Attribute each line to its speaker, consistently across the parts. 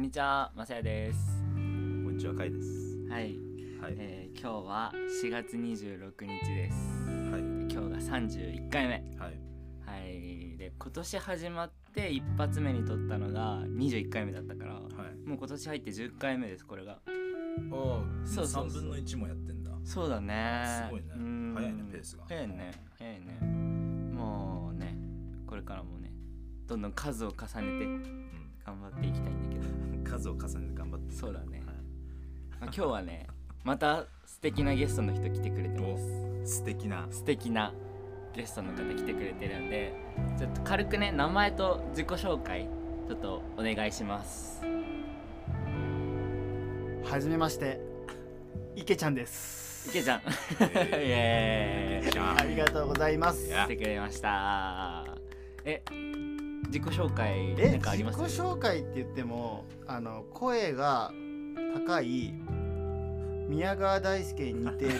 Speaker 1: にちは、まさやです。
Speaker 2: こんにちは、かいです。
Speaker 1: はい、
Speaker 2: はい。
Speaker 1: えー、今日は4月26日です。
Speaker 2: はい。
Speaker 1: 今日が31回目。
Speaker 2: はい。
Speaker 1: はい、で、今年始まって一発目に撮ったのが21回目だったから、も
Speaker 2: はいう
Speaker 1: 今年入って10回目です、これが。。
Speaker 2: ああ、
Speaker 1: そうそうそう
Speaker 2: 3分の1もやってんだ。
Speaker 1: そうだね。
Speaker 2: すごいね
Speaker 1: うん
Speaker 2: 早いねペースが
Speaker 1: 早いね、早いね。もうね、これからもね、どんどん数を重ねて
Speaker 2: う
Speaker 1: 頑張っていきたいんだけど。
Speaker 2: ん。数を重ねて頑張って。
Speaker 1: そうだね
Speaker 2: は
Speaker 1: まあ、今日はねまた素敵なゲストの人来てくれてま
Speaker 2: い。素 敵な。
Speaker 1: す素敵なゲストの方来てくれてるんでちょっと軽くね名前と自己紹介ちょっとお願いします
Speaker 3: はじめまして、池ちゃんです。
Speaker 1: いけちゃん イ
Speaker 2: え
Speaker 1: エーイ
Speaker 2: ーじゃ
Speaker 3: ありがとうございます。
Speaker 2: や
Speaker 1: 来てくれましたえ自己紹介
Speaker 3: え、
Speaker 1: なんかあります
Speaker 3: 自己紹介って言っても、あの声が高い宮川大輔に似ている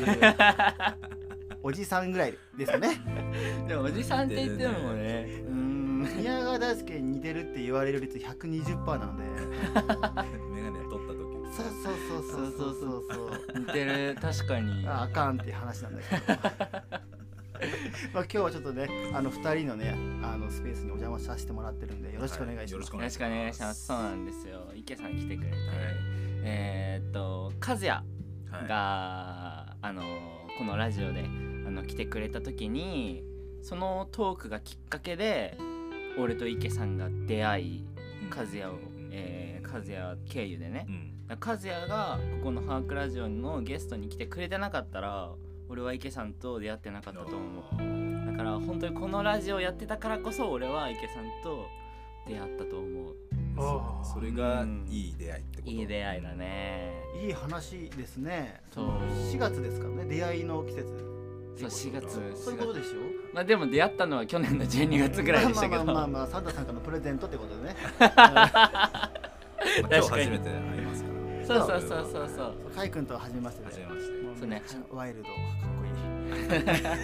Speaker 3: おじさんぐらいですかね。
Speaker 1: でもおじさんって言ってもねうーん
Speaker 3: 宮川大輔に似てるって言われる率120%なので、
Speaker 2: あメガネ取った時。
Speaker 3: そうそうそうそうそうそうそう。
Speaker 1: 似てる確かに
Speaker 3: ああかんって話なんだけど。 まあ今日はちょっとね、あの二人のね、あのスペースにお邪魔させてもらってるんでよろしくお願
Speaker 2: はい
Speaker 3: し
Speaker 2: よ
Speaker 3: ま
Speaker 2: ろ
Speaker 3: す
Speaker 2: しく。お
Speaker 1: よ
Speaker 2: 願
Speaker 1: ろ
Speaker 2: い
Speaker 1: し
Speaker 2: し
Speaker 1: くお願
Speaker 2: ます。
Speaker 1: いしますそうなんですよ池さん来てくれて、えー、っと和也
Speaker 2: はい。
Speaker 1: が、あのこのラジオであの来てくれた時にそのトークがきっかけで俺と池さんが出会い
Speaker 2: うん
Speaker 1: 和也を、えー、和也経由でね
Speaker 2: うん。
Speaker 1: だから和也がここの「ハークラジオ」のゲストに来てくれてなかったら俺は池さんと出会ってなかったと思うだから本当にこのラジオやってたからこそ俺は池さんと出会ったと思う
Speaker 3: あー
Speaker 2: それがいい出会いってこと。
Speaker 1: いい出会いだ。ね
Speaker 3: いい話ですね。
Speaker 1: そう
Speaker 3: 4月ですからね、出会いの季節。
Speaker 1: そう4月
Speaker 3: そういうことでしょ
Speaker 1: まあでも出会ったのは去年の12月ぐらいでしたけど
Speaker 3: まあまあまあまあ、サンタさんからのプレゼントってこ とでね。
Speaker 2: まあ今
Speaker 1: 確
Speaker 2: 日
Speaker 1: かに
Speaker 2: 初めて会いますから。
Speaker 1: そうそうそうそうそう
Speaker 3: カイ君とはじめまして
Speaker 2: 初め
Speaker 3: で。
Speaker 2: まして。
Speaker 1: そうね
Speaker 3: ワイルド、かっこいい。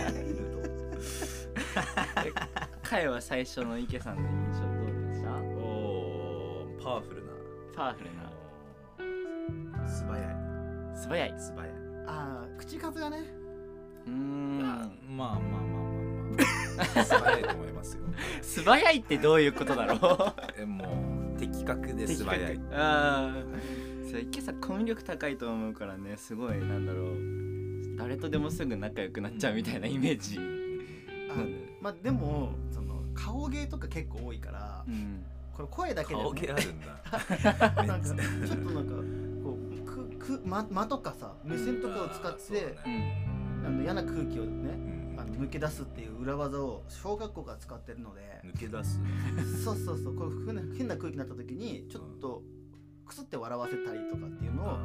Speaker 1: 彼は最初の池さんの印象どうでした
Speaker 2: おー、パワフルな。
Speaker 1: パワフルな
Speaker 2: 素早い。
Speaker 1: 素早いう
Speaker 2: 素早い。
Speaker 3: ああ、口数がね。
Speaker 1: ー
Speaker 2: まあ
Speaker 1: ん
Speaker 2: まあまあまあまあ。素早いと思いますよ。
Speaker 1: 素早いってどういうこと だろ
Speaker 2: えもう的確
Speaker 1: う
Speaker 2: で素早い。
Speaker 1: 的確あーそう池さんコミュ力高いと思うからねすごいなんだろう誰とでもすぐ仲良くなっちゃうみたいなイメージ、
Speaker 3: あ
Speaker 1: うん
Speaker 3: まあ、でも、その顔芸とか結構多いから
Speaker 1: う、ん、
Speaker 3: これ声だけで、
Speaker 2: 顔
Speaker 3: ね。
Speaker 2: 毛あるんだ。
Speaker 3: なんか、ちょっとなんか、こう、く、く、ま、間とかさ、目線とかを使って、
Speaker 2: あーそうだね
Speaker 3: あの嫌な空気をね。
Speaker 2: うん
Speaker 3: あの抜け出すっていう裏技を小学校が使ってるので
Speaker 2: 抜け出す。
Speaker 3: そうそうそうこういう変な変な空気になった時にちょっとくすって笑わせたりとかっていうのを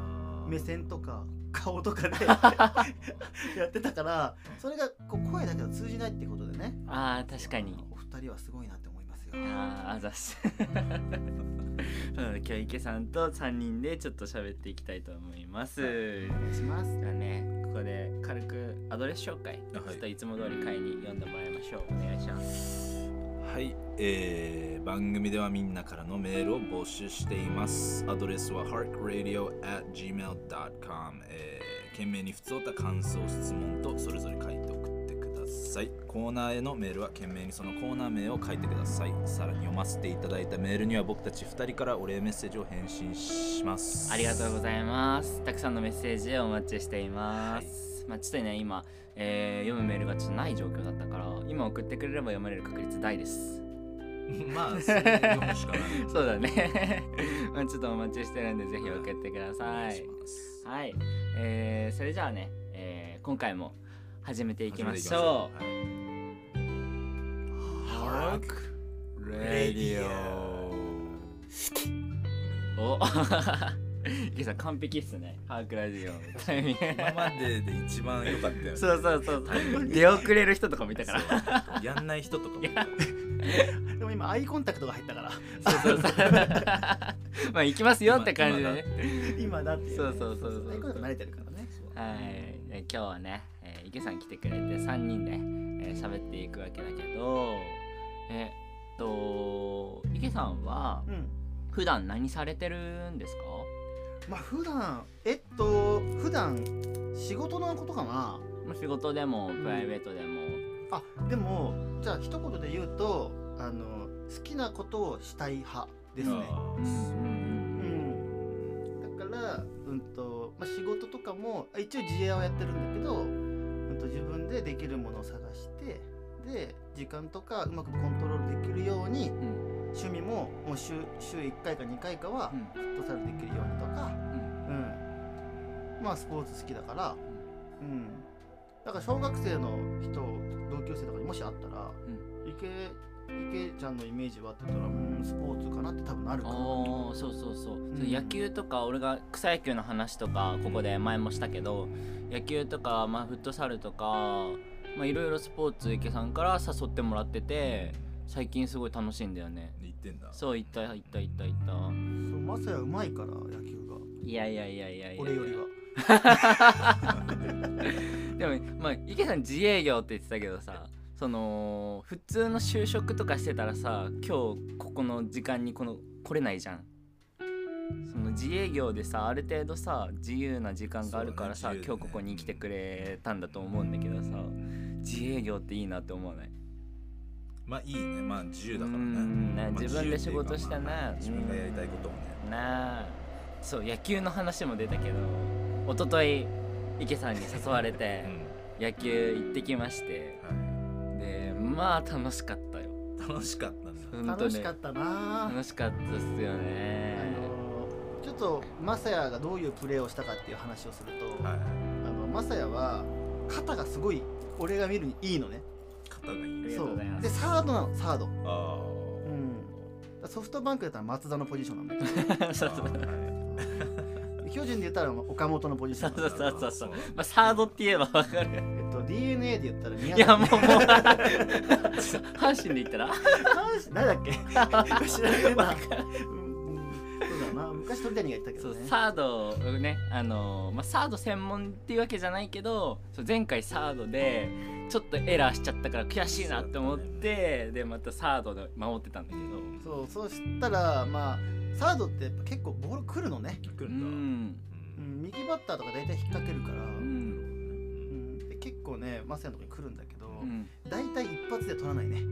Speaker 3: 目線と か顔とかで やってたからそれがこう声だけは通じないってことでね
Speaker 1: あー確かに
Speaker 3: お二人はすごいなって思いますよ
Speaker 1: あーあざっす なので今日池さんと3人でちょっと喋っていきたいと思います、
Speaker 3: お願いします
Speaker 1: じゃあねここで軽くアドレス紹介、
Speaker 2: あはい
Speaker 1: ちょっといつも通り会に読んでもらいましょうお願いします
Speaker 2: はい、えー、番組ではみんなからのメールを募集しています。アドレスは harkradio.gmail.com、えー。懸命に普通おた感想、質問とそれぞれ書いて送ってください。コーナーへのメールは懸命にそのコーナー名を書いてください。さらに読ませていただいたメールには僕たち2人からお礼メッセージを返信します。
Speaker 1: ありがとうご
Speaker 2: い
Speaker 1: ざいますたくさんのメッセージお待ちしています、まあちょっとね今、えー読むメールがちょっとない状況だったから今送ってくれれば読まれる確率大です
Speaker 2: ます。まあ、それで読むしかない。
Speaker 1: そうだね まあちょっとお待ちしてるんでぜひ送ってく だ
Speaker 2: お
Speaker 1: さ
Speaker 2: 願
Speaker 1: い
Speaker 2: いします
Speaker 1: はい、えーそれじゃあね、えー今回も始めていきましょう。
Speaker 2: ハークレディオ。
Speaker 1: お 池さん完璧っすねハークラジオのタイミング
Speaker 2: 今までで一番良かったよ ね。
Speaker 1: そうそうそうそう 出遅れる人とかもいたから
Speaker 2: そうやんない人とかもいたから。
Speaker 3: でも今アイコンタクトが入っ たから
Speaker 1: そうそうそう まあ行きますよって感じでね
Speaker 3: 今だっていね
Speaker 1: そうそうそうそう
Speaker 3: アイコンタクト慣れてるからね
Speaker 1: はいで今日はね、えー池さん来てくれて3人で、えー喋っていくわけだけどえっと池さんは
Speaker 3: うん
Speaker 1: 普段何されてるんですか
Speaker 3: まあ普段えっと普段仕事のことかな
Speaker 1: まあ仕事でもプライベートでも、
Speaker 3: あでもじゃあ一言で言うとあの好きなことをしたい派ですね
Speaker 2: あ
Speaker 1: う
Speaker 2: ー
Speaker 1: んうん
Speaker 3: うん、だから、うんとまあ、仕事とかもあ一応自営はやってるんだけど、うん、と自分でできるものを探してで時間とかうまくコントロールできるように
Speaker 1: うんうん
Speaker 3: 趣味ももう週週1回か2回かは
Speaker 1: うん
Speaker 3: フットサルできるようにと
Speaker 1: う
Speaker 3: か、
Speaker 1: ん
Speaker 3: うん、まあスポーツ好きだから、うん、だから小学生の人同級生とかにもし会ったら「池池ちゃんのイメージは?」って言ったら「うんスポーツかな」って多分なるかも。
Speaker 1: ああそうそうそう、
Speaker 3: ん
Speaker 1: その野球とか俺が草野球の話とかここで前もしたけど野球とか、まあ、フットサルとかまあいろいろスポーツ池さんから誘ってもらってて最近すごい楽しいんだよね
Speaker 2: 言ってんだ
Speaker 1: そう行った行った行った行った
Speaker 3: そうマサヤうまいから野球が
Speaker 1: いやいやいやいやいやいや
Speaker 3: 俺よりは
Speaker 1: でもまあ池さん自営業って言ってたけどさその普通の就職とかしてたらさ今日ここの時間にこの来れないじゃんその自営業でさある程度さ自由な時間があるからさ、
Speaker 2: そうだね自由だ
Speaker 1: 今
Speaker 2: ね
Speaker 1: 日ここに来てくれたんだと思うんだけどさ自営業っていいなって思わない
Speaker 2: まあいいねまあ自由だから
Speaker 1: う
Speaker 2: ね
Speaker 1: んね
Speaker 2: まあ
Speaker 1: 自分で仕事
Speaker 2: 自由っていうか
Speaker 1: したね
Speaker 2: まあ自分がやりたいことをね
Speaker 1: なあそう野球の話も出たけど一昨日池さんに誘われて
Speaker 2: う
Speaker 1: 野球行ってきまして。
Speaker 2: ん
Speaker 1: でまあ楽しかったよ
Speaker 2: はい楽しかったんだ
Speaker 1: 本当
Speaker 3: 楽
Speaker 1: に
Speaker 3: しかったなぁ
Speaker 1: 楽しかったっすよ
Speaker 3: あ
Speaker 1: ね
Speaker 3: のちょっとマサヤがどういうプレーをしたかっていう話をすると、
Speaker 2: はい
Speaker 3: あのマサヤは肩がすごい俺が見るにいいのね
Speaker 2: 肩がいい
Speaker 1: あり
Speaker 2: ね
Speaker 1: がと
Speaker 3: そ
Speaker 1: うご
Speaker 3: う
Speaker 1: ざいます
Speaker 3: でサードなのサード、
Speaker 2: ああ
Speaker 3: うん、だソフトバンクだったら松田のポジションなんだ
Speaker 1: そうそう
Speaker 2: う
Speaker 3: で巨人で言ったら岡本のポジションなんだ
Speaker 1: そうそうそうそう
Speaker 2: そう
Speaker 1: まあサードって言えばわかる
Speaker 3: えっと、d n a で言ったら宮
Speaker 1: いや
Speaker 3: 崎
Speaker 1: もうもう 阪神で言ったら
Speaker 3: 誰だっけ 知らないなうんうんそうだな昔鳥谷が言ったけ
Speaker 1: そ
Speaker 3: ど
Speaker 1: う
Speaker 3: ね
Speaker 1: サードをねあのまあサード専門っていうわけじゃないけどそう前回サードでちょっとエラーしちゃったから悔しいなって思ってでまたサードで守ってたんだけど
Speaker 3: そうそうしたらまあサードってやっぱ結構ボール来るのね、
Speaker 2: 来
Speaker 1: う
Speaker 2: るんだ
Speaker 1: ん
Speaker 3: う
Speaker 2: うん
Speaker 3: ん、右バッターとか大体引っ掛けるか
Speaker 1: う
Speaker 3: ら、うん
Speaker 1: ん
Speaker 3: で結構ねマスヤのとこに来るんだけど、
Speaker 1: うん
Speaker 3: 大体一発で取らないね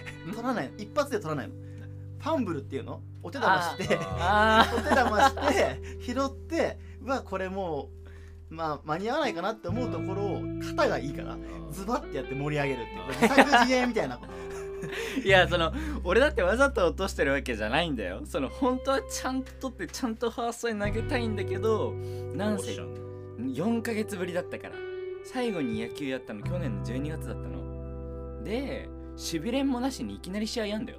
Speaker 3: 取らない一発で取らないのファンブルっていうのお手玉して
Speaker 2: あ
Speaker 1: あ
Speaker 3: お手玉して拾ってうわこれもうまあ間に合わないかなって思うところを肩がいいから
Speaker 2: ー
Speaker 3: ズバッてやって盛り上げるっていうこれ自作自演みたいな
Speaker 1: ーいやその俺だってわざと落としてるわけじゃないんだよその本当はちゃんと取ってちゃんとファーストに投げたいんだけどなんせ
Speaker 2: どうし
Speaker 1: 4ヶ月ぶりだったから最後に野球やったの去年の12月だったのでしびれもなしにいきなり試合やんだよ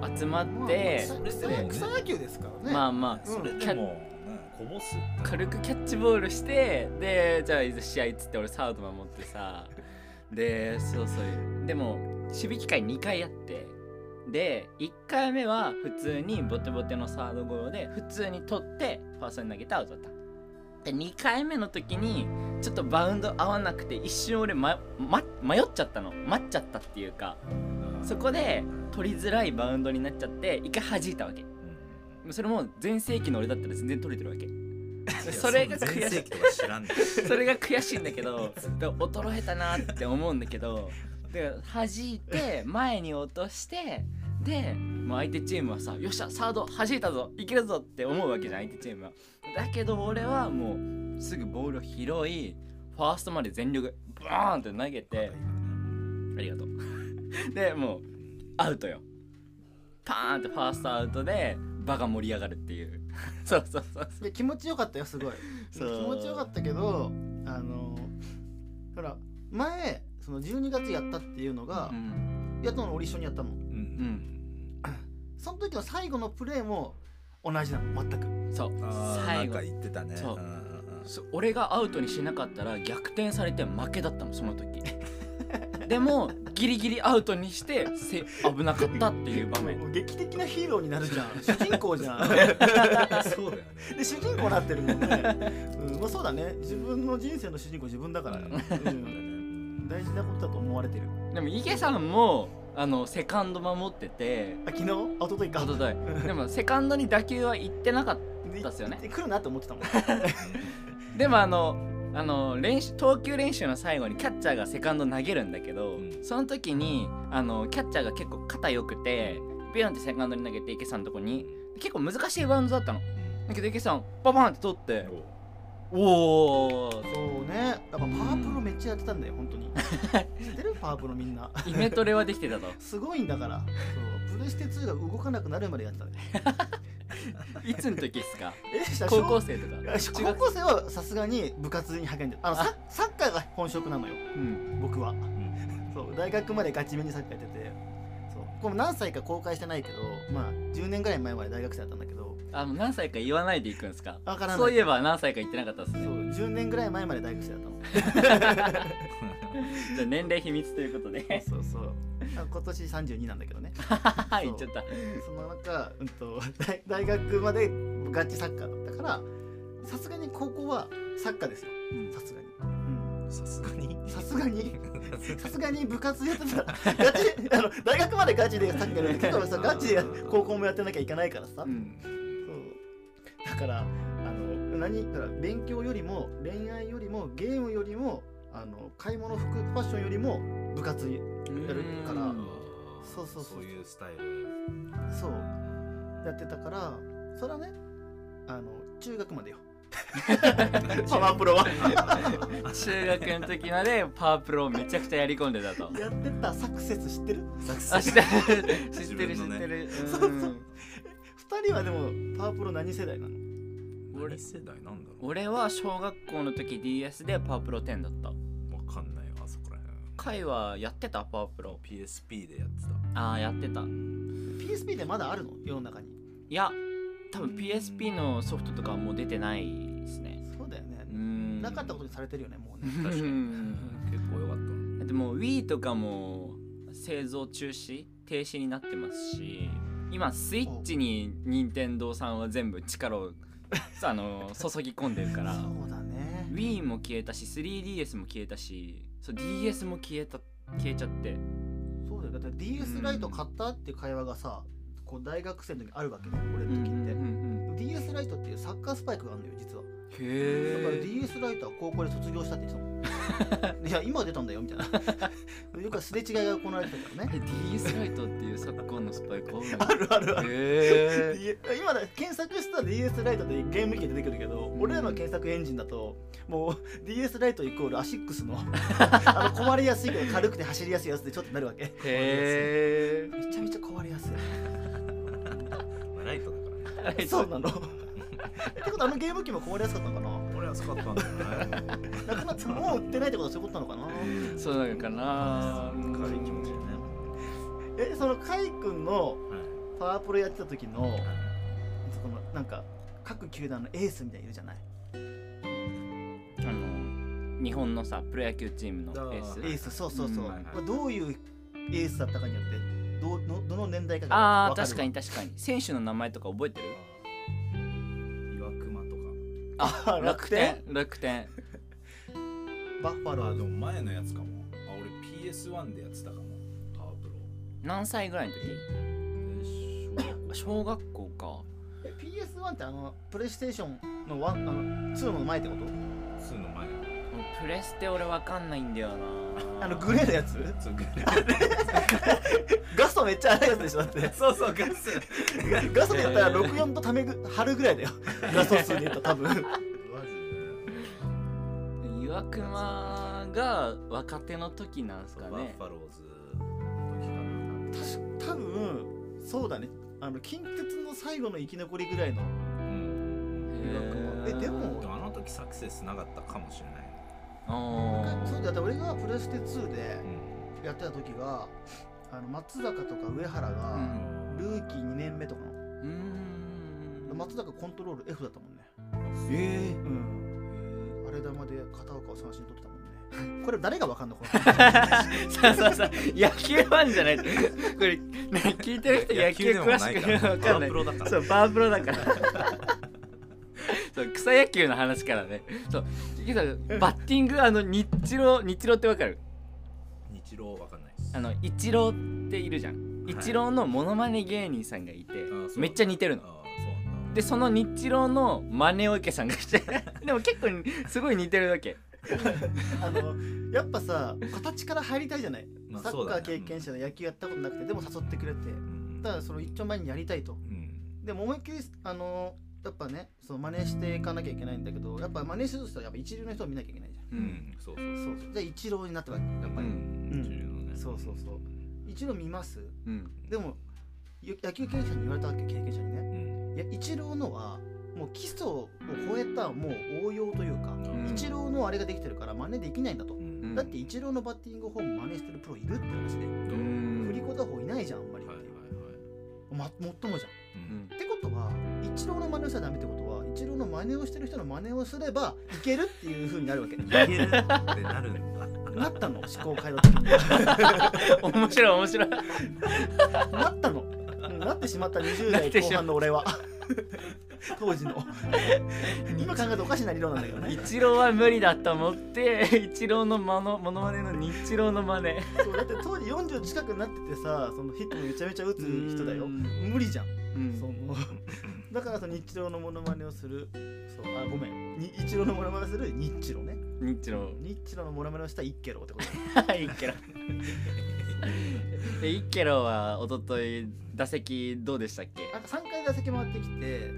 Speaker 2: たのまあまあ
Speaker 1: 集まって
Speaker 3: まあまあ
Speaker 2: で
Speaker 3: それは草野球ですからね、
Speaker 1: まあまあ
Speaker 2: それでもねこぼす
Speaker 1: 軽くキャッチボールしてでじゃあいざ試合っつって俺サード守ってさでそうそうでも守備機会2回あってで1回目は普通にボテボテのサードゴロで普通に取ってファーストに投げてアウトだったで2回目の時にちょっとバウンド合わなくて一瞬俺、まま、迷っちゃったの待っちゃったっていうかそこで取りづらいバウンドになっちゃって一回弾いたわけ
Speaker 2: うん
Speaker 1: それも全盛期の俺だったら全然取れてるわけ
Speaker 2: いや
Speaker 1: それが
Speaker 2: その
Speaker 1: 悔
Speaker 2: 全
Speaker 1: しい
Speaker 2: 盛期とか知らんね
Speaker 1: それが悔しいんだけどでも衰えたなって思うんだけどで弾いて前に落としてでもう相手チームはさ「よっしゃサード弾いたぞいけるぞ」って思うわけじゃん相手チームは。だけど俺はもうすぐボールを拾いファーストまで全力バーンって投げてありがとう。でもうアウトよ。パーンってファーストアウトで場が盛り上がるっていう。そうそうそうそう。
Speaker 3: で気持ちよかったよすごい気
Speaker 1: そう
Speaker 3: 持ちよかったけどあのほら前その12月やったっていうのが
Speaker 1: う、ん
Speaker 3: やったの俺一緒にやったの
Speaker 2: うんうん
Speaker 3: その時の最後のプレーも同じなの全く
Speaker 1: そう
Speaker 2: あーな
Speaker 1: 最
Speaker 2: ん
Speaker 1: 後
Speaker 2: か言ってたね
Speaker 1: そうん
Speaker 2: んうん
Speaker 1: そう俺がアウトにしなかったら逆転されて負けだったのその時でもギリギリアウトにしてせ危なかったっていう場面
Speaker 3: もう劇的なヒーローにな るじゃん主人公じゃ
Speaker 2: そ
Speaker 3: ん
Speaker 2: うだよね
Speaker 3: で主人公になってるもんね、うん、まあそうだね自分の人生の主人公自分だから、うん、大事なことだと思われてる
Speaker 1: でも池さんもあのセカンド守ってて
Speaker 3: あ昨日あ一昨日か
Speaker 1: 一昨日でもセカンドに打球は行ってなかっ
Speaker 3: で
Speaker 1: たっすよね
Speaker 3: で来るなって思ってたもん
Speaker 1: たでもあのあの練習投球練習の最後にキャッチャーがセカンド投げるんだけど、
Speaker 2: うん
Speaker 1: その時にあのキャッチャーが結構肩良くてビヨンってセカンドに投げて池さんのとこに結構難しいバウンドだったのだけど池さんパパンって取っておお
Speaker 3: そうねやっぱパワープロめっちゃやってたんだよ本当に知ってるパワープロみんな
Speaker 1: イメトレはできてたと
Speaker 3: すごいんだからそうプレステ2が動かなくなるまでやってたね
Speaker 1: いつの時っすか
Speaker 3: えした
Speaker 1: 高校生とか
Speaker 3: 小高校生はさすがに部活に励んでるあのササッカーが本職なのよ
Speaker 1: うん
Speaker 3: 僕は
Speaker 2: ん
Speaker 3: そう大学までガチめにサッカーやっててそうこれ何歳か公開してないけどまあ10年ぐらい前まで大学生だったんだけど
Speaker 1: あの何歳か言わないでいくんですか
Speaker 3: わからない
Speaker 1: そういえば何歳か言ってなかったっす
Speaker 3: そう
Speaker 1: ね
Speaker 3: 10年ぐらい前まで大学生だったの
Speaker 1: じゃあ年齢秘密ということで
Speaker 3: そうそうあ今年32なんだけ どね
Speaker 1: はい言っちゃった
Speaker 3: その中、うん、と大大学までガチサッカーだったからさすがに高校はサッカーですよさすがに、
Speaker 2: さすがに
Speaker 3: さすが にさすがに部活やってたらガチあの大学までガチでサッカーやるけどさガチで高校もやってなきゃいけないからさ、
Speaker 1: うん
Speaker 3: そうだからあの何だから勉強よりも恋愛よりもゲームよりもあの買い物服ファッションよりも部活にやるから
Speaker 1: うん
Speaker 3: そうそうそう
Speaker 2: そういうスタイル
Speaker 3: そうやってたからそれはねあの中学までよパワープ ロは
Speaker 1: 中学の時までパワープロをめちゃくちゃやり込んでたと
Speaker 3: やってたサクセス知ってる
Speaker 1: あ知ってる知っ
Speaker 2: 自
Speaker 1: てる
Speaker 2: 分
Speaker 1: 知
Speaker 2: の
Speaker 1: っ
Speaker 2: ね
Speaker 1: てる
Speaker 3: そう
Speaker 1: う
Speaker 3: そうん2人はでもパワープロ何世代なの
Speaker 1: 俺
Speaker 2: 何世代なんだろ
Speaker 1: 俺は小学校の時 DS でパワープロ10だった
Speaker 2: うわかんないわあそこらへん
Speaker 1: カイはやってたパワープロ
Speaker 2: PSP でやってた
Speaker 1: ああやってた
Speaker 3: PSP でまだあるの世の中に
Speaker 1: いや多分 PSP のソフトとかはもう出てないですね
Speaker 3: そうだよね
Speaker 1: うーん
Speaker 3: なかったことにされてるよねもうね
Speaker 1: 確
Speaker 2: 確か
Speaker 1: か
Speaker 2: に
Speaker 1: に
Speaker 2: 結構良かったの
Speaker 1: でも Wii とかも製造中止停止になってますし今スイッチに任天堂さんは全部力を あの注ぎ込んでるから
Speaker 3: そうだね
Speaker 1: Wii も消えたし 3DS も消えたしそう DS も消えた消えちゃって
Speaker 3: そうだよだって DS ライト買ったっていう会話がさこう大学生の時あるわけよ俺の時って、DS ライトっていうサッカースパイクがあるのよ実は
Speaker 1: へ
Speaker 3: だから
Speaker 1: え
Speaker 3: DS ライトは高校で卒業したって言って たもんいや今出たんだよみたいなよくすれ違いが行われてたからね
Speaker 1: DS ライトっていうサッカーのスパイクある
Speaker 3: あるあるある
Speaker 1: へえ
Speaker 3: D- 今だ検索したら DS ライトでゲーム機出てくるけど
Speaker 1: ん
Speaker 3: 俺らの検索エンジンだともう DS ライトイコールアシックス のあの壊れやすいけど軽くて走りやすいやつでちょっとなるわけ
Speaker 1: へ
Speaker 3: めちゃめちゃ壊れやす
Speaker 2: まあライトだからね
Speaker 1: え
Speaker 3: い そうなのってことはあのゲーム機も壊れやすかったのかな
Speaker 2: 俺は使ったんだよね。
Speaker 3: なくなってもう売ってないってことはそういうことなのかな
Speaker 1: そうなのかな
Speaker 2: 軽い気持ちでね。
Speaker 3: えそのカイ君のパワープロやってた時のそこのなんか各球団のエースみたいにいるじゃない
Speaker 1: あの日本のさプロ野球チームのエース
Speaker 3: エースそうそうそう、
Speaker 1: うんはい
Speaker 2: はい
Speaker 3: これどういうエースだったかによってどうのどの年代かが
Speaker 1: あー
Speaker 3: 分かる
Speaker 1: 確かに確かに選手の名前とか覚えてる
Speaker 2: 岩熊と
Speaker 3: あ楽天
Speaker 1: 楽天
Speaker 3: バッファロ
Speaker 2: か。あ、で
Speaker 3: ー
Speaker 2: も前のやつかも。あ、俺 PS1 でやってたかも。パワープロ。
Speaker 1: 何歳ぐらいの時小学校か
Speaker 3: え PS1 ってあのプレイステーションのワンあの2の前ってこと
Speaker 2: 2の
Speaker 1: も
Speaker 2: 前
Speaker 1: うプレステ俺わかんないんだよな
Speaker 3: あのグレーのやつ
Speaker 2: そうグレ
Speaker 3: ガストめっちゃ荒いやつでしょだ って
Speaker 2: そうそう、ガス。
Speaker 3: ガストでやったら64とためぐ春ぐらいだよガスト数で言ったら多分
Speaker 2: マジで。
Speaker 1: 岩熊が若手の時なんすか
Speaker 2: バ
Speaker 1: ね
Speaker 2: ッファローズの時かな。
Speaker 3: 多分そうだねあの近鉄の最後の生き残りぐらいの
Speaker 2: うん。
Speaker 3: えでも
Speaker 2: でもあの時サクセスなかったかもしれない。
Speaker 1: あ
Speaker 3: そう
Speaker 1: ー
Speaker 3: だって俺がプレステ2で
Speaker 2: うん。
Speaker 3: やってた時があの松坂とか上原が、
Speaker 1: うん
Speaker 3: ルーキー2年目とかの
Speaker 1: うーん
Speaker 3: 松坂コントロール F だったもんね
Speaker 1: え
Speaker 3: うん
Speaker 1: ー
Speaker 3: あれ玉で片岡を三振取ってたもんねこれ誰がわかんのこ
Speaker 1: そうそうそう野球ファンじゃないとこれ、ね、聞いてる人野球詳しくわ
Speaker 2: パ
Speaker 1: か
Speaker 2: ワ
Speaker 1: んな
Speaker 2: ー
Speaker 1: い
Speaker 2: プロだから。
Speaker 1: そうパワープロだからそう草野球の話からねそう池さんバッティングあの日露日露ってわかる
Speaker 2: 日露わかんないです。
Speaker 1: あのイチローっているじゃんイチローのモノマネ芸人さんがいて、
Speaker 2: ーそう
Speaker 1: めっちゃ似てるの
Speaker 2: あーそうなんだ
Speaker 1: でそのニッチローの真似を池さんがして でも結構にすごい似てるだけ
Speaker 3: あのやっぱさ形から入りたいじゃない、
Speaker 2: まあ
Speaker 3: サ
Speaker 2: そ
Speaker 3: ッ
Speaker 2: うだ
Speaker 3: カー
Speaker 2: ね
Speaker 3: 経験者で野球やったことなくてでも誘ってくれて
Speaker 2: うん
Speaker 3: ただその一丁前にやりたいと
Speaker 2: うん
Speaker 3: でも思いっきりあのやっぱねその真似していかなきゃいけないんだけどやっぱ真似する人はやっぱ一流の人を見なきゃいけないじゃん
Speaker 2: う、んそうそう
Speaker 3: そうそうじゃあ一郎になったわけやっぱり、
Speaker 2: うん重要だね
Speaker 3: そうそうそう一郎見ます
Speaker 1: うん
Speaker 3: でもよ野球経験者に言われたわけ経験者にね
Speaker 2: うん
Speaker 3: いや一郎のはもう基礎を超えたもう応用というか、
Speaker 2: うん
Speaker 1: ん
Speaker 3: 一郎のあれができてるから真似できないんだと、
Speaker 2: うん
Speaker 3: だって一郎のバッティングフォーム真似してるプロいるって話で、
Speaker 1: う
Speaker 3: 振り
Speaker 1: ん
Speaker 3: 子打法いないじゃんあんまりっ
Speaker 2: はい
Speaker 3: て
Speaker 2: はい
Speaker 3: いう、
Speaker 2: はい
Speaker 3: まもっともじゃん
Speaker 2: うん
Speaker 3: ってことは一郎の真似をしちゃダメってことは一郎の真似をしてる人の真似をすればいけるっていう風になる わけ
Speaker 2: いけるってなるんだ
Speaker 3: なったの思考回路的に
Speaker 1: 面白い面白い
Speaker 3: なったのうんなってしまった20代後半の俺は 当時の今考えるとおかしな理論なんだけどね
Speaker 1: イチローは無理だと思ってイチローのまのモノマネのニッチローの真似
Speaker 3: そうだって当時40近くなっててさそのヒットもめちゃめちゃ打つ人だよ
Speaker 1: うん
Speaker 3: 無理じゃん
Speaker 1: うん
Speaker 3: そ のだからその日郎のモノマネをするそうあごめんに一郎のモノマネをする日郎ね
Speaker 1: ニッチロー
Speaker 3: 日郎のモノマネをした一ケロってこと
Speaker 1: はい イッケロー でイッケローは一昨日打席どうでしたっけ
Speaker 3: なんか3回打席回ってきてで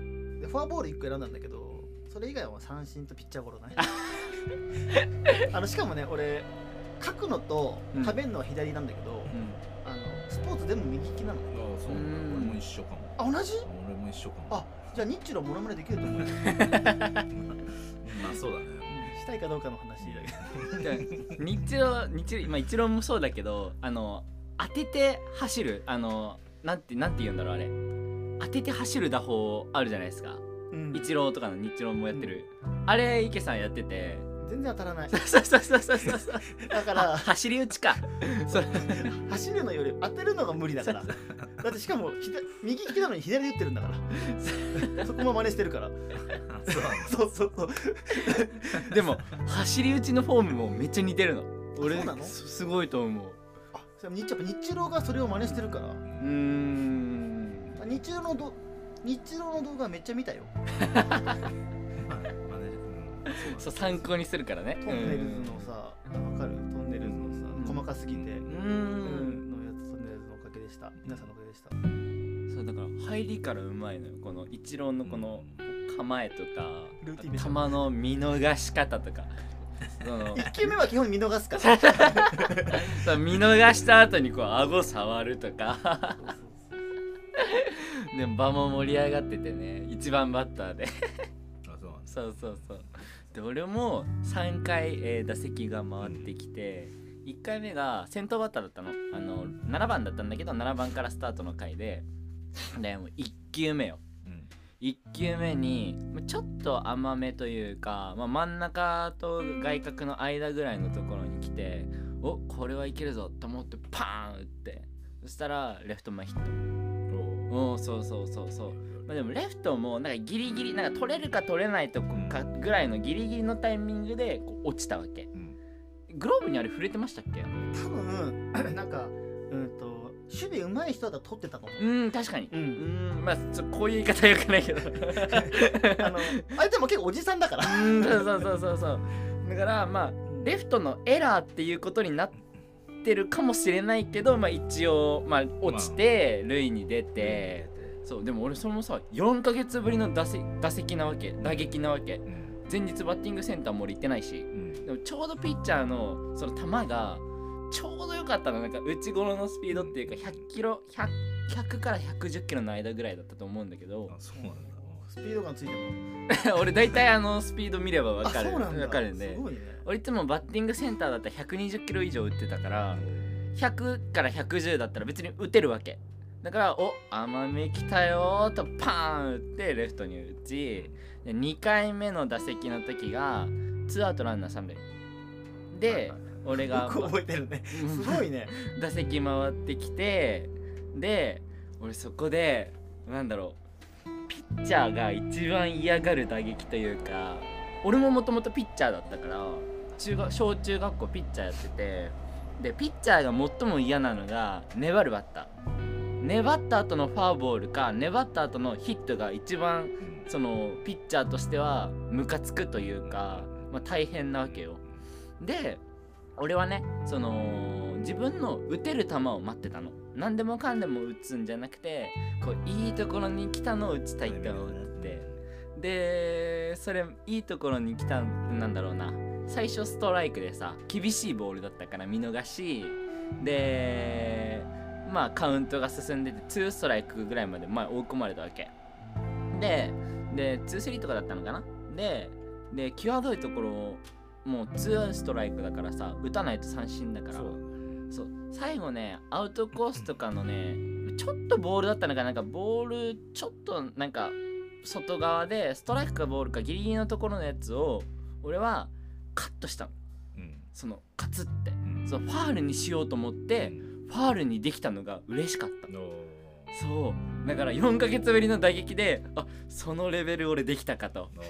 Speaker 3: フォアボール1個選んだんだけどそれ以外はもう三振とピッチャーゴロだね あのしかもね俺書くのと
Speaker 1: うん
Speaker 3: 食べるのは左なんだけど、
Speaker 1: う
Speaker 3: あのスポーツ全部右利きなの
Speaker 2: ああそう
Speaker 1: う
Speaker 2: なんんだ俺も一緒かも
Speaker 3: あ同じ
Speaker 2: 俺も一緒かも
Speaker 3: あじゃあ日中のモノマネできると 思う
Speaker 2: まあそうだね
Speaker 3: したいかどうかの話だけ
Speaker 1: んでニッチローニッチローまあイチローもそうだけどあの当てて走るあのなんてなんて言うんだろうあれ当てて走る打法あるじゃないですか
Speaker 3: ど、うん
Speaker 1: イチローとかのニッチローもやってる、あれ池さんやってて
Speaker 3: 全然当たらない
Speaker 1: そうそうそうそうそうそう
Speaker 3: だか
Speaker 1: あ
Speaker 3: ら
Speaker 1: 走り打ちかそれ
Speaker 3: 走るのより当てるのが無理だからだってしかも左右利きなのに左で打ってるんだから そこも真似してるから
Speaker 2: あそうなんだ
Speaker 3: そうそうそう
Speaker 1: でも走り打ちのフォームもめっちゃ似てるの俺
Speaker 3: そうなの
Speaker 1: すすごいと思う
Speaker 3: あそれ日やっぱ日郎がそれを真似してるから
Speaker 1: うーん
Speaker 3: 日露のど日露の動画めっちゃ見たよ
Speaker 2: まあまあねうん
Speaker 1: そう参考にするからね
Speaker 3: トンネルズのさわかるトンネルズのさ、
Speaker 1: うん
Speaker 3: 細かすぎて、
Speaker 1: う
Speaker 3: うんん
Speaker 1: う
Speaker 3: のやつトンネルズのおかげでした皆さんのおかげで した
Speaker 1: んそうだから入りからうまいのよこのイチローのこの構えとか
Speaker 3: ルーティンでし
Speaker 1: 球
Speaker 3: ょ
Speaker 1: の見逃し方とかその
Speaker 3: 1球目は基本見逃すからそう
Speaker 1: そう見逃した後にこう顎触るとか
Speaker 3: そうそう
Speaker 1: でも場も盛り上がっててね一番バッターで
Speaker 2: あそうなんだ
Speaker 1: そうそうそうで俺も3回、えー打席が回ってきて、1回目が先頭バッターだったのあの7番だったんだけど7番からスタートの回ででもう1球目よ
Speaker 2: うん
Speaker 1: 1球目にまあちょっと甘めというか、まあ、真ん中と外角の間ぐらいのところに来ておこれはいけるぞと思ってパーン打ってそしたらレフト前ヒット
Speaker 2: お
Speaker 1: おーそうそうそうそうまあ、でもレフトもなんかギリギリなんか取れるか取れないとこかぐらいのギリギリのタイミングでこう落ちたわけ
Speaker 2: うん
Speaker 1: グローブにあれ触れてましたっけ
Speaker 3: 多分 なんかうんと守備上手い人だったら取ってたと思う
Speaker 1: うん確かに
Speaker 3: う、
Speaker 1: うんんまあちょこういう言い方はよくないけど
Speaker 3: あの相手も結構おじさんだから
Speaker 1: うんそうそうそうそうそうだからまあレフトのエラーっていうことになってるかもしれないけどまあ一応まあ落ちて塁に出て、そうでも俺それもさ4ヶ月ぶりの打席打席なわけ打撃なわけ
Speaker 2: うん
Speaker 1: 前日バッティングセンターも俺行ってないし
Speaker 2: うん
Speaker 1: でもちょうどピッチャーのその球がちょうど良かったのなんか内頃のスピードっていうか100キロ 100, 100から110キロの間ぐらいだったと思うんだけど
Speaker 2: あそうなんだ
Speaker 3: スピード感ついて る
Speaker 1: 俺大体あのスピード見れば分かる
Speaker 3: あそうなんだ
Speaker 1: 分かるん
Speaker 3: す
Speaker 1: で
Speaker 3: ごいね
Speaker 1: 俺いつもバッティングセンターだったら120キロ以上打ってたから100から110だったら別に打てるわけだからお甘め来たよーとパーン打ってレフトに打ちで2回目の打席の時がツーアウトランナー3塁で俺が
Speaker 3: よく覚えてるねすごいね
Speaker 1: 打席回ってきてで俺そこでなんだろうピッチャーが一番嫌がる打撃というか俺ももともとピッチャーだったから中学小中学校ピッチャーやっててでピッチャーが最も嫌なのが粘るバッター粘った後のファーボールか粘った後のヒットが一番
Speaker 2: うん
Speaker 1: そのピッチャーとしてはムカつくというか、まあ、大変なわけよで俺はねその自分の打てる球を待ってたの何でもかんでも打つんじゃなくてこういいところに来たのを打ちたいって思ってでそれいいところに来たなんだろうな最初ストライクでさ厳しいボールだったから見逃しでまあカウントが進んでて2ストライクぐらいまで、まあ、追い込まれたわけでで2-3とかだったのかなでで際どいところをもう2ストライクだからさ打たないと三振だから
Speaker 2: そう
Speaker 1: そう最後ねアウトコースとかのねちょっとボールだったのかなんかボールちょっとなんか外側でストライクかボールかギリギリのところのやつを俺はカットしたの
Speaker 2: うん
Speaker 1: そのカツって
Speaker 2: うん
Speaker 1: そうファールにしようと思ってファールにできたのが嬉しかった
Speaker 2: の
Speaker 1: そうだから4ヶ月ぶりの打撃であそのレベル俺できたかと
Speaker 2: の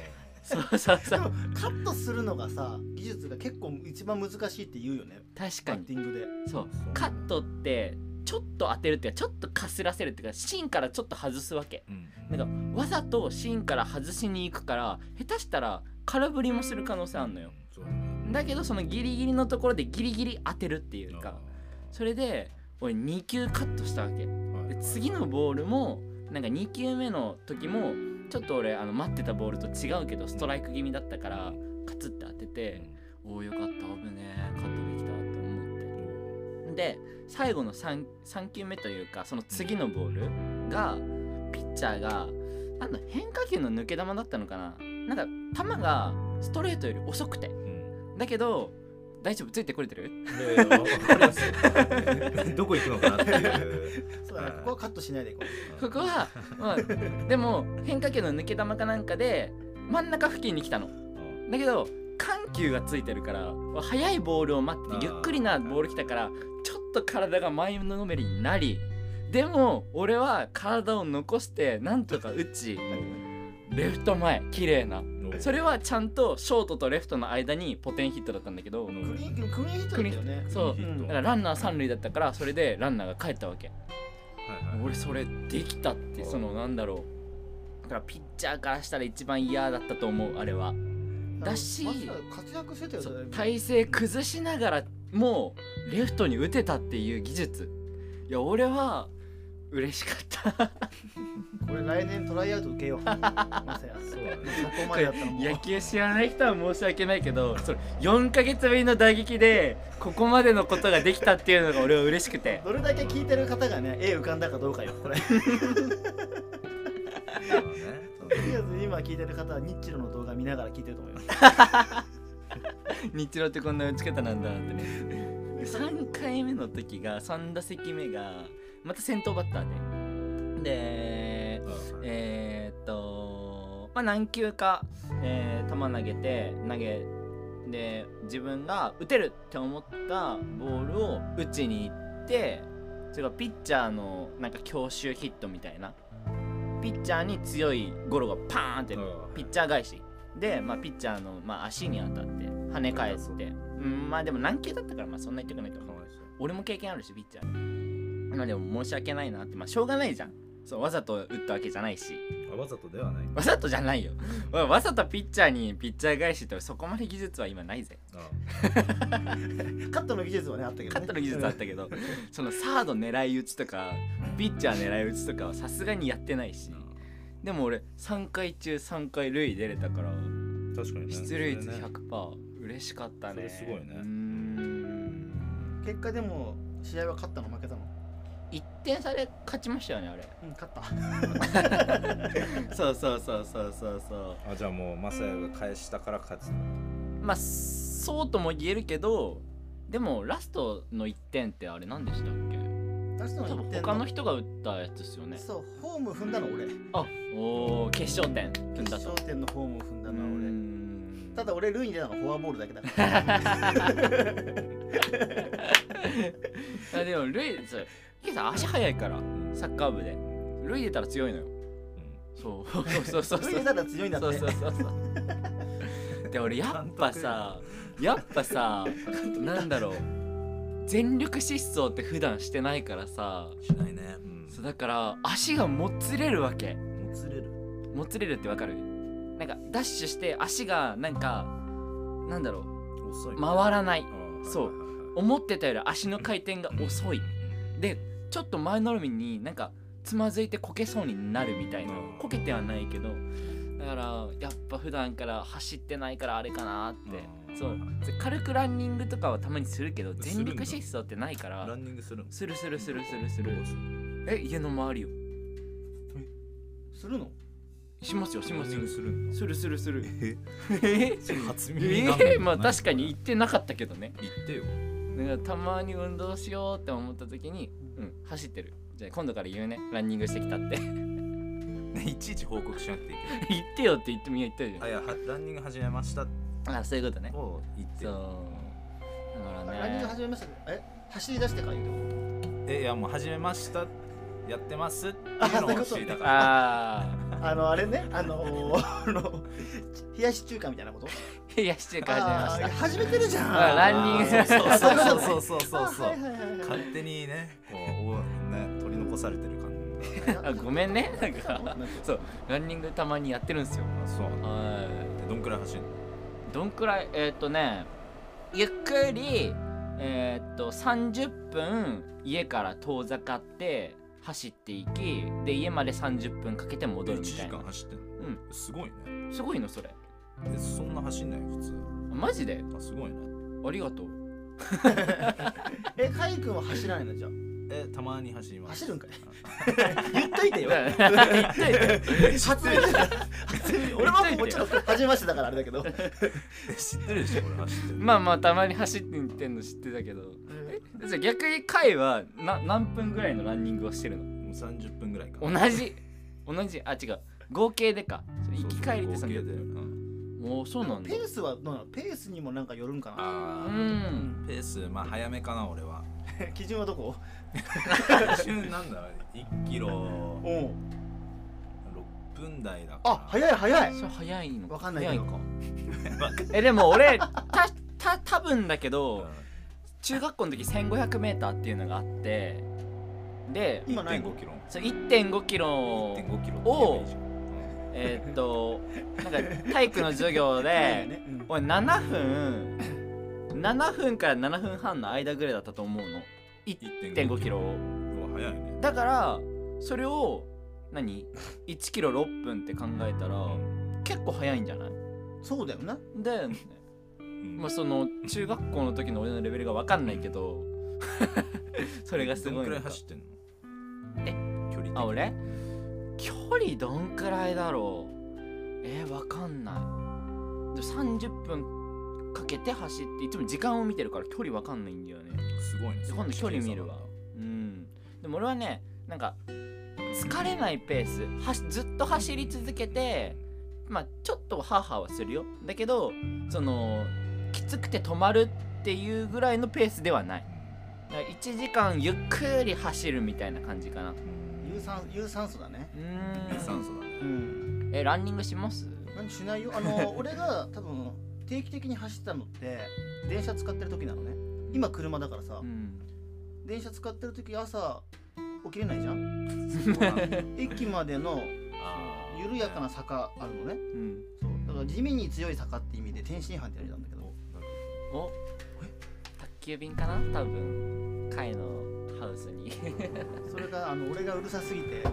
Speaker 1: そうそうそ
Speaker 3: で
Speaker 1: う
Speaker 3: もカットするのがさ技術が結構一番難しいって言うよね
Speaker 1: 確
Speaker 3: カ
Speaker 1: か
Speaker 3: ッ
Speaker 1: に
Speaker 3: ティングで
Speaker 1: そう
Speaker 2: そう
Speaker 1: カットってちょっと当てるっていうかちょっとかすらせるっていうか芯からちょっと外すわけ
Speaker 2: うん
Speaker 1: なんかわざと芯から外しに行くから下手したら空振りもする可能性あんのよ
Speaker 2: そうね
Speaker 1: だけどそのギリギリのところでギリギリ当てるっていうかそれで俺2球カットしたわけ
Speaker 2: はい
Speaker 1: で次のボールもなんか2球目の時もちょっと俺あの待ってたボールと違うけどストライク気味だったからカツって当てておおよかった危ねえカットできたって思ってで最後の 3, 3球目というかその次のボールがピッチャーがなんだ変化球の抜け球だったのかななんか球がストレートより遅くて
Speaker 2: うん
Speaker 1: だけど大丈夫ついてこれてる
Speaker 2: でわかりますよどこ行くのかなっていう
Speaker 3: そうだね
Speaker 2: うん
Speaker 3: ここはカットしないでいこ
Speaker 1: こ
Speaker 3: う
Speaker 1: こは、まあ、でも変化球の抜け球かなんかで真ん中付近に来たの
Speaker 2: うん
Speaker 1: だけど緩急がついてるから速いボールを待っててゆっくりなボール来たからちょっと体が前のめりになりでも俺は体を残してなんとか打ちレフト前綺麗なそれはちゃんとショートとレフトの間にポテンヒットだったんだけど
Speaker 2: うん
Speaker 3: クリーンクリーンヒットだったよね
Speaker 1: そう
Speaker 2: ヒット
Speaker 1: だからランナー三塁だったからそれでランナーが帰ったわけ
Speaker 2: はいはい
Speaker 1: 俺それできたってそのなんだろうだからピッチャーからしたら一番嫌だったと思うあれはだし
Speaker 3: マスター活躍してたよ
Speaker 1: そう
Speaker 3: だいぶ
Speaker 1: 体勢崩しながらもうレフトに打てたっていう技術いや俺は嬉しかった
Speaker 3: これ来年トライアウト受けようマサヤ
Speaker 2: そ
Speaker 3: そう
Speaker 2: だね
Speaker 3: こまでやったらも う
Speaker 1: 野球知らない人は申し訳ないけどそれ4ヶ月ぶりの打撃でここまでのことができたっていうのが俺は嬉しくて
Speaker 3: どれだけ聞いてる方がね絵浮かんだかどうかよこれと
Speaker 2: そうだね
Speaker 3: りあえず今聞いてる方はニッチロの動画見ながら聞いてると思います
Speaker 1: 日露ってこんな打ち方なんだってねで3回目の時が3打席目がまた先頭バッターでで
Speaker 2: うん
Speaker 1: えーっと、まあ、何球か、えー球投げて投げで自分が打てるって思ったボールを打ちに行ってそれがピッチャーのなんか強襲ヒットみたいなピッチャーに強いゴロがパーンって
Speaker 2: うん
Speaker 1: ピッチャー返しで、まあ、ピッチャーの、まあ、足に当たって跳ね返って、うん、まあでも何球だったから、まあ、そんな言ってくないと思う
Speaker 2: かわいそう
Speaker 1: 俺も経験あるしピッチャーまあでも申し訳ないなってまあしょうがないじゃんそうわざと打ったわけじゃないし
Speaker 2: あわざとではない
Speaker 1: わざとじゃないよわわざとピッチャーにピッチャー返しってそこまで技術は今ないぜ
Speaker 2: う
Speaker 3: カットの技術はねあったけど、ね、
Speaker 1: カットの技術あったけどそのサード狙い撃ちとかピッチャー狙い撃ちとかはさすがにやってないし
Speaker 2: ん
Speaker 1: でも俺3回中3回塁出れたから
Speaker 2: 確かにね
Speaker 1: 出塁率
Speaker 2: それね
Speaker 1: 100%嬉しかった
Speaker 2: そ
Speaker 1: ね
Speaker 2: れすごいね
Speaker 1: うーん
Speaker 3: 結果でも試合は勝ったの負けたの
Speaker 1: 1点差で勝ちましたよねあれ
Speaker 3: うん勝った
Speaker 1: そうそうそうそうそうそう
Speaker 2: あじゃあもうマサヤが返したから勝つ
Speaker 1: まあそうとも言えるけどでもラストの1点ってあれ何でしたっけ
Speaker 3: ラスト
Speaker 1: 多
Speaker 3: の1
Speaker 1: 分
Speaker 3: 点
Speaker 1: 他の人が打ったやつですよね
Speaker 3: そうホーム踏んだの俺
Speaker 1: あおー決勝点踏ん
Speaker 3: 決
Speaker 1: だと
Speaker 3: 勝点のホームを踏んだ
Speaker 1: うー
Speaker 3: のは俺
Speaker 1: ん
Speaker 3: ただ俺ルーに出たのはフォアボールだけだから
Speaker 1: あでもルイそうケイさん足速いからサッカー部でルイ出たら強いのよ
Speaker 2: うん
Speaker 1: そうそうそうそう
Speaker 3: ルイ出たら強いんだって
Speaker 1: そうそうそうそうで俺やっぱさやっぱさなんだろう全力疾走って普段してないからさ
Speaker 2: しないねうん
Speaker 1: そうだから足がもつれるわけ
Speaker 2: もつれる
Speaker 1: もつれるってわかるなんかダッシュして足がなんかなんだろう
Speaker 2: 遅い
Speaker 1: 回らない
Speaker 2: あー
Speaker 1: そう
Speaker 2: はいはいはい
Speaker 1: 思ってたより足の回転が遅いでちょっと前のみになんかつまずいてこけそうになるみたいな
Speaker 2: うん
Speaker 1: こけてはないけどだからやっぱ普段から走ってないからあれかなって
Speaker 2: うん
Speaker 1: そうで軽くランニングとかはたまにするけど
Speaker 2: する
Speaker 1: 全
Speaker 2: んだ
Speaker 1: 力疾走ってないか
Speaker 2: ラ
Speaker 1: ら
Speaker 2: ンニングするん
Speaker 1: するするするするす
Speaker 2: ど
Speaker 1: る
Speaker 2: うする
Speaker 1: え家の周りを
Speaker 3: するの
Speaker 1: しますよし
Speaker 2: ラ
Speaker 1: ま
Speaker 2: ン
Speaker 1: す
Speaker 2: ニ
Speaker 1: よ
Speaker 2: ングするんだ
Speaker 1: するするする
Speaker 2: え
Speaker 1: え
Speaker 2: 初耳なんだ
Speaker 1: えまあ確かに言ってなかったけどね
Speaker 2: 言ってよ
Speaker 1: だからたまに運動しようって思った時にうん走ってるじゃあ今度から言うねランニングしてきたって
Speaker 2: ね いちいち報告しなくていいけ
Speaker 1: 言ってよって言ってみんな言ったじ
Speaker 2: どあいやはランニング始めました
Speaker 1: ゃんあそういうことね
Speaker 2: を言って
Speaker 1: そう
Speaker 2: よ
Speaker 1: だから
Speaker 3: ランニング
Speaker 1: ね
Speaker 3: 始めましたけどえ走り出してから言うの
Speaker 2: えいやもう始めましたやってますっていうのを教えたから
Speaker 1: あ
Speaker 3: あのあれねあのーあの冷やし中華みたいなこと
Speaker 1: あ 冷やし中華始めま
Speaker 3: あー
Speaker 1: し
Speaker 3: 始めてるじゃん
Speaker 1: あランニング
Speaker 2: あーそうそうそうそうそうそう
Speaker 3: あ
Speaker 2: そ
Speaker 3: は
Speaker 2: う
Speaker 3: いはいはいはい
Speaker 2: 勝手にねこうおね取り残されてる感じ
Speaker 1: たあごめんねなんかそうランニングたまにやってるんですよ
Speaker 2: がそう
Speaker 1: は
Speaker 2: どんくらい走るの
Speaker 1: いどんくらいえーっ、とねゆっくりえーっ、と30分家から遠ざかって走っていきで家まで30分かけて戻る
Speaker 2: 1
Speaker 1: み
Speaker 2: 時
Speaker 1: たい
Speaker 2: 間
Speaker 1: な
Speaker 2: 走ってんの
Speaker 1: う
Speaker 2: すごいね
Speaker 1: んすごいのそれ
Speaker 2: えそんな走んない普通
Speaker 1: マジで
Speaker 2: あすごいね
Speaker 1: ありがとう
Speaker 3: えカイ君は走らないのじゃあ
Speaker 2: えたまに走ります
Speaker 3: 走るんかい
Speaker 2: あ
Speaker 3: 言っといてよ
Speaker 1: 言っといて
Speaker 3: 初めて初めて俺はもうちょっと初めましてだからあれだけど
Speaker 2: え知ってるでしょ俺走って る
Speaker 1: まあまあたまに走っていってんの知ってたけどえじゃあ逆に回はな何分ぐらいのランニングをしてるの
Speaker 2: もう30分ぐらいか
Speaker 1: 同じ同じあ違う合計でかそう行き帰りって
Speaker 2: そうそう合計で
Speaker 1: 30分
Speaker 2: うん
Speaker 1: もうそうなんだ
Speaker 3: ペースはどうなのペースにもなんかよるんか
Speaker 1: う
Speaker 2: あ
Speaker 3: な、
Speaker 1: ん
Speaker 2: ーペースまあ早めかな俺は
Speaker 3: 基準はどこ
Speaker 2: 一瞬なんだろう1キロ
Speaker 3: うん
Speaker 2: 6分台だから
Speaker 3: あ早い早い
Speaker 1: それ早いの
Speaker 3: わかんないけど
Speaker 1: 早かえでも俺たた多分だけ
Speaker 2: うん
Speaker 1: ど中学校の時 1500m っていうのがあってで
Speaker 3: 今ないの
Speaker 2: 1.5キロ
Speaker 1: それ 1.5km
Speaker 2: 1.5キロ
Speaker 1: おー
Speaker 2: って言えばいいじゃんうん
Speaker 1: えーっとなんか体育の授業 で
Speaker 3: ねうん
Speaker 1: 俺7分7分から7分半の間ぐらいだったと思うの1.5キロを
Speaker 2: うわ早いね
Speaker 1: だからそれを何1キロ6分って考えたら結構早いんじゃない
Speaker 3: そうだよな
Speaker 1: で
Speaker 2: うん
Speaker 1: まあその中学校の時の俺のレベルが分かんないけどそれがすごい
Speaker 2: どんくら
Speaker 1: の
Speaker 2: い
Speaker 1: か
Speaker 2: 走ってんの
Speaker 1: え
Speaker 2: 距離的に
Speaker 1: あ俺距離どんくらいだろうえー、分かんないで30分かけて走っていつも時間を見てるから距離分かんないんだよね
Speaker 2: すごいね
Speaker 1: で今度距離見るわうんでも俺はねなんか疲れないペースはしずっと走り続けてまあちょっとハーハーはするよだけどそのきつくて止まるっていうぐらいのペースではないだから1時間ゆっくり走るみたいな感じかなう
Speaker 3: 有酸有酸素だね
Speaker 1: ーん
Speaker 2: 有酸素だね
Speaker 3: うん
Speaker 1: えランニングします
Speaker 3: 何しないよあ の俺が多分定期的に走ったのって電車使ってる時なのね今車だからさ
Speaker 1: うん
Speaker 3: 電車使ってる時朝起きれないじゃん
Speaker 2: そうなんだ
Speaker 3: 駅までの
Speaker 2: あー
Speaker 3: 緩やかな坂あるのね
Speaker 1: うん
Speaker 3: そうだから地味に強い坂って意味で天津飯ってやりなんだけど
Speaker 1: お宅急便かな多分会のハウスに
Speaker 3: それがあの俺がうるさすぎて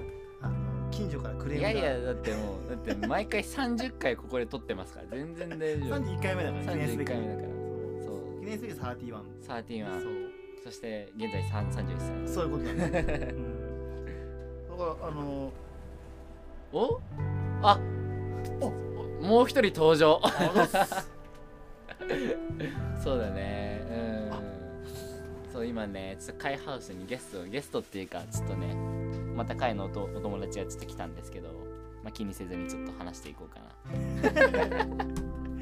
Speaker 3: あの近所からクレー
Speaker 1: い
Speaker 3: ムが
Speaker 1: やいやだってもうだって毎回30回ここで撮ってますから全然大丈夫
Speaker 3: 31回目だから記念すべ
Speaker 1: 31
Speaker 3: き
Speaker 1: 回目だから
Speaker 3: そう
Speaker 1: そう
Speaker 3: 記念すべき31は
Speaker 1: 13はそして現在3 31歳
Speaker 3: そうそういうこと だね、うん、だからあの
Speaker 1: おあおもう一人登場
Speaker 3: あどうっす
Speaker 1: そうだねうんそう今ねちょっと会ハウスにゲストゲストっていうかちょっとねまた会のおとお友達がちょっと来たんですけど、まあ、気にせずにちょっと話していこうかな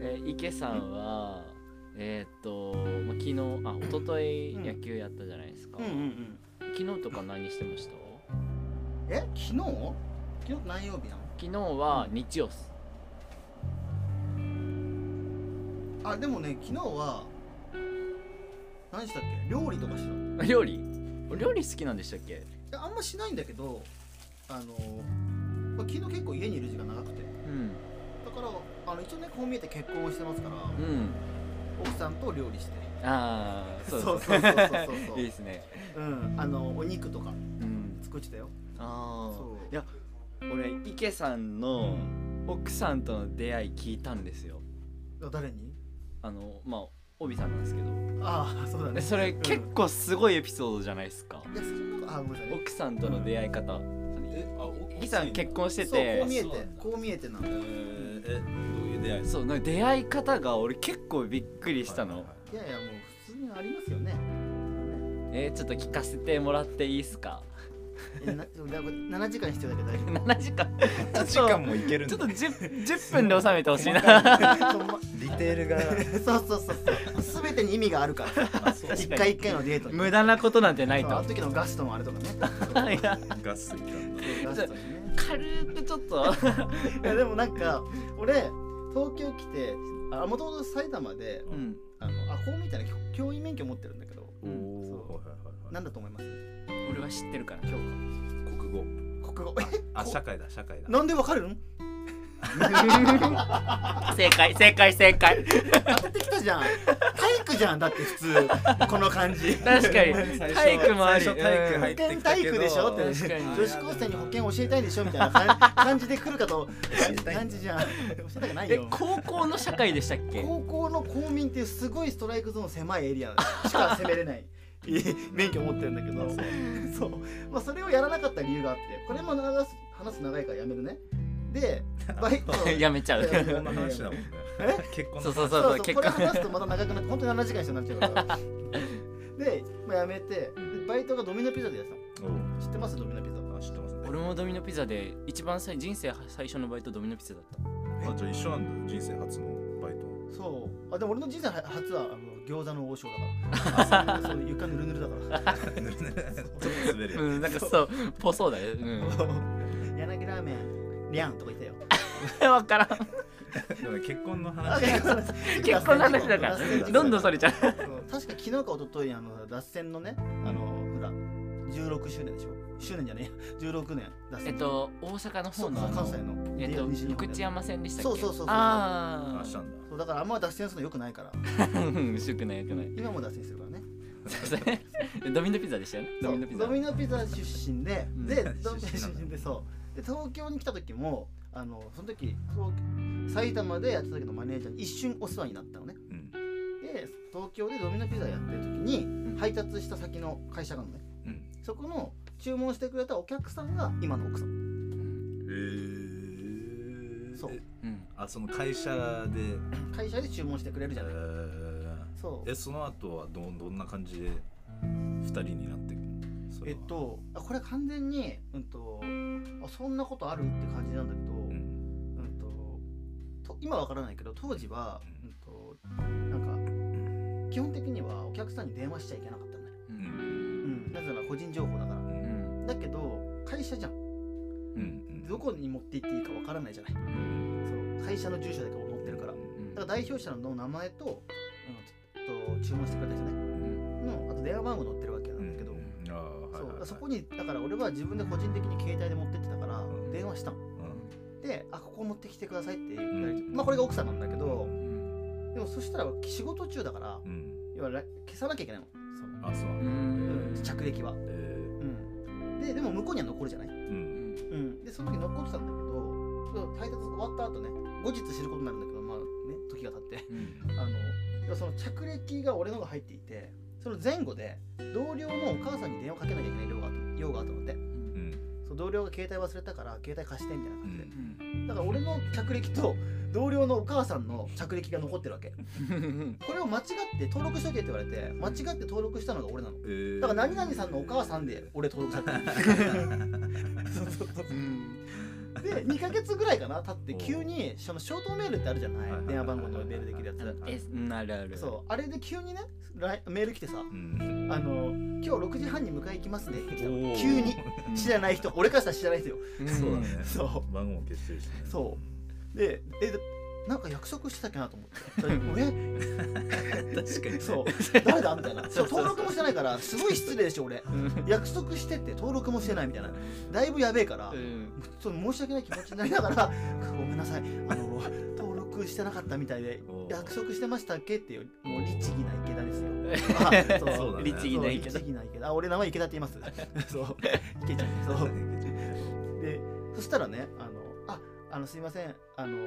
Speaker 1: え池さんはえーっと、まあ、昨日あ一昨日
Speaker 3: うん
Speaker 1: 野球やったじゃないですか、
Speaker 3: うんうんうん
Speaker 1: 昨日とか何してました
Speaker 3: え昨日昨日何曜日なの
Speaker 1: 昨日は日曜っす
Speaker 3: あでもね昨日は何したっけ料理とかしたい
Speaker 1: 料理料理好きなんでしたっけ
Speaker 3: やあんましないんだけどあのまあ昨日結構家にいる時間長くて
Speaker 1: うん
Speaker 3: だからあの一応ねこう見えて結婚をしてますから、
Speaker 1: うん
Speaker 3: 奥さんと料理して
Speaker 1: ああそうです
Speaker 3: そうそうそうそうそう
Speaker 1: いいですね
Speaker 3: うんあのお肉とか
Speaker 1: うん
Speaker 3: 作ってたよ
Speaker 1: ああ
Speaker 3: そう
Speaker 1: いや俺池さんの奥さんとの出会い聞いたんですよ
Speaker 3: あ誰に
Speaker 1: あのまあ帯さんなんですけど
Speaker 3: ああそう だね
Speaker 1: えそれ
Speaker 3: うん
Speaker 1: 結構すごいエピソードじゃないですか
Speaker 3: いやそんなことあごめんなさいね
Speaker 1: 奥さんとの出会い方
Speaker 2: えあお
Speaker 1: 池さん結婚して
Speaker 3: そうこ
Speaker 1: て
Speaker 3: う見えて
Speaker 2: そうなんだ
Speaker 3: こう見えてなんだ
Speaker 2: え
Speaker 3: い
Speaker 2: ーえどういう出会い
Speaker 1: そうなんか出会い方が俺結構びっくりしたの、
Speaker 2: はいはいはい
Speaker 3: やいやもう普通にありますよね
Speaker 1: えー、ちょっと聞かせてもらっていいですか
Speaker 3: えな7時間必要だけど大丈夫
Speaker 1: 7時間
Speaker 2: 8時間もいけるん
Speaker 1: ちょ
Speaker 2: だ
Speaker 1: っと 10, 10分で収めてほしいな
Speaker 2: ディテールが
Speaker 3: そうそうそうそう全てに意味があるから
Speaker 2: あそう
Speaker 3: 一回一回のデート に
Speaker 1: 無駄なことなんてない
Speaker 3: そ
Speaker 1: と
Speaker 3: うあの時のガストのあれとかね
Speaker 1: いや
Speaker 2: ガスいたんだ
Speaker 3: ガストにね
Speaker 1: 軽くちょっと
Speaker 3: いやでもなんか俺東京来てもともと埼玉で
Speaker 1: うん
Speaker 3: あのアホみたいな教員免許持ってるんだけど
Speaker 1: うん
Speaker 3: そう
Speaker 2: はいはい
Speaker 3: なんだと思います
Speaker 1: 俺は知ってるから
Speaker 2: は
Speaker 3: 教
Speaker 2: い国語
Speaker 3: 科国語え
Speaker 2: あ
Speaker 3: こ
Speaker 2: 社会だ社会だ
Speaker 3: なんでわかるの
Speaker 1: 正解正解正解
Speaker 3: 当ててきたじゃん体育じゃんだって普通この感じ
Speaker 1: 確かに体育もあり
Speaker 2: 最初体育入ってきた
Speaker 3: 体
Speaker 2: けど
Speaker 3: 育でしょって
Speaker 1: 確かに
Speaker 3: 女子高生に保険教えたいでしょみたいな感感じで来るかと
Speaker 2: えたいんだ
Speaker 3: 感じじゃん教えたくない
Speaker 1: え
Speaker 3: よ
Speaker 1: 高校の社会でしたっけ
Speaker 3: 高校の公民っていうすごいストライクゾーン狭いエリアし か攻めれないいい免許持ってるんだけどそう、まあ、それをやらなかった理由があってこれも流す話す長いからやめるね でバイト
Speaker 1: やめちゃう
Speaker 2: 結婚の話だもんね
Speaker 3: え
Speaker 2: 結婚
Speaker 1: そ
Speaker 2: の
Speaker 1: うそうそうそ
Speaker 2: 話
Speaker 3: そう
Speaker 1: う
Speaker 3: そう
Speaker 1: 結
Speaker 3: これ
Speaker 1: 婚
Speaker 3: 話すとまた長くなって本当に7時間一緒になっち ゃうからで、まあ、やめてでバイトがドミノピザでやってた
Speaker 2: うん
Speaker 3: の知ってますドミノピザ
Speaker 2: あ知ってますね
Speaker 1: 俺もドミノピザで一番最人生最初のバイトドミノピザだった
Speaker 2: あじゃあ一緒なんだ人生初のバイ ト
Speaker 3: そうあでも俺の人生は初はあの餃子の王将だからあそうそう床ぬるぬるだ から
Speaker 2: ちょっと滑るよ
Speaker 1: うんなんかそうぽそうだようん
Speaker 3: 柳ラーメンりゃんとか言ってたよ
Speaker 1: 分からん
Speaker 2: でも結婚の
Speaker 3: あ
Speaker 2: 話
Speaker 3: 結
Speaker 1: 結婚の話だからどんどんそれちゃう
Speaker 3: 確か昨日か一昨日あの脱線のねあのほら16周年でしょ周年じゃねえや16年脱線
Speaker 1: えっと大阪の
Speaker 3: そ
Speaker 1: 方
Speaker 3: う
Speaker 1: のあ
Speaker 3: 関
Speaker 1: の
Speaker 3: 西の
Speaker 1: えっと
Speaker 3: 西日本
Speaker 1: 福知山線でしたっけ
Speaker 3: そうそうそうそう
Speaker 1: あ
Speaker 2: あした
Speaker 1: あ
Speaker 2: んだ
Speaker 3: そうだからあんま脱線するのよくないから
Speaker 1: うん薄くないよくない
Speaker 3: 今も脱線するからね
Speaker 1: すいませんドミノピザでしたよねドミノピザ
Speaker 3: そうドミノピザ出身で、
Speaker 1: うん
Speaker 3: で
Speaker 2: 出身なん
Speaker 3: ドミ
Speaker 2: だ
Speaker 3: ノ出身でそうで東京に来た時もあのその時東埼玉でやってた時のマネージャーに一瞬お世話になったのね
Speaker 2: うん
Speaker 3: で東京でドミノピザやってる時に配達した先の会社があるのね
Speaker 2: うん
Speaker 3: そこの注文してくれたお客さんが今の奥さん
Speaker 1: うん
Speaker 2: えー
Speaker 3: そう
Speaker 2: え
Speaker 1: うん
Speaker 2: あその会社で
Speaker 3: 会社で注文してくれるじゃないそう
Speaker 2: えその後はどんどんな感じで二人になっていくのそ
Speaker 3: え
Speaker 2: れ
Speaker 3: っ
Speaker 2: は
Speaker 3: とあこれ完全に、うん、とあそんなことあるって感じなんだけど、
Speaker 2: うん
Speaker 3: うんとと今わからないけど当時は、
Speaker 2: う
Speaker 3: うん、となんか基本的にはお客さんに電話しちゃいけなかったのよ、
Speaker 1: う
Speaker 2: うんん
Speaker 3: なぜなら個人情報だから
Speaker 2: う
Speaker 1: うんん
Speaker 3: だけど会社じゃん
Speaker 2: うんうん
Speaker 3: どこに持って行っていいかわからないじゃないそう会社の住所だけ持ってるからだから代表者の名前と,、うん、と注文してくれた人ね
Speaker 1: うん
Speaker 3: のあと電話番号載ってるわけなんだけど、
Speaker 2: うんあーはい
Speaker 3: そう
Speaker 2: はいはい
Speaker 3: そこにだから俺は自分で個人的に携帯で持ってってたから
Speaker 2: ん
Speaker 3: 電話したの
Speaker 2: うん
Speaker 3: であここ持ってきてくださいって言ったり、
Speaker 2: うん
Speaker 3: まあこれが奥さんなんだけど
Speaker 1: うん
Speaker 3: でもそしたら仕事中だから
Speaker 2: うん
Speaker 3: 要はら消さなきゃいけないのそう、
Speaker 2: あそう
Speaker 1: う
Speaker 3: うん
Speaker 1: ん
Speaker 3: 着歴は、
Speaker 2: え
Speaker 3: うん、ででも向こうには残るじゃない、
Speaker 2: ーうん
Speaker 3: うん、でその時残ってたんだけど配達終わった後ね後日知ることになるんだけどまあね時が経って
Speaker 1: うん
Speaker 3: あの要はその着歴が俺のが入っていてその前後で同僚のお母さんに電話かけなきゃいけない用があった用があったのって
Speaker 2: うん
Speaker 3: そう同僚が携帯忘れたから携帯貸してみたいな感じで、
Speaker 1: うん
Speaker 3: だから俺の着歴と同僚のお母さんの着歴が残ってるわけこれを間違って登録しとけって言われて間違って登録したのが俺なの
Speaker 2: えー
Speaker 3: だから何々さんのお母さんで俺登録されて るそうそうそう
Speaker 1: うん
Speaker 3: で2ヶ月ぐらいかな経って急にそのショートメールってあるじゃな
Speaker 2: はいはいはい
Speaker 3: い電話番号のメールできるや
Speaker 1: あの
Speaker 3: つ
Speaker 1: S うんあるある
Speaker 3: そうあれで急にねラインメール来てさ
Speaker 2: うん
Speaker 3: あの「今日6時半に迎え行きますね」って来た
Speaker 2: お
Speaker 3: の
Speaker 2: ー
Speaker 3: 急に
Speaker 1: うん
Speaker 3: 知らない人俺からしたら知らない人よ
Speaker 1: うん
Speaker 2: そうだね
Speaker 3: そ
Speaker 2: 番号も消してるしね
Speaker 3: う そうでえでなんか約束してたっけなと思ってえ
Speaker 2: 確かに
Speaker 3: そう う誰だみたいなそう登録もしてないからすごい失礼でしょ俺
Speaker 1: うん
Speaker 3: 約束してて登録もしてないみたいなだいぶやべえから、
Speaker 1: うん
Speaker 3: ちょっと申し訳ない気持ちになりながら 「ごめんなさいあの登録してなかったみたいで
Speaker 2: おう
Speaker 3: 約束してましたっけ?」っていうもう律儀な池田ですよ あそう
Speaker 2: そうだね
Speaker 1: 律儀な池田
Speaker 3: そう律儀な池田あ俺名前池田って言います そう池ちゃんそうでそしたらね「あのああのすいませんあの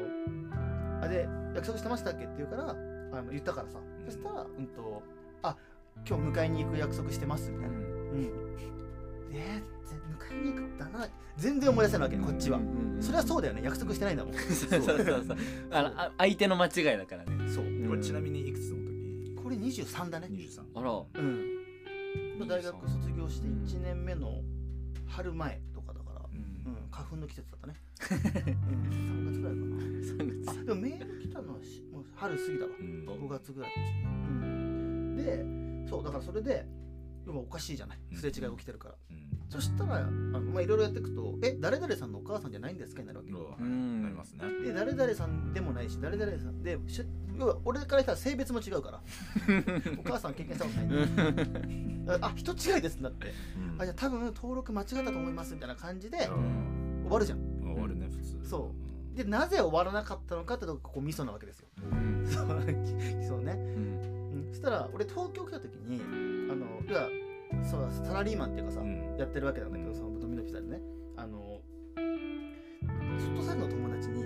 Speaker 3: あれ約束してましたっけ?」って言うからあの言ったからさ、
Speaker 2: ん
Speaker 3: そしたら「うんとあ今日迎えに行く約束してます」みたいな「うん」えーぜ迎えに行くだな全然思い出せないわけこっちは、
Speaker 1: うん
Speaker 3: それはそうだよね約束してないんだもん
Speaker 1: そうそうそうそうあのあ相手の間違いだからね
Speaker 3: そう
Speaker 2: これちなみにいくつの時
Speaker 3: これ23だね
Speaker 2: 23
Speaker 1: あら
Speaker 3: うん大学卒業して
Speaker 1: うん
Speaker 3: 1年目の春前とかだから、うん、花粉の季節だったね、うん、3月ぐらいかな
Speaker 1: 3月
Speaker 3: あでもメール来たのはしもう春過ぎだわ
Speaker 2: うん
Speaker 3: 5月ぐらいかもしれない、でそうだからそれで今おかしいじゃない
Speaker 2: うん
Speaker 3: すれ違い起きてるから、
Speaker 2: うん
Speaker 3: そしたらあのまあいろいろやっていくと「え誰々さんのお母さんじゃないんですか?」になるわけ、
Speaker 2: うわ
Speaker 1: うん
Speaker 2: なりますね
Speaker 3: で誰々さんでもないし誰々さんでし要は俺からしたら性別も違うからお母さん経験したことないんであ人違いですってなって
Speaker 2: うん
Speaker 3: あじゃあ多分登録間違ったと思いますみたいな感じで終
Speaker 2: うん
Speaker 3: わるじゃん
Speaker 2: 終わるね普通
Speaker 3: そ
Speaker 2: うん
Speaker 3: でなぜ終わらなかったのかってとこここミソなわけですよ
Speaker 1: うん
Speaker 3: そうそうね
Speaker 1: うん
Speaker 3: うんそしたら俺東京来た時にあの要はそうだサラリーマンっていうかさ、
Speaker 2: うん
Speaker 3: やってるわけなんだけどそのドミノピザでねあの外先の友達に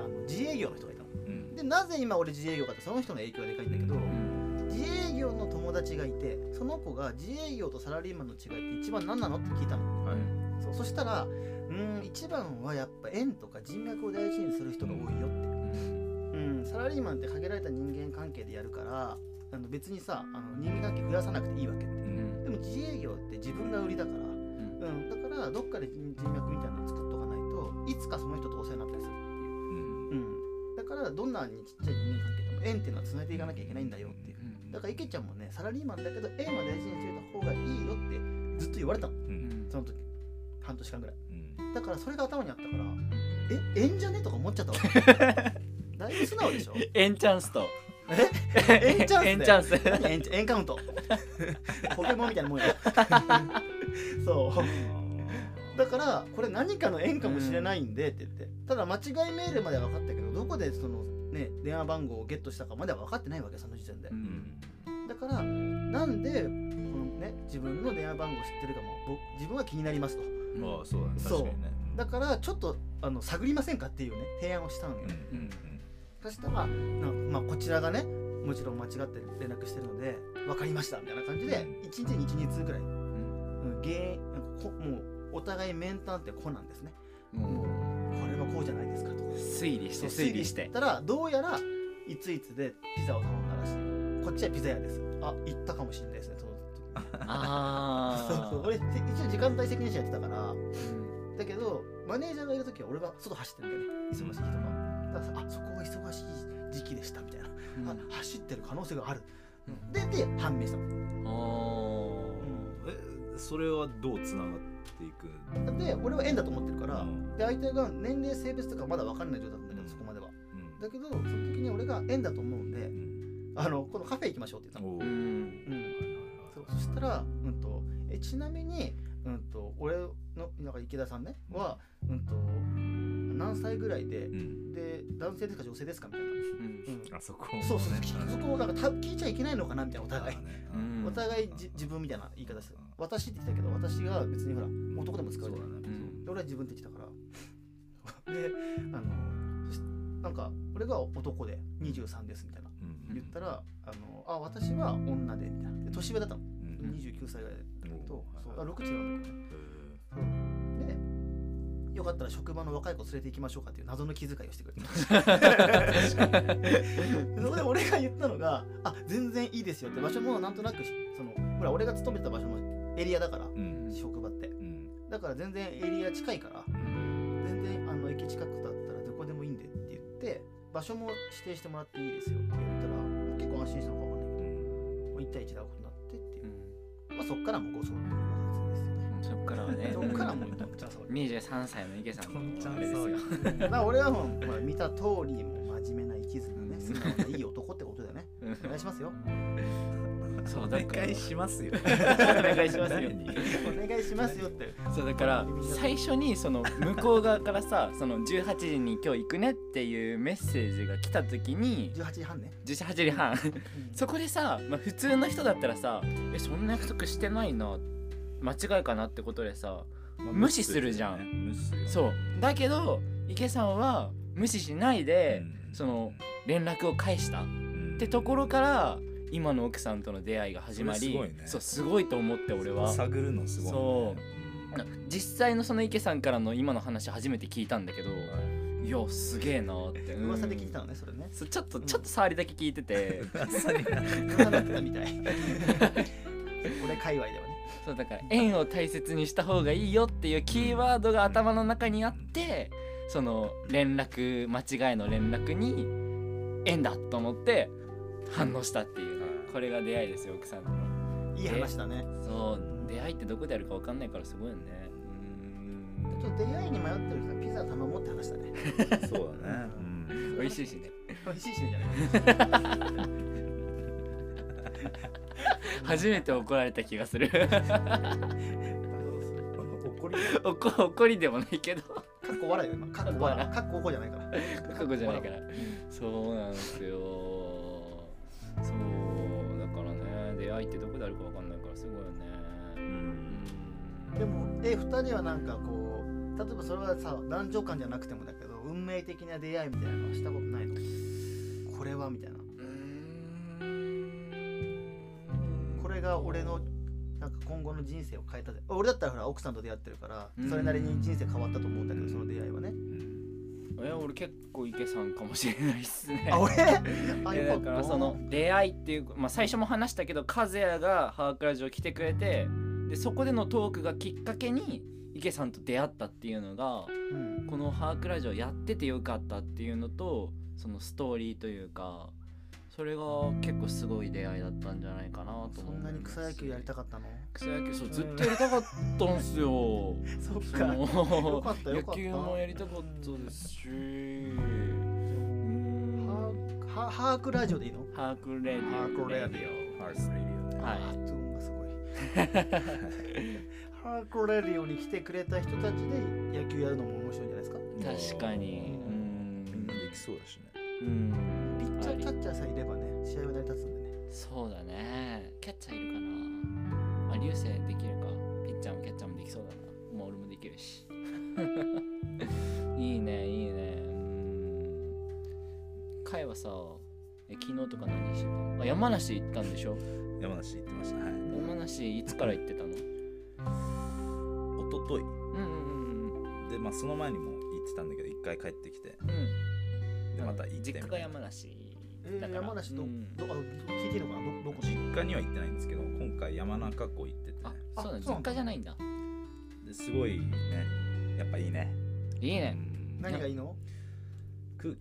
Speaker 3: あの自営業の人がいたの
Speaker 2: うん
Speaker 3: でなぜ今俺自営業かってその人の影響がでかいんだけど、自営業の友達がいてその子が自営業とサラリーマンの違いって一番何なのって聞いたの
Speaker 2: はい
Speaker 3: そうそしたらうーん一番はやっぱ縁とか人脈を大事にする人が多いよってうん、サラリーマンって限られた人間関係でやるからあの別にさあの人間関係増やさなくていいわけで
Speaker 2: うん
Speaker 3: も自営業って自分が売りだから、うん、だからどっかで人人脈みたいなの作っとかないといつかその人とお世話になったりするっていう、
Speaker 2: うん
Speaker 3: うん、だからどんなにちっちゃい人間関係でも縁っていうのは繋いでいかなきゃいけないんだよっていうだから池ちゃんもねサラリーマンだけど縁は大事にしておいた方がいいよってずっと言われたの
Speaker 2: うん
Speaker 3: その時半年間ぐらい
Speaker 2: うん
Speaker 3: だからそれが頭にあったからえ縁じゃねとか思っちゃったわけ だいぶ素直でしょ
Speaker 1: エンチャンスと
Speaker 3: えエンチャンスだよ
Speaker 1: エンチャンス
Speaker 3: 何エンチエンカウント ポケモンみたいなもん やそうだからこれ何かの縁かもしれないんでって言って、ただ間違いメールまでは分かったけどどこでそのね電話番号をゲットしたかまでは分かってないわけその時点で、
Speaker 2: うん
Speaker 3: だからなんでこのね自分の電話番号知ってるかも僕自分は気になりますと
Speaker 2: ああそうだね
Speaker 3: そう
Speaker 2: 確かにね
Speaker 3: だからちょっとあの探りませんかっていうね提案をしたのよ、
Speaker 2: うん
Speaker 3: そしたらなんかまあ、こちらがねもちろん間違って連絡してるので分かりましたみたいな感じで
Speaker 2: う
Speaker 3: 1日に1日通ぐらい、うん、原因なんかこもうお互い面談ってこうなんですね
Speaker 1: もう
Speaker 3: これはこうじゃないですかとか
Speaker 1: 推理して
Speaker 3: そう
Speaker 1: 推理して
Speaker 3: たらどうやらいついつでピザを頼んだらしいこっちはピザ屋ですあ行ったかもしれないですねその時
Speaker 1: あ
Speaker 3: そうそう俺一応時間帯責任者やってたからだけどマネージャーがいる時は俺は外走ってるんだよね忙しい人がだからさあそこが忙しい時期でしたみたいな、あ走ってる可能性がある、
Speaker 1: うん
Speaker 3: でで判明したの、
Speaker 2: えそれはどうつながっていく
Speaker 3: で俺は縁だと思ってるか、
Speaker 2: から
Speaker 3: で相手が年齢性別とかまだ分かんない状態なんだけど、
Speaker 2: うん
Speaker 3: そこまではだけどその時に俺が縁だと思うんであのこのカフェ行きましょうって言ったの、
Speaker 2: おお
Speaker 1: うん
Speaker 3: うん、そうそしたら、うん、とえちなみに、うん、と俺のなんか池田さんねは、うん、と何歳ぐらいで
Speaker 2: うん
Speaker 3: で男性ですか女性ですかみたいな、うん、
Speaker 2: あそこ
Speaker 3: そうそう
Speaker 2: ね
Speaker 3: そうそこをなんかた聞いちゃいけないのかなみたいなお互い、
Speaker 1: うん
Speaker 3: お互いじ自分みたいな言い方してた私って言ってたけど私が別にほら男でも使うじゃ
Speaker 2: ん
Speaker 3: ん、
Speaker 1: うん
Speaker 3: で俺は自分って言ってたから であのそしなんか俺が男で23ですみたいな言ったら「あのあ私は女で」みたいなで年上だったの
Speaker 2: うん
Speaker 3: 29歳ぐらいだったけど、
Speaker 2: うん
Speaker 3: そうあ6違うんだけどねでよかったら職場の若い子連れて行きましょうかっていう謎の気遣いをしてく れたそこで俺が言ったのが「あ全然いいですよ」って場所もなんとなくそのほら俺が勤めてた場所のエリアだから
Speaker 2: うん
Speaker 3: 職場って
Speaker 2: うん
Speaker 3: だから全然エリア近いから全然あの駅近くだったらどこでもいいんでって言って場所も指定してもらっていいですよって言ったら結構安心したのかわかんないけど1対1で会うことになってっていう、まあ、そっからもうご相談のですよね
Speaker 1: そっからはね
Speaker 3: そっからもうどっちゃそう
Speaker 1: 23歳の池さん
Speaker 2: どんちゃん
Speaker 1: あれです
Speaker 2: そう
Speaker 1: よ
Speaker 2: よ
Speaker 3: まあ俺はもう、まあ、見た通りもう真面目な一途なね素直ないい男ってことだよね
Speaker 1: うん
Speaker 3: お願いしますよ
Speaker 1: そう
Speaker 2: お
Speaker 1: だ
Speaker 2: 願
Speaker 1: から
Speaker 2: いします よ
Speaker 1: お願いしますよ
Speaker 2: 誰に
Speaker 3: お願いしますよって
Speaker 1: そうだから最初にその向こう側からさその18時に今日行くねっていうメッセージが来た時に
Speaker 3: 18時半ね、
Speaker 1: 18時半
Speaker 3: うん
Speaker 1: そこでさ、まあ、普通の人だったらさえそんな約束してないな間違いかなってことでさ
Speaker 2: まあ
Speaker 1: 無視するじゃん
Speaker 2: 無視するよね
Speaker 1: そうだけど池さんは無視しないで
Speaker 2: うん
Speaker 1: その連絡を返したっ
Speaker 2: うん
Speaker 1: てところから今の奥さんとの出会いが始まり
Speaker 2: それすごいね
Speaker 1: そうすごいと思って俺は
Speaker 2: 探るのすごいね
Speaker 1: そ実際のその池さんからの今の話初めて聞いたんだけどいやすげえなーって、うん
Speaker 3: 噂で聞いたのねそれね
Speaker 1: そうちょっとちょっと触りだけ聞いて て
Speaker 2: 噂に
Speaker 3: 噂になってたみたい 俺界隈ではね
Speaker 1: そうだから縁を大切にした方がいいよっていうキーワードが頭の中にあってその連絡間違いの連絡に縁だと思って反応したっていうこれが出会いですよ奥さんとの
Speaker 3: いい話だね
Speaker 1: そう出会いってどこであるか分かんないからすごいよねう
Speaker 3: ちょっと出会いに迷ってる人はピザ頼もうって話だね
Speaker 2: そうだねうん
Speaker 1: ーん美味しいしね
Speaker 3: 美味しいしねじゃない
Speaker 1: 初めて怒られた気がする
Speaker 2: 怒り
Speaker 1: 怒怒りでもないけど
Speaker 3: かっこ笑いよ今かっこ笑いかっここじゃないから
Speaker 1: 過去じゃないからそうなんですよそうだからね出会いってどこであるか分かんないからすごいよ
Speaker 2: う
Speaker 1: ねう
Speaker 2: ん
Speaker 1: ん
Speaker 3: でもえ二人はなんかこう例えばそれはさ男女間じゃなくてもだけど運命的な出会いみたいなのはしたことないのこれはみたいな
Speaker 1: うーん
Speaker 3: これが俺のなんか今後の人生を変えたで俺だったらほら奥さんと出会ってるから
Speaker 1: うん
Speaker 3: それなりに人生変わったと思うんだけどその出会いはね
Speaker 1: え俺結構池さんかもしれないっすね
Speaker 3: あ俺あ
Speaker 1: いや
Speaker 3: よ
Speaker 1: だからその出会いっていう、まあ、最初も話したけど和也がハークラジオ来てくれてでそこでのトークがきっかけに池さんと出会ったっていうのが
Speaker 3: うん
Speaker 1: この「ハークラジオ」やっててよかったっていうのとそのストーリーというかそれが結構すごい出会いだったんじゃないかなと
Speaker 3: そ
Speaker 1: 思うん
Speaker 3: なに草野球やりた
Speaker 1: か
Speaker 3: かったの
Speaker 1: 草野球そうずっとやりたかったんすよ
Speaker 3: そっ
Speaker 1: そ
Speaker 3: か
Speaker 1: の
Speaker 3: よかったよか
Speaker 1: 野
Speaker 3: った
Speaker 1: 球もやりたかったですしうん
Speaker 3: ハークハハークラジオでいいの
Speaker 1: ハークレディ
Speaker 3: ハークレデ
Speaker 2: ハースレディ
Speaker 1: はい
Speaker 3: あ発音がすごい ハークレディオに来てくれた人たちで野球やるのも面白いんじゃないですか
Speaker 1: 確かにう
Speaker 2: みん
Speaker 1: ん
Speaker 2: なできそうだしね
Speaker 1: うん
Speaker 3: ピッチャ
Speaker 1: あ
Speaker 3: ー
Speaker 1: り
Speaker 3: キャッチャーさえいればね試合は成り立つんでね
Speaker 1: そうだねキャッチャーいるかなあ流星できるかピッチャーもキャッチャーもできそうだなまあ俺もできるし いいねいいねうんカイはさえ昨日とか何してたあ山梨行ったんでしょ
Speaker 2: 山梨行ってましたはい
Speaker 1: 山梨いつから行ってたの
Speaker 2: 一昨日
Speaker 1: うんうん
Speaker 2: でまあその前にも行ってたんだけど一回帰ってきて
Speaker 1: うんうん
Speaker 2: でまた行って
Speaker 1: 実
Speaker 2: み
Speaker 1: 家
Speaker 2: た
Speaker 1: が
Speaker 2: いな
Speaker 1: 山梨
Speaker 3: えー
Speaker 1: だから
Speaker 3: 山梨ど,、
Speaker 1: うん
Speaker 3: どあ聞いていいのかなどどこ
Speaker 2: 実家には行ってないんですけど今回山中湖行ってて
Speaker 1: あ
Speaker 3: あ
Speaker 1: そうだね
Speaker 3: そ
Speaker 1: 実
Speaker 3: うなんだ
Speaker 1: 家じゃないんだ
Speaker 2: ですごいねやっぱいいね
Speaker 1: いいね
Speaker 2: うん
Speaker 3: 何がいいの
Speaker 2: 空気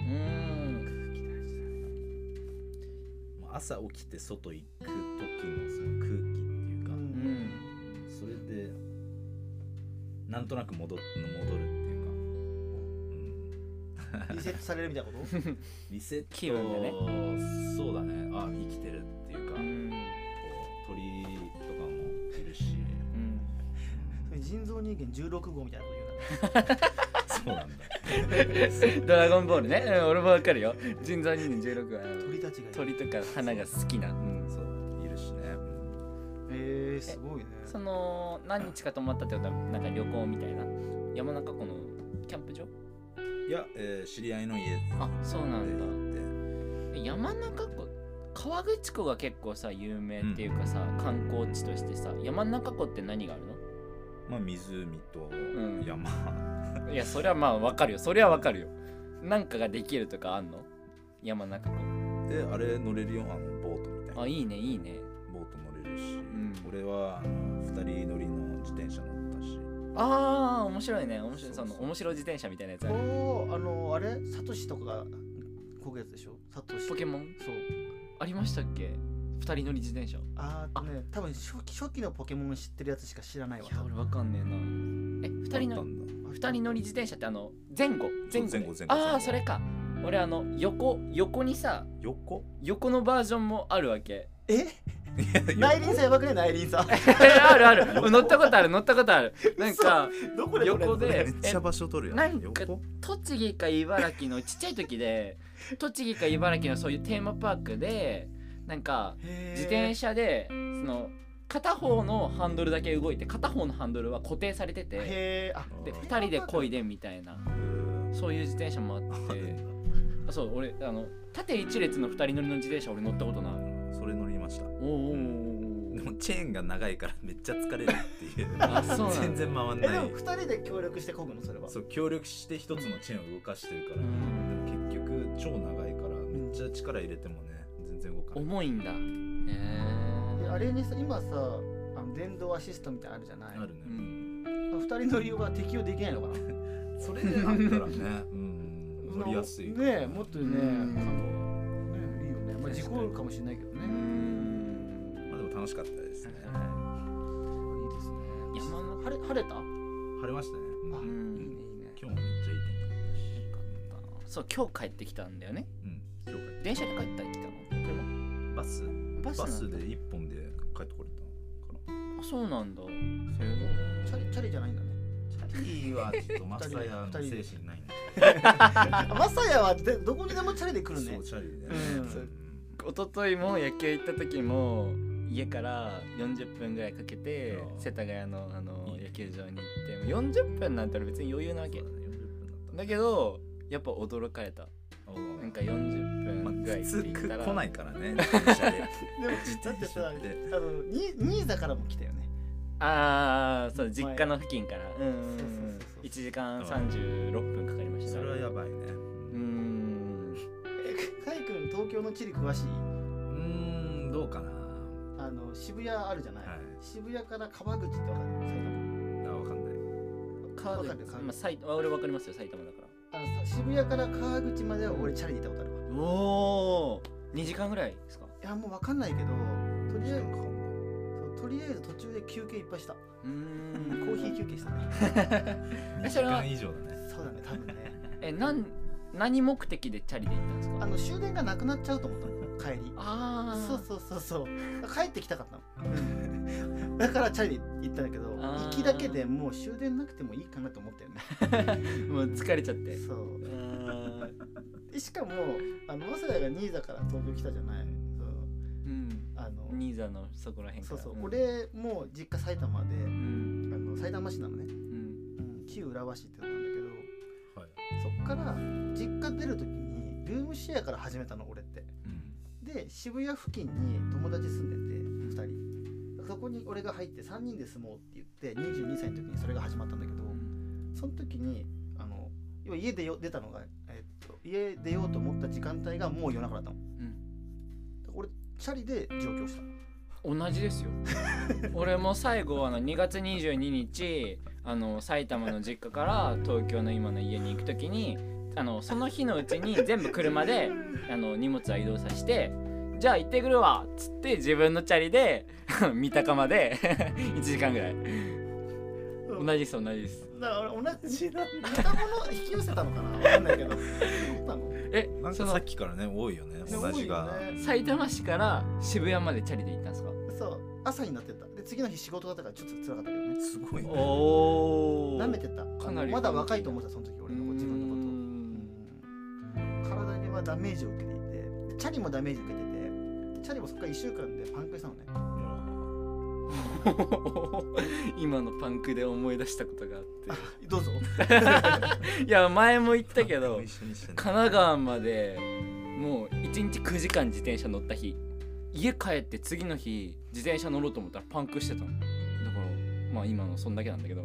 Speaker 1: うん
Speaker 2: 空気大事だねもう朝起きて外行く時のその空気っていうか、
Speaker 1: う
Speaker 3: うん
Speaker 1: ん
Speaker 2: それでなんとなく戻っ戻るっていうか、うん、
Speaker 3: リセットされるみたいなこと
Speaker 2: リセット
Speaker 1: 気分でね
Speaker 2: そうだねあ生きてるっていうか、
Speaker 1: う
Speaker 2: こ
Speaker 1: ん
Speaker 2: う鳥とかも いるし
Speaker 1: うん
Speaker 3: それ人造人間16号みたいなこと
Speaker 2: そうなんだ
Speaker 1: ドラゴンボールね、うん、俺もわかるよ人造人間16はあの
Speaker 3: 言うな鳥たちがいる
Speaker 1: 鳥とか花が好きな、うん
Speaker 2: そういるしね、うん
Speaker 3: えー、すごいね
Speaker 1: その何日か泊まったってことはなんか旅行みたいな山中湖のキャンプ場
Speaker 2: いや、えー知り合いの家で
Speaker 1: あそうなんだ
Speaker 2: 行っ
Speaker 1: え山中湖川口湖が結構さ有名っていうかさ、観光地としてさ山中湖って何がある
Speaker 2: てまあ湖と
Speaker 1: ん
Speaker 2: 山、
Speaker 1: のいやそれはまあわかるよそれはわかるよなんかができるとかあんの山中湖
Speaker 2: であれ乗れるよあのボートみたいな
Speaker 1: あいいねいいね
Speaker 2: ボート乗れるし、
Speaker 1: ん
Speaker 2: 俺はあの2人乗りの自転車乗ったし
Speaker 1: あー面白いね面白い
Speaker 2: そ
Speaker 1: そう
Speaker 2: そう
Speaker 1: の面白自転車みたいなやつある
Speaker 3: おおあのあれサトシとかがこぐやつでしょサトシ
Speaker 1: ポケモン
Speaker 3: そう
Speaker 1: ありましたっけ二人乗り自転車
Speaker 3: あーっとね多分初期初期のポケモン知ってるやつしか知らない
Speaker 1: い
Speaker 3: わ
Speaker 1: や俺わかんねえなえ二人
Speaker 2: あっ
Speaker 1: の
Speaker 2: たんだ
Speaker 1: 二人乗り自転車ってあの前後前後
Speaker 2: 前後前後
Speaker 1: あ
Speaker 2: 前後
Speaker 1: あそれか俺あの横横にさ
Speaker 2: 横
Speaker 1: 横のバージョンもあるわ け
Speaker 3: え内輪差やばくね内輪差
Speaker 1: あるある乗ったことある乗ったことあるなんか
Speaker 3: どこでこれ
Speaker 1: 横で
Speaker 2: めっちゃ場所取るやん
Speaker 1: なんか
Speaker 2: 横
Speaker 1: 栃木か茨城のちっちゃい時で栃木か茨城のそういうテーマパークでなんか自転
Speaker 3: 車
Speaker 1: 車でその片方のハンドルだけ動いて片方のハンドルは固定されてて
Speaker 3: へえあ
Speaker 1: で2人で漕いでみたいなそういう自転車もあ ってあそう俺あの縦一列の2人乗りの自転車俺乗ったことない
Speaker 2: それ乗りました
Speaker 1: おーおーお
Speaker 2: で
Speaker 1: ーおー
Speaker 2: もチェーンが長いからめっちゃ疲れるっていう
Speaker 1: あ そうなんだ
Speaker 2: 全然回ん
Speaker 3: え
Speaker 2: な
Speaker 3: でも
Speaker 2: い
Speaker 3: 2人で協力してこぐのそれは
Speaker 2: そう協力して一つのチェーンを動かしてるか
Speaker 1: う
Speaker 2: らで
Speaker 1: ん
Speaker 2: も結局超長いからめっちゃ力入れてもね全然動かない
Speaker 1: 重いんだへ
Speaker 3: で
Speaker 1: え
Speaker 3: あれにさ今さあの電動アシストみたいなのあるじゃない
Speaker 2: あるね
Speaker 1: う
Speaker 3: 2人乗りは適用できないのかな
Speaker 2: それであったらねうん乗りやすい
Speaker 3: ねえもっとね
Speaker 1: うん
Speaker 3: 可能ねいいよねま
Speaker 1: 確か
Speaker 3: あ
Speaker 1: に
Speaker 3: 事故るかもしれないけどね
Speaker 2: まあでも楽しかったですね
Speaker 3: いいですね
Speaker 1: 山の
Speaker 3: 晴れ晴れたあ
Speaker 2: 晴れましたねうん
Speaker 1: う
Speaker 3: いいねい
Speaker 1: ん
Speaker 3: いね
Speaker 2: 今日もめっちゃいい天気だったし
Speaker 1: そう今日帰ってきたんだよね
Speaker 2: うん今日
Speaker 1: 電車で帰ったり来たの車
Speaker 2: 帰バス
Speaker 1: バスな
Speaker 2: バ
Speaker 1: んだ
Speaker 2: スで一本で帰ってこれたのかな
Speaker 1: あそうなんだ
Speaker 3: チャリチャリじゃないんだね
Speaker 2: チャリはちょっとマッサイヤの精神ないんだ
Speaker 3: あマサヤはでどこにでもチャリで来る
Speaker 2: そ
Speaker 3: ね
Speaker 2: うチャリでね
Speaker 3: うん
Speaker 1: 一昨日も野球行った時も家から40分ぐらいかけて
Speaker 2: あー
Speaker 1: 世田谷のあの
Speaker 2: いいね
Speaker 1: 野球場に行ってもう40分なんて俺別に余裕なわけだけどやっぱ驚かれたなんか40分ぐらいって
Speaker 2: 普通
Speaker 1: 言ったら、
Speaker 2: 来ないからね自転車で
Speaker 3: でもだってさあ
Speaker 2: 自転
Speaker 3: のに新座からも来たよね
Speaker 1: ああそう
Speaker 3: 前
Speaker 1: 実家の付近からうんうん
Speaker 3: そうそ
Speaker 1: う
Speaker 3: うそ
Speaker 1: ん
Speaker 3: うそう
Speaker 1: 1時間36分かかりました
Speaker 2: それはやばいね
Speaker 1: うーん
Speaker 3: えかいくん東京の地理詳しい
Speaker 2: うんどうかな
Speaker 3: あの渋谷あるじゃない、
Speaker 2: はい
Speaker 3: 渋谷から川口ってわかる埼玉
Speaker 2: あわかんない
Speaker 1: 川口
Speaker 3: わかる川口
Speaker 1: まあ埼あ俺わかりますよ埼玉だか
Speaker 3: あのさ渋谷から川口までは俺チャリで行ったことあるわ
Speaker 1: らおお2時間ぐらいですか
Speaker 3: いやもうわかんないけどとりあえず
Speaker 2: 時間かかん
Speaker 3: そうとりあえず途中で休憩いっぱいしたコ
Speaker 1: うーん
Speaker 3: ーヒー休憩したね
Speaker 2: ない
Speaker 1: え
Speaker 2: 2
Speaker 1: そ
Speaker 2: 時
Speaker 1: れは
Speaker 2: 間以上だね
Speaker 3: そうだね多分ね
Speaker 1: えなん何目的でチャリで行ったんです
Speaker 3: あ
Speaker 1: か
Speaker 3: の終電がなくなっちゃうと思ったの帰り
Speaker 1: ああ
Speaker 3: そうそうそうそう帰ってきたかったのだからチャリで行ったんだけど
Speaker 1: あー
Speaker 3: 行きだけでもう終電なくてもいいかなと思ったよね
Speaker 1: もう疲れちゃって
Speaker 3: そう
Speaker 1: うーん
Speaker 3: でしかもあの早稲田が新座から東京来たじゃないそう
Speaker 1: うん
Speaker 3: あの
Speaker 1: ニーザのそこら辺か
Speaker 3: そう
Speaker 1: ら
Speaker 3: そう、
Speaker 1: ん
Speaker 3: 俺もう実家埼玉で
Speaker 1: うん
Speaker 3: あの埼玉市なのね、
Speaker 1: うん
Speaker 3: 旧浦和市ってとこなんだけど
Speaker 2: はい
Speaker 3: そっから実家出る時にルームシェアから始めたの俺ってで渋谷付近に友達住んでて2人そこに俺が入って3人で住もうって言って22歳の時にそれが始まったんだけどその時にあの要は家出よ出たのが、えっと、家出ようと思った時間帯がもう夜中だったの俺チャリで上京した
Speaker 1: うん同じです よ俺も最後あの2月22日あの埼玉の実家から東京の今の家に行く時にあのその日のうちに全部車であの荷物は移動させてじゃあ行ってくるわっつって自分のチャリで 三鷹まで 1時間ぐらい同じです同じです
Speaker 3: だから俺同じな似たもの引き寄せたのかなわかんないけどそうなの
Speaker 1: え
Speaker 2: なん
Speaker 1: そ
Speaker 2: かさ
Speaker 1: の
Speaker 2: っきからね多いよね
Speaker 3: で
Speaker 2: 同じが
Speaker 3: 多いよね
Speaker 1: 埼玉市から渋谷までチャリで行ったんですか
Speaker 3: そう朝になってたで次の日仕事だったからちょっと辛かったけどね
Speaker 2: すごいね
Speaker 1: お
Speaker 3: 舐めてた
Speaker 1: かなり
Speaker 3: まだ若いと思ってたその時俺のこと自分のこ
Speaker 1: う
Speaker 3: と
Speaker 1: ー
Speaker 3: うん体にはダメージを受けていてでチャリもダメージ受けててチャリもそっから1週間でパンクしたのね
Speaker 1: 今のパンクで思い出したことがあっ
Speaker 3: どうぞ
Speaker 1: ていや前も言ったけ
Speaker 2: も
Speaker 1: ど
Speaker 2: う一緒にしてね
Speaker 1: 神奈川までもう1日9時間自転車乗った日家帰って次の日自転車乗ろうと思ったらパンクしてたのだからまあ今のそんだけなんだけど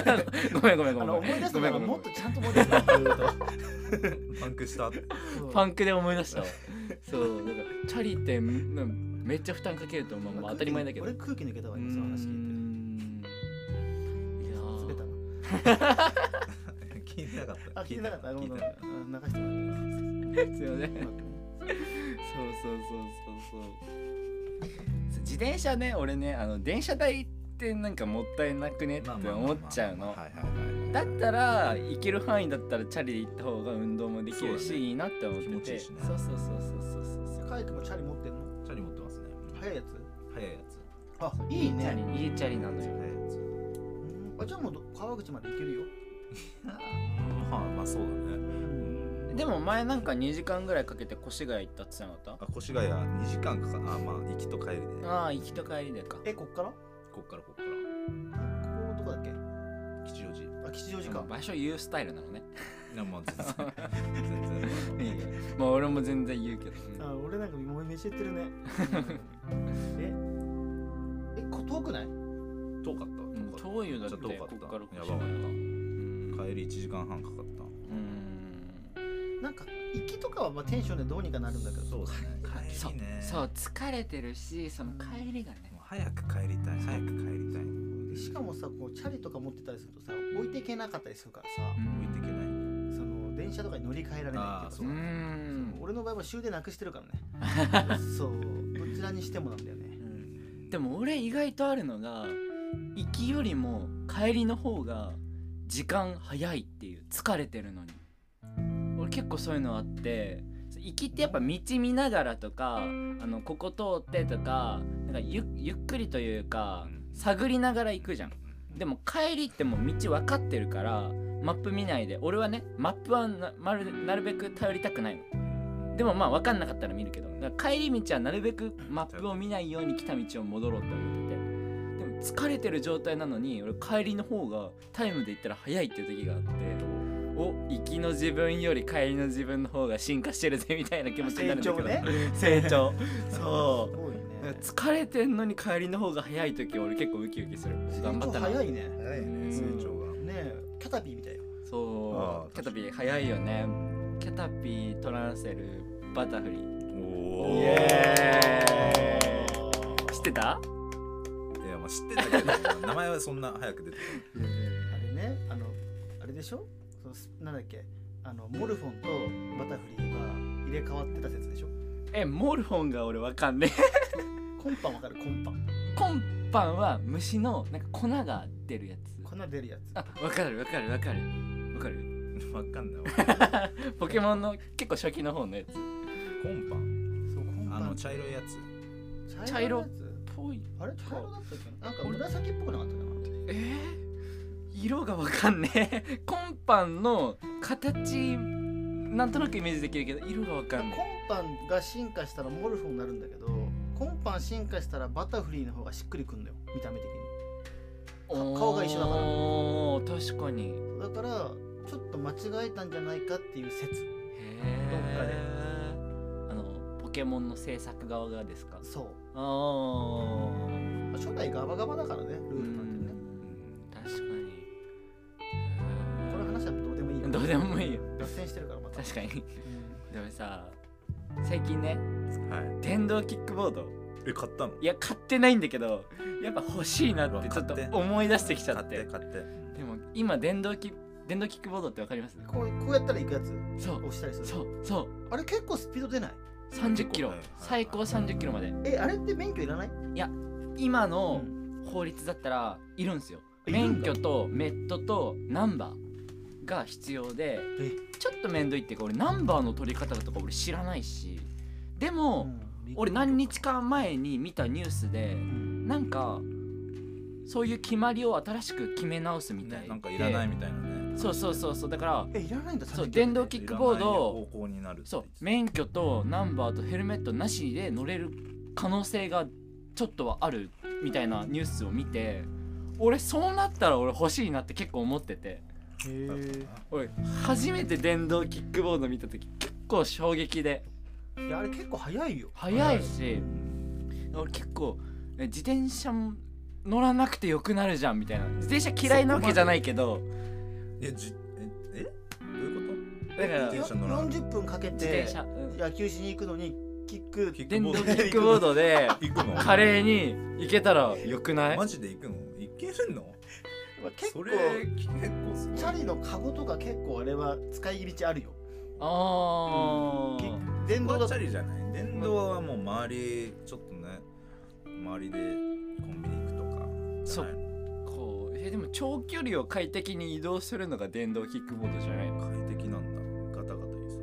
Speaker 1: ごめんごめんごめ
Speaker 3: あ
Speaker 1: んご
Speaker 3: の
Speaker 1: め
Speaker 3: 思い
Speaker 1: ん
Speaker 3: 出し
Speaker 1: ご
Speaker 3: た
Speaker 1: めん
Speaker 3: から
Speaker 1: ごめん
Speaker 3: もっとちゃんと思い出したずーっと
Speaker 2: パンクしたって
Speaker 3: そう
Speaker 1: パンクで思い出したわ そうだからチャリってめめっちゃ負担かけると思う、まあ、当たり前だけど
Speaker 3: 俺空気抜けたわ今その話
Speaker 1: うー
Speaker 3: 聞いて
Speaker 1: んいやー
Speaker 3: 滑ったな
Speaker 2: 聞いてなかった
Speaker 3: あ聞いてなかったご
Speaker 2: 聞
Speaker 3: め
Speaker 2: い
Speaker 3: ん
Speaker 2: て
Speaker 3: ご
Speaker 2: な
Speaker 3: め
Speaker 2: かっ
Speaker 3: んあ
Speaker 2: た
Speaker 3: 流してもらっ
Speaker 1: すいません
Speaker 3: た
Speaker 1: そうそうそうそうそう自転車ね俺ねあの電車代ってなんかもったいなくねって
Speaker 2: まあまあまあまあ
Speaker 1: 思っちゃうの
Speaker 2: はいはいはいはい
Speaker 1: だったら行ける範囲だったらチャリで行った方が運動もできる
Speaker 2: そう
Speaker 1: し、
Speaker 2: だね
Speaker 1: いいなって思ってて
Speaker 2: 気持ちいいしね
Speaker 1: そうそうそうそうそうそう
Speaker 3: カイ君もチャリ持ってんの
Speaker 2: チャリ持ってますね
Speaker 3: 早いやつ
Speaker 2: 早いやつ
Speaker 3: あいい
Speaker 1: チャ
Speaker 3: ね
Speaker 1: リ家チャリなのよ
Speaker 2: 早いやつ
Speaker 3: うんあじゃあもうど川口まで行けるよ
Speaker 2: まあまあそうだねうん
Speaker 1: でも前なんか2時間ぐらいかけて越谷行ったって言ってなかっ
Speaker 2: あ越谷2時間かかあまあ行きと帰りで
Speaker 1: たああ行きと帰りでか
Speaker 3: えこっからこ
Speaker 2: こっからこっから
Speaker 3: こどこだっけ
Speaker 2: 吉祥寺
Speaker 3: あ吉祥
Speaker 1: で
Speaker 3: 寺
Speaker 1: も
Speaker 3: か
Speaker 1: 場所言うスタイルなのね
Speaker 2: いやまあ全然全然
Speaker 1: まあ俺も全然言うけど
Speaker 3: あ俺なんかもう飯行ってる ねええこ遠くない
Speaker 2: 遠かった
Speaker 1: うん
Speaker 2: 遠かっ
Speaker 1: 遠いよだって
Speaker 2: ちょっと遠か
Speaker 1: こ
Speaker 2: った
Speaker 1: っから越
Speaker 2: や
Speaker 1: 谷は
Speaker 2: ばかった
Speaker 1: うん
Speaker 2: た帰り1時間半かかった
Speaker 1: うん
Speaker 3: なんか行きとかはまあテンションでどうにかなるんだけど
Speaker 2: そうだね
Speaker 1: そう
Speaker 2: 帰りね
Speaker 1: そう疲れてるしその帰りがね
Speaker 2: もう早く帰りたい早く帰りたい
Speaker 3: でしかもさこうチャリとか持ってたりするとさ置いていけなかったりするからさ
Speaker 2: 置いていけない
Speaker 3: その電車とかに乗り換えられないっていうか
Speaker 2: あーそう
Speaker 3: さ
Speaker 1: ん
Speaker 3: 俺の場合は終電なくして るからねそうどちらにしてもなんだよね
Speaker 1: うんでも俺意外とあるのが行きよりも帰りの方が時間早いっていう疲れてるのに俺結構そういうのあって行きってやっぱ道見ながらとかあのここ通ってとかなんかゆゆっくりというか探りながら行くじゃんでも帰りってもう道分かってるからマップ見ないで俺はねマップはなまるなるべく頼りたくないのでもまあ分かんなかったら見るけどだから帰り道はなるべくマップを見ないように来た道を戻ろうって思っててでも疲れてる状態なのに俺帰りの方がタイムで言ったら早いっていう時があってお行きの自分より帰りの自分の方が進化してるぜみたいな気持ちにな
Speaker 3: 成
Speaker 1: るんだけ
Speaker 3: 長
Speaker 1: ど
Speaker 3: ね
Speaker 1: 成 長
Speaker 3: そ
Speaker 1: そう
Speaker 3: すごいね
Speaker 1: なんか疲れてんのに帰りの方が早い時俺結構ウキウキする頑張ったな
Speaker 3: 成長早いね
Speaker 2: 早いね成長が
Speaker 3: ねえキャタピーみたいよ
Speaker 1: そ
Speaker 2: あ
Speaker 1: う
Speaker 2: あ
Speaker 1: キャタピー早いよねキャタピートランセルバタフリーイ
Speaker 2: おー
Speaker 1: エ知ってた
Speaker 2: いやまあ知ってたけど名前はそんな早く出てこ
Speaker 3: あれねあのあれでしょそのすなんだっけあのモルフォンとバタフリーが入れ替わってた説でしょ
Speaker 1: えモルフォンが俺わかんねえ
Speaker 3: コンパわかるコンパ
Speaker 1: コンパンは虫のなんか粉が出るやつ
Speaker 3: 粉出るやつ
Speaker 1: あわかるわかるわかるわかる
Speaker 2: ないわかんないわ
Speaker 1: ポケモンの結構初期の方のやつ
Speaker 2: コンパン
Speaker 3: そうコンパ
Speaker 2: あ
Speaker 3: の
Speaker 2: の茶色いやつ
Speaker 1: 茶色
Speaker 3: のやつ
Speaker 1: ぽい
Speaker 3: あれ茶色だったっけなんか紫っぽくなかったかな
Speaker 1: えー、色がわかんねえコンパンの形なんとなくイメージできるけど色がわかん
Speaker 3: コ
Speaker 1: ね
Speaker 3: ンパンが進化したらモルフォンになるんだけどコンパン進化したらバタフリーの方がしっくりくんだよ見た目的に
Speaker 1: え
Speaker 3: か顔が一緒だから
Speaker 1: おー確かに
Speaker 3: だからちょっと間違えたんじゃないかっていう説
Speaker 1: へえあのポケモンの制作側がですか
Speaker 3: そう
Speaker 1: ああ
Speaker 3: まあ初代ガバガバだからねルールなんてね
Speaker 1: 確かに
Speaker 3: この話はどうでもいいよ
Speaker 1: どうでもいいよ
Speaker 3: 脱線してるからまた
Speaker 1: 確かに
Speaker 3: うん
Speaker 1: でもさ最近ね
Speaker 2: はい
Speaker 1: 電動キックボード
Speaker 2: え買ったの
Speaker 1: いや買ってないんだけどやっぱ欲しいなってちょっと
Speaker 2: 買って
Speaker 1: 思い出してきちゃって
Speaker 2: 買って買って
Speaker 1: でも今電動キ電動キックボードってわかります
Speaker 3: こうこうやったら行くやつ
Speaker 1: そう
Speaker 3: 押したりする
Speaker 1: そうそう
Speaker 3: あれ結構スピード出ない
Speaker 1: 3 0キロ
Speaker 2: はいはいはい
Speaker 1: 最高3 0キロまで
Speaker 3: えあれって免許いらない
Speaker 1: 今
Speaker 3: う
Speaker 1: の
Speaker 3: ん
Speaker 1: 法律だったらいるんですよ
Speaker 3: いる
Speaker 1: 免
Speaker 3: んだ
Speaker 1: 許とメットとナンバーが必要で
Speaker 3: え
Speaker 1: ちょっと面倒いっていうか俺ナンバーの取り方とか俺知らないしで
Speaker 3: う
Speaker 1: も
Speaker 3: ん
Speaker 1: 俺何日間前に見たニュースで
Speaker 3: うん
Speaker 1: なんかそういう決まりを新しく決め直すみたい
Speaker 2: ね
Speaker 1: で
Speaker 2: なんかいらないみたいなね
Speaker 1: そうそうそうそうだから
Speaker 3: えいらないんだ
Speaker 1: そう
Speaker 3: 30
Speaker 1: 電動キックボードを
Speaker 2: いらない方向になるって言
Speaker 1: そ
Speaker 2: って
Speaker 1: う免許とナンバーとヘルメットなしで乗れる可能性がちょっとはあるみたいなニュースを見て俺そうなったら俺欲しいなって結構思ってて
Speaker 3: へー
Speaker 1: 俺初めて電動キックボード見た時結構衝撃で
Speaker 3: いやあれ結構早いよ
Speaker 1: 速いし俺結構え自転車も乗らなくてよくなるじゃんみたいな自転車嫌いなわけじゃないけど
Speaker 2: えじええどういう
Speaker 1: だか
Speaker 3: だからら
Speaker 2: 自転車乗らない
Speaker 3: 40分かけ
Speaker 1: 自
Speaker 3: て
Speaker 1: 転車うん
Speaker 3: 野球しに行くのにキック
Speaker 2: キッ
Speaker 1: 電動キックボードで
Speaker 2: こと行くの
Speaker 1: 華麗に行けたらよくない
Speaker 2: マジで行くの行けるの
Speaker 3: まあ結
Speaker 2: そ
Speaker 3: 構
Speaker 2: れ結構すごい
Speaker 3: チャリのカゴとか結構あれは使い道あるよ
Speaker 1: あ
Speaker 3: キ
Speaker 1: ー
Speaker 3: ック
Speaker 2: 電
Speaker 3: 電
Speaker 2: 動は
Speaker 3: 動だ
Speaker 2: チ
Speaker 3: と
Speaker 2: ャリじゃない電動はもう周りちょっとね周りでコンビニ行くとか
Speaker 1: そうこうえでも長距離を快適に移動するのが電動キックボードじゃないの
Speaker 2: 快適なんだガタガタ言いそう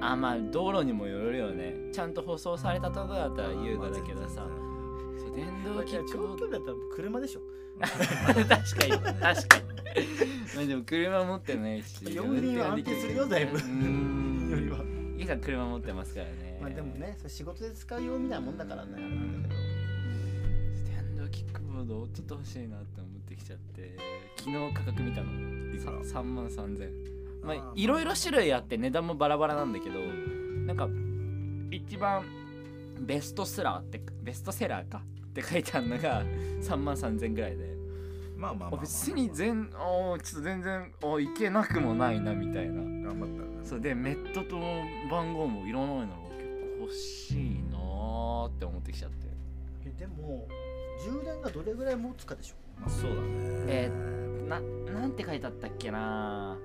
Speaker 1: あまあ道路にもよるよねちゃんと舗装されたとこだったら優雅だけどさそう電動キックボ
Speaker 3: 長
Speaker 1: ード
Speaker 3: 距離だったら車でしょ
Speaker 1: 確かに確かに まあでも車持ってないし
Speaker 3: 四輪は安定するよだいぶ
Speaker 1: うーん
Speaker 3: よりは
Speaker 1: イさん車持ってますからね
Speaker 3: まあでもねそれ仕事で使うようみたいなもんだからねあれ
Speaker 1: う
Speaker 3: なんだけど
Speaker 1: 電動キックボードをちょっと欲しいなって思ってきちゃって昨日価格見たの
Speaker 2: いくら
Speaker 1: 3万3000ま
Speaker 2: あー
Speaker 1: あいろいろ種類あって値段もバラバラなんだけどなんか一番ベストセラーってベストセラーかって書いてあるのが3万3000ぐらいで
Speaker 2: まあまあまあ、ま
Speaker 1: あ
Speaker 2: あ、
Speaker 1: 別に全おーちょっと全然おいけなくもないなみたいな
Speaker 2: 頑張ったね
Speaker 1: そうでメットと番号もいらないなら結構欲しいなーって思ってきちゃって
Speaker 3: えでも充電がどれぐらい持つかでしょ
Speaker 2: まあそうだね
Speaker 1: えななんて書いてあったっけな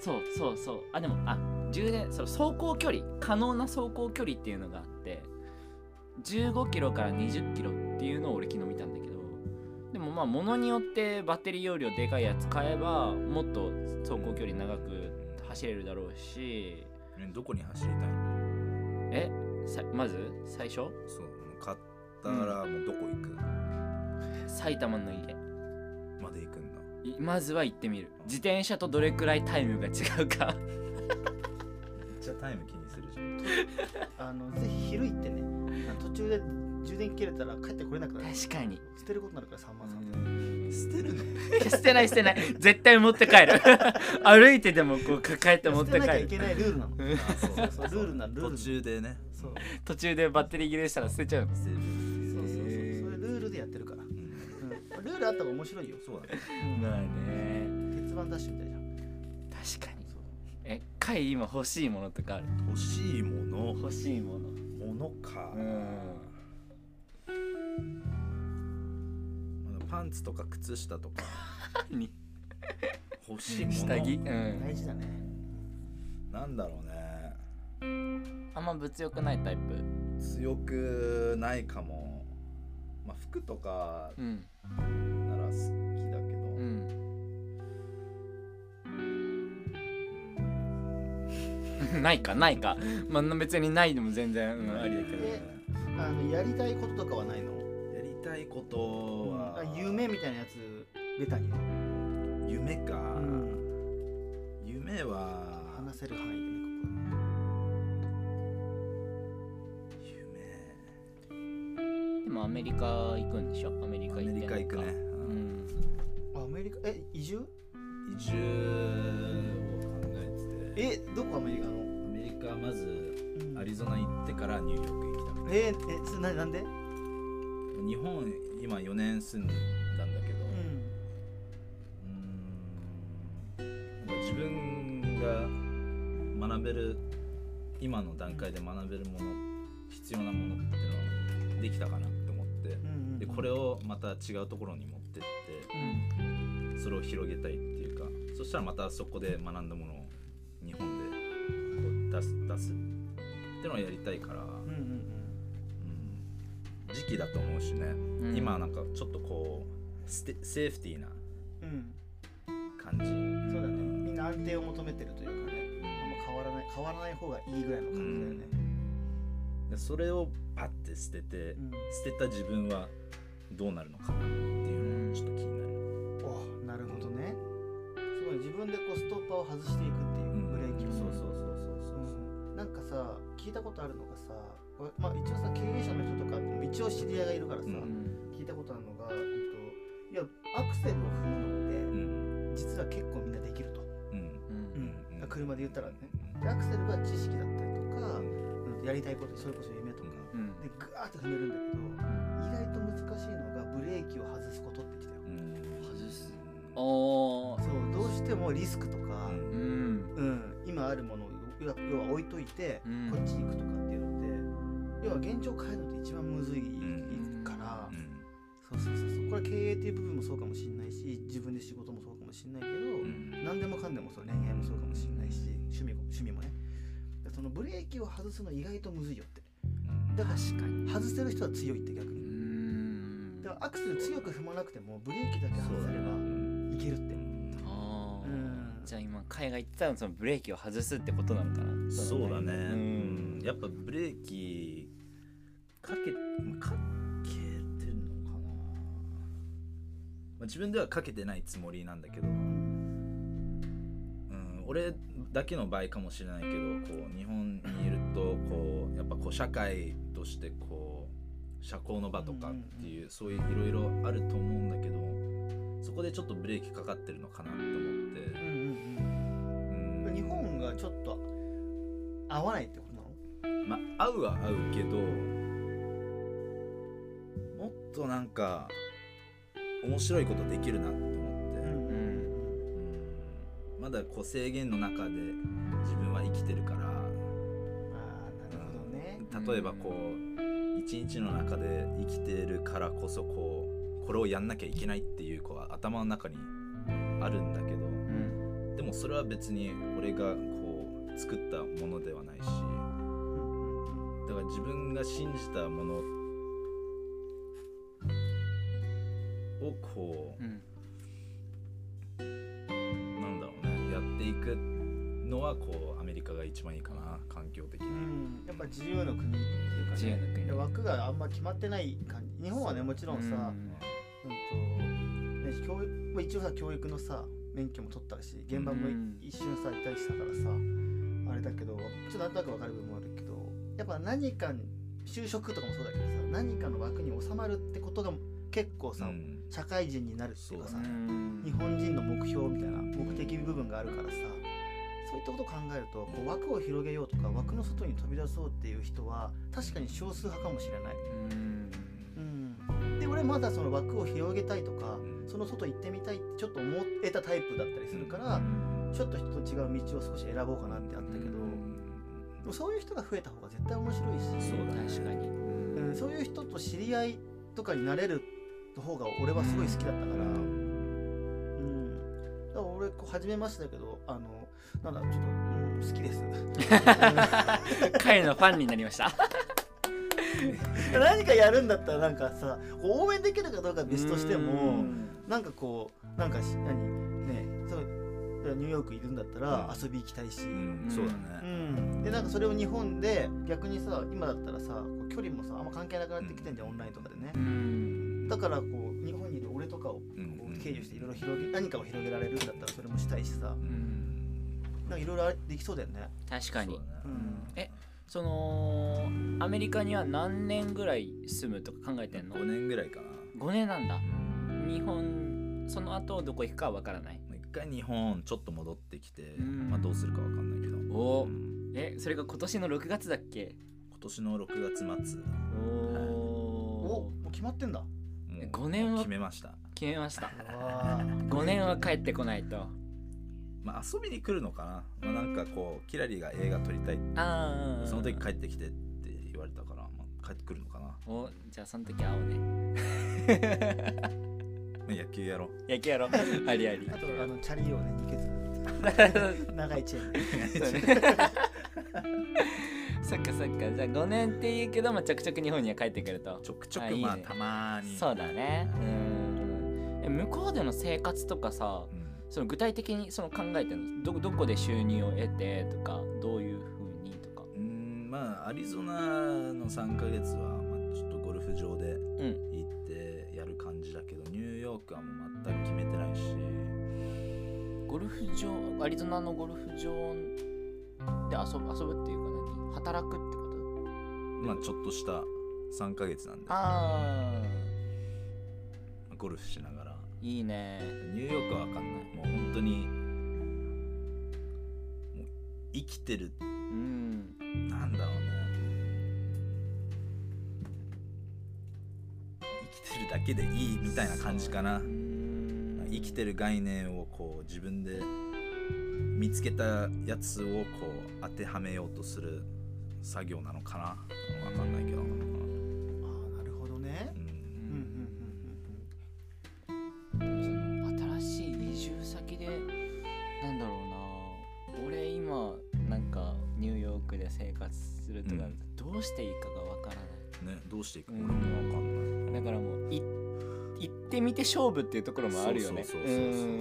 Speaker 1: そうそうそうあでもあ充電その走行距離可能な走行距離っていうのがあって15キロから20キロっていうのを俺昨日見たんだけどでもまあ物によってバッテリー容量でかいやつ買えばもっと走行距離長く走れるだろうし
Speaker 2: えどこに走りたいの
Speaker 1: えさまず最初
Speaker 2: そう買ったらもうどこ行く、
Speaker 1: 埼玉の家
Speaker 2: まで行くんだ
Speaker 1: いまずは行ってみる自転車とどれくらいタイムが違うか
Speaker 2: めっちゃタイム気にするじゃん
Speaker 3: あのぜひ昼行ってねあの途中で充電切れたら帰ってこれなくなる
Speaker 1: 確かに
Speaker 3: 捨てることになるから3万3
Speaker 2: 捨てる の
Speaker 1: 捨てない捨てない絶対持って帰る 歩いてでもこう抱えて持
Speaker 3: 千
Speaker 1: っ
Speaker 3: 捨
Speaker 1: て帰
Speaker 3: てなきゃいけ
Speaker 1: る
Speaker 3: ないルールなの
Speaker 2: あ そうそうそう
Speaker 3: ルールなルール
Speaker 2: 途中でね
Speaker 3: そう
Speaker 1: 途中でバッテリー切れしたら捨てちゃうの
Speaker 2: セーブ
Speaker 3: そうそうそうそう
Speaker 1: へー
Speaker 3: いうルールでやってるから、う
Speaker 2: うん
Speaker 3: ん、ルールあった方が面白いよ、
Speaker 2: そうだね
Speaker 1: まあね
Speaker 3: 鉄板ダッシュみたいじゃん
Speaker 1: 確かにえかい今欲しいものとかある
Speaker 2: 欲しいもの
Speaker 1: 欲しいもの
Speaker 2: ものか、
Speaker 1: うん
Speaker 2: あのパンツとか靴 下とか
Speaker 1: に
Speaker 2: 欲しいもの
Speaker 1: 下着うん
Speaker 3: 大事だね
Speaker 2: なんだろうね
Speaker 1: あんま物欲ないタイプ
Speaker 2: 強くないかもまあ服とか
Speaker 1: うん
Speaker 2: なら好きだけど、
Speaker 1: うん ないかないかまあ別にないでも全然、うん、ありだけど
Speaker 3: えあのやりたいこととかはないの、
Speaker 2: やりたいことは、
Speaker 3: あ夢みたいなやつベタにね、
Speaker 2: 夢か、
Speaker 3: うん
Speaker 2: 夢は
Speaker 3: 話せる範囲でね
Speaker 2: 夢
Speaker 1: でもアメリカ行くんでしょアメリカ
Speaker 2: ア
Speaker 1: 行って
Speaker 2: メリカ行くね、
Speaker 1: う
Speaker 2: うん
Speaker 1: ん
Speaker 3: ここアメリカえ移住
Speaker 2: 移住を考えてて
Speaker 3: えどこアメリカの、
Speaker 2: アメリカまず
Speaker 3: うん
Speaker 2: アリゾナ行ってからニューヨーク行きたい
Speaker 3: えー、えそれななんで、
Speaker 2: 日本今4年住んだんだけど、
Speaker 3: う
Speaker 2: うーんなんか自分が学べる今の段階で学べるもの必要なものっていうのはできたかなって思って
Speaker 3: んうん、
Speaker 2: でこれをまた違うところに持ってっ
Speaker 3: うん
Speaker 2: てそれを広げたいっていうかそしたらまたそこで学んだものを日本でこう出す出すってのをやりたいから、
Speaker 3: うんうんうん
Speaker 2: うん、時期だと思うしね、
Speaker 1: うん
Speaker 2: 今なんかちょっとこうステセーフティーな
Speaker 3: うん
Speaker 2: 感じ、
Speaker 3: そうだねみんな安定を求めてるというかねあんま変わらない変わらない方がいいぐらいの感じだよね、
Speaker 2: でそれをパッて捨てて、
Speaker 3: うん
Speaker 2: 捨てた自分はどうなるのかなっていうのがちょっと気になる、
Speaker 3: おなるほどねすごい自分でこうストッパーを外していくっていうブレーキを、
Speaker 2: そうそうそう
Speaker 3: うんなんかさ聞いたことあるのがさ、これまあ、一応さ経営者の人とかって一応知り合いがいるからさ、
Speaker 2: うん
Speaker 3: 聞いたことあるのが、えっと、いやアクセルを踏む
Speaker 2: そうそう
Speaker 3: のっ
Speaker 2: ん
Speaker 3: て実は結構みんなできると、
Speaker 2: うん
Speaker 1: うん
Speaker 2: うん
Speaker 3: あ車で言ったらねでアクセルが知識だったりとか、うんやりたいことそれこそ夢とか、
Speaker 1: うんうん
Speaker 3: でグワーって踏めるんだけど意外と難しいのがブレーキを外すことってきたよ
Speaker 2: うん
Speaker 1: 外す
Speaker 2: うん
Speaker 1: おー
Speaker 3: そうどうしてもリスクとか、
Speaker 1: うん
Speaker 3: うん、今あるものを要は要は置いといて、
Speaker 1: うん
Speaker 3: こっち行くとかっていうのって要は現状変えるのって一番むずい
Speaker 2: ん
Speaker 3: から、
Speaker 2: うん
Speaker 3: そうそうそうそうこれ経営っていう部分もそうかもしんないし自分で仕事もそうかもしんないけど、
Speaker 2: うん
Speaker 3: 何でもかんでもそう恋愛もそうかもしんないし趣味も趣味もねだからそのブレーキを外すの意外とむずいよってだから
Speaker 1: 確かに
Speaker 3: 外せる人は強いって逆
Speaker 1: う
Speaker 3: に
Speaker 1: ん
Speaker 3: だからアクセル強く踏まなくてもブレーキだけ
Speaker 2: そ
Speaker 3: 外
Speaker 2: う
Speaker 3: せ
Speaker 2: だ
Speaker 3: れ
Speaker 2: ね
Speaker 3: ば
Speaker 2: うん
Speaker 3: いけるって
Speaker 1: あー
Speaker 3: うん
Speaker 1: じゃあ今海外行ってたらそのブレーキを外すってことなのかな
Speaker 2: そうだね、うんん、やっぱブレーキかけかけてるのかな、まあ、自分ではかけてないつもりなんだけど、うん、俺だけの場合かもしれないけどこう日本にいるとこうやっぱこう社会としてこう社交の場とかっていうそういういろいろあると思うんだけどそこでちょっとブレーキかかってるのかなと思って
Speaker 3: うん、うん
Speaker 2: うん
Speaker 3: うん、日本がちょっと合わないってことな
Speaker 2: ま
Speaker 3: の
Speaker 2: あ合うは合うけどもっとなんか面白いことできるなって思って、うん
Speaker 1: ん
Speaker 2: まだこう制限の中で自分は生きてるから、
Speaker 3: ああなるほどね
Speaker 2: 例えばこう一日の中で生きてるからこそこうこれをやんなきゃいけないっていうこう頭の中にあるんだけど
Speaker 1: うん
Speaker 2: でもそれは別に俺がこう作ったものではないし
Speaker 3: うん
Speaker 2: だから自分が信じたものをこ
Speaker 1: うん
Speaker 2: うなんだろうねやっていくのはこうアメリカが一番いいかな環境的に
Speaker 3: うんやっぱ自由の国っていうか、
Speaker 1: 自由
Speaker 3: ね、
Speaker 1: の国
Speaker 3: 枠があんま決まってない感じ日本はねもちろんさ、うんとね、教育まあ一応さ教育のさ免許も取ったし現場も
Speaker 1: うん
Speaker 3: 一瞬さいたりしたからさ、あれだけどちょっとなんとなく分かる部分もあるけどやっぱ何かに就職とかもそうだけどさ何かの枠に収まるってことが結構
Speaker 2: う
Speaker 3: さ、
Speaker 2: ん
Speaker 3: 社会人になるっていうかさ
Speaker 2: そうだね
Speaker 3: 日本人の目標みたいな目的部分があるからさそういったことを考えるとこう枠を広げようとか枠の外に飛び出そうっていう人は確かに少数派かもしれない。
Speaker 1: うん
Speaker 3: うん、で俺まだその枠を広げたいとか
Speaker 2: うん
Speaker 3: その外行ってみたいってちょっと思えたタイプだったりするから、ちょっと人と違う道を少し選ぼうかなってあったけど、
Speaker 1: う
Speaker 3: でもそういう人が増えた方が絶対面白いし
Speaker 2: そうだね
Speaker 1: 確かに
Speaker 3: うん、そういう人と知り合いとかになれる方が俺はすごい好きだったから、うんだから俺こう初めましてだけどあのなんだちょっと、うん、好きです
Speaker 1: 彼のファンになりました
Speaker 3: 何かやるんだったらなんかさ応援できるかどうかは別としても。
Speaker 1: うん
Speaker 3: なんかこうなんかし何ねそうニューヨークいるんだったら遊び行きたいし、う
Speaker 2: うんんそうだね
Speaker 3: でなんかそれを日本で逆にさ今だったらさこう距離もさあんま関係なくなってきてんじゃん、オンラインとかでねだからこう日本にいる俺とかをこ
Speaker 2: うんう
Speaker 3: うん経由していろいろ広げ何かを広げられるんだったらそれもしたいしさ
Speaker 2: うん
Speaker 3: なんかいろいろできそうだよね
Speaker 1: 確かに
Speaker 2: そうだ
Speaker 3: う
Speaker 2: ね
Speaker 3: ん
Speaker 1: えそのアメリカには何年ぐらい住むとか考えてんの
Speaker 2: 5年ぐらいかな
Speaker 1: 5年なんだ
Speaker 2: うん
Speaker 1: 日本その後どこ行くかは分からない
Speaker 2: まあ一回日本ちょっと戻ってきて
Speaker 1: うん
Speaker 2: まあどうするかわかんないけど
Speaker 1: お
Speaker 2: う
Speaker 1: ー
Speaker 2: ん
Speaker 1: えそれが今年の6月だっけ
Speaker 2: 今年の6月末
Speaker 3: お
Speaker 1: お
Speaker 3: もう決まってん だ
Speaker 2: もう
Speaker 1: 五年は
Speaker 2: 決めました
Speaker 1: 決めました
Speaker 3: わ
Speaker 1: 5年は帰ってこないと
Speaker 2: まあ、遊びに来るのかな、まあ、なんかこうキラリが映画撮りたい
Speaker 1: ああ
Speaker 2: その時帰ってきてって言われたから、まあ、帰ってくるのかな、ま
Speaker 1: おじゃあその時会おうね
Speaker 2: あ、野球やろう
Speaker 1: 野球や ろありあり
Speaker 3: あとあのチャリをね2ケツ 長いチェーンで
Speaker 1: そうねそっかそっかじゃあ5年って言うけど、まあ、ちょくちょく日本には帰ってくると
Speaker 2: ちょくちょ
Speaker 1: あ
Speaker 2: く
Speaker 1: いいね
Speaker 2: まあたまに
Speaker 1: そうだねうんえ向こうでの生活とかさ
Speaker 2: うん
Speaker 1: その具体的にその考えてるのどどこで収入を得てとかどういうふうにとか
Speaker 2: うーんまあアリゾナの3ヶ月は、まあ、ちょっとゴルフ場で
Speaker 1: うん
Speaker 2: 行ってやる感じだけどニューヨークはもう全く決めてないし
Speaker 1: ゴルフ場アリゾナのゴルフ場で遊ぶ遊ぶっていうか何働くってこと
Speaker 2: まあちょっとした3ヶ月なんで
Speaker 1: ああ
Speaker 2: ゴルフしながら
Speaker 1: いいね
Speaker 2: ニューヨークは分かんないもう本当にもう生きてる
Speaker 1: うん
Speaker 2: なんだろうね生きてるだけでいいみたいな感じかな
Speaker 1: うん
Speaker 2: 生きてる概念をこう自分で見つけたやつをこう当てはめようとする作業なのかなわかんないけど、うん
Speaker 3: ああなるほどねうんうんうんうん
Speaker 1: その新しい移住先でなんだろうな俺今なんかニューヨークで生活するとか、
Speaker 2: うん
Speaker 1: どうしていいかがわからない
Speaker 2: ねどうしていく
Speaker 1: う
Speaker 2: か
Speaker 1: ん
Speaker 2: 俺もわかんない
Speaker 1: だからもう行っ行ってみて勝負っていうところもあるよね
Speaker 2: そうそうそうそうそうそう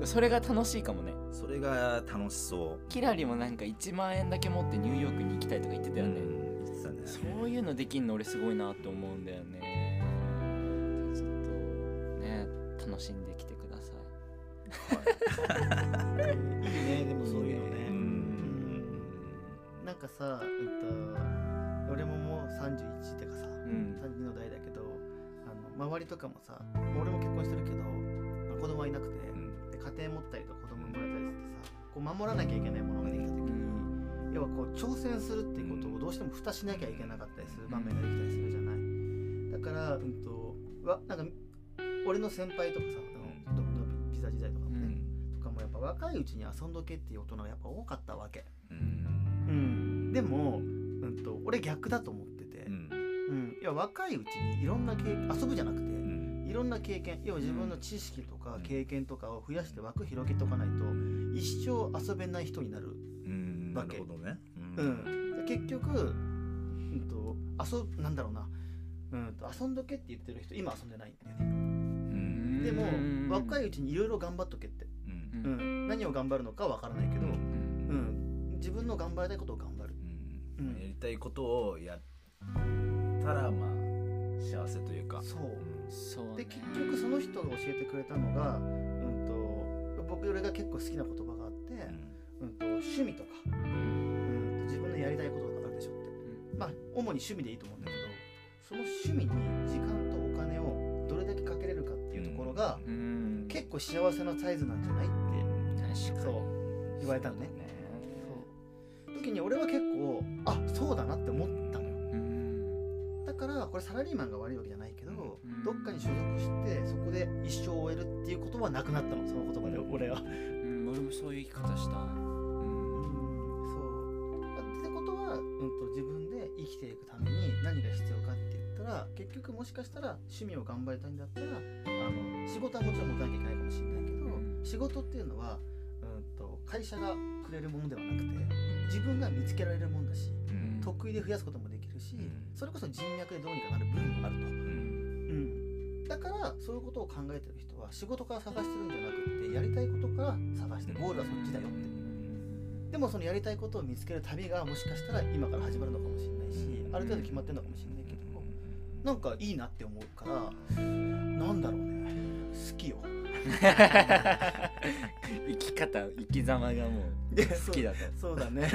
Speaker 1: うんそれが楽しいかもね
Speaker 2: それが楽しそ
Speaker 1: キラリもなんか1万円だけ持ってニューヨークに行きたいとか言って
Speaker 2: う
Speaker 1: たよね、
Speaker 2: うん言ってたね
Speaker 1: そういうのできんの俺すごいなと思うんだよねちょっとね楽しんできてください
Speaker 3: いいねでもそういうのね
Speaker 2: うん
Speaker 3: なんかさ、えっと、俺ももう31ってかさ、
Speaker 1: ん
Speaker 3: 32の代だけどあの周りとかもさもう俺も結婚してるけど子供はいなくて、
Speaker 2: うん
Speaker 3: で家庭持ったりとか子供生まれたりしてさこう守らなきゃいけないものができた時に、要はこう挑戦するっていうことをどうしても蓋しなきゃいけなかったりする場面ができたりするじゃない、だからうんとわなんか俺の先輩とかさ、あのドドピザ時代とかも
Speaker 1: う
Speaker 3: ね、
Speaker 1: ん
Speaker 3: とかもやっぱ若いうちに遊んどけっていう大人がやっぱ多かったわけ
Speaker 2: うん
Speaker 3: うん、でも、うん、と俺逆だと思ってて、
Speaker 2: うん
Speaker 3: うんいや若いうちにいろんな経験遊ぶじゃなく
Speaker 2: う
Speaker 3: て
Speaker 2: ん
Speaker 3: いろんな経験要は自分の知識とか
Speaker 2: うん
Speaker 3: 経験とかを増やして枠広げておかないと一生遊べない人になる、
Speaker 2: うんな
Speaker 3: わ
Speaker 2: る
Speaker 3: け
Speaker 2: ほどね
Speaker 3: う、ん、で結局、うん、と遊ぶなんだろうな、うん、と遊んどけって言ってる人今遊んでないんだよね
Speaker 2: うん
Speaker 3: でも若
Speaker 1: い
Speaker 3: いうちにいろいろ頑張っとけって、
Speaker 2: うん
Speaker 1: うん
Speaker 3: うん、何を頑張るのかわからないけど、うん、自分の頑張りたいことを頑張る
Speaker 2: うん
Speaker 3: うん
Speaker 2: やりたいことをやったらまあ幸せというか
Speaker 3: そう、
Speaker 1: そうね
Speaker 3: で結局その人が教えてくれたのが、うん、と僕俺が結構好きな言葉があって、うんと趣味とか、うん、と自分のやりたいことがあるでしょって、まあ主に趣味でいいと思うんだけどその趣味に時間とお金をどれだけかけれるかっていうところが、
Speaker 1: うん
Speaker 3: 結構幸せなサイズなんじゃないって
Speaker 1: 確かに
Speaker 3: そう言われたのね
Speaker 1: ね
Speaker 3: そう時に俺は結構あそうだなって思ったのよ
Speaker 1: うん
Speaker 3: だからこれサラリーマンが悪いわけじゃないけど、
Speaker 1: うん
Speaker 3: どっかに所属してそこで一生を終えるっていうことはなくなったのその言葉で俺は。
Speaker 1: うん俺もそういう生き方したいうん
Speaker 3: そうだってことは、うん、と自分で生きていくために何が必要かって言ったら結局もしかしたら趣味を頑張りたいんだったらあの仕事はもちろん持たなきゃいけないかもしれないけど、
Speaker 1: うん
Speaker 3: 仕事っていうのは、うん、と会社がくれるものではなくて自分が見つけられるもんだし
Speaker 2: うん
Speaker 3: 得意で増やすこともできるし、
Speaker 2: うん
Speaker 3: それこそ人脈でどうにかなる部分もあると。
Speaker 2: うん
Speaker 3: うん、だからそういうことを考えてる人は仕事から探してるんじゃなくってやりたいことから探してゴールはそっちだよってでもそのやりたいことを見つける旅がもしかしたら今から始まるのかもしれないしある程度決まってるのかもしれないけどなんかいいなって思うからなんだろうね好きよ
Speaker 1: 生き方生き様がもう
Speaker 3: で
Speaker 1: 好きだと
Speaker 3: そうだね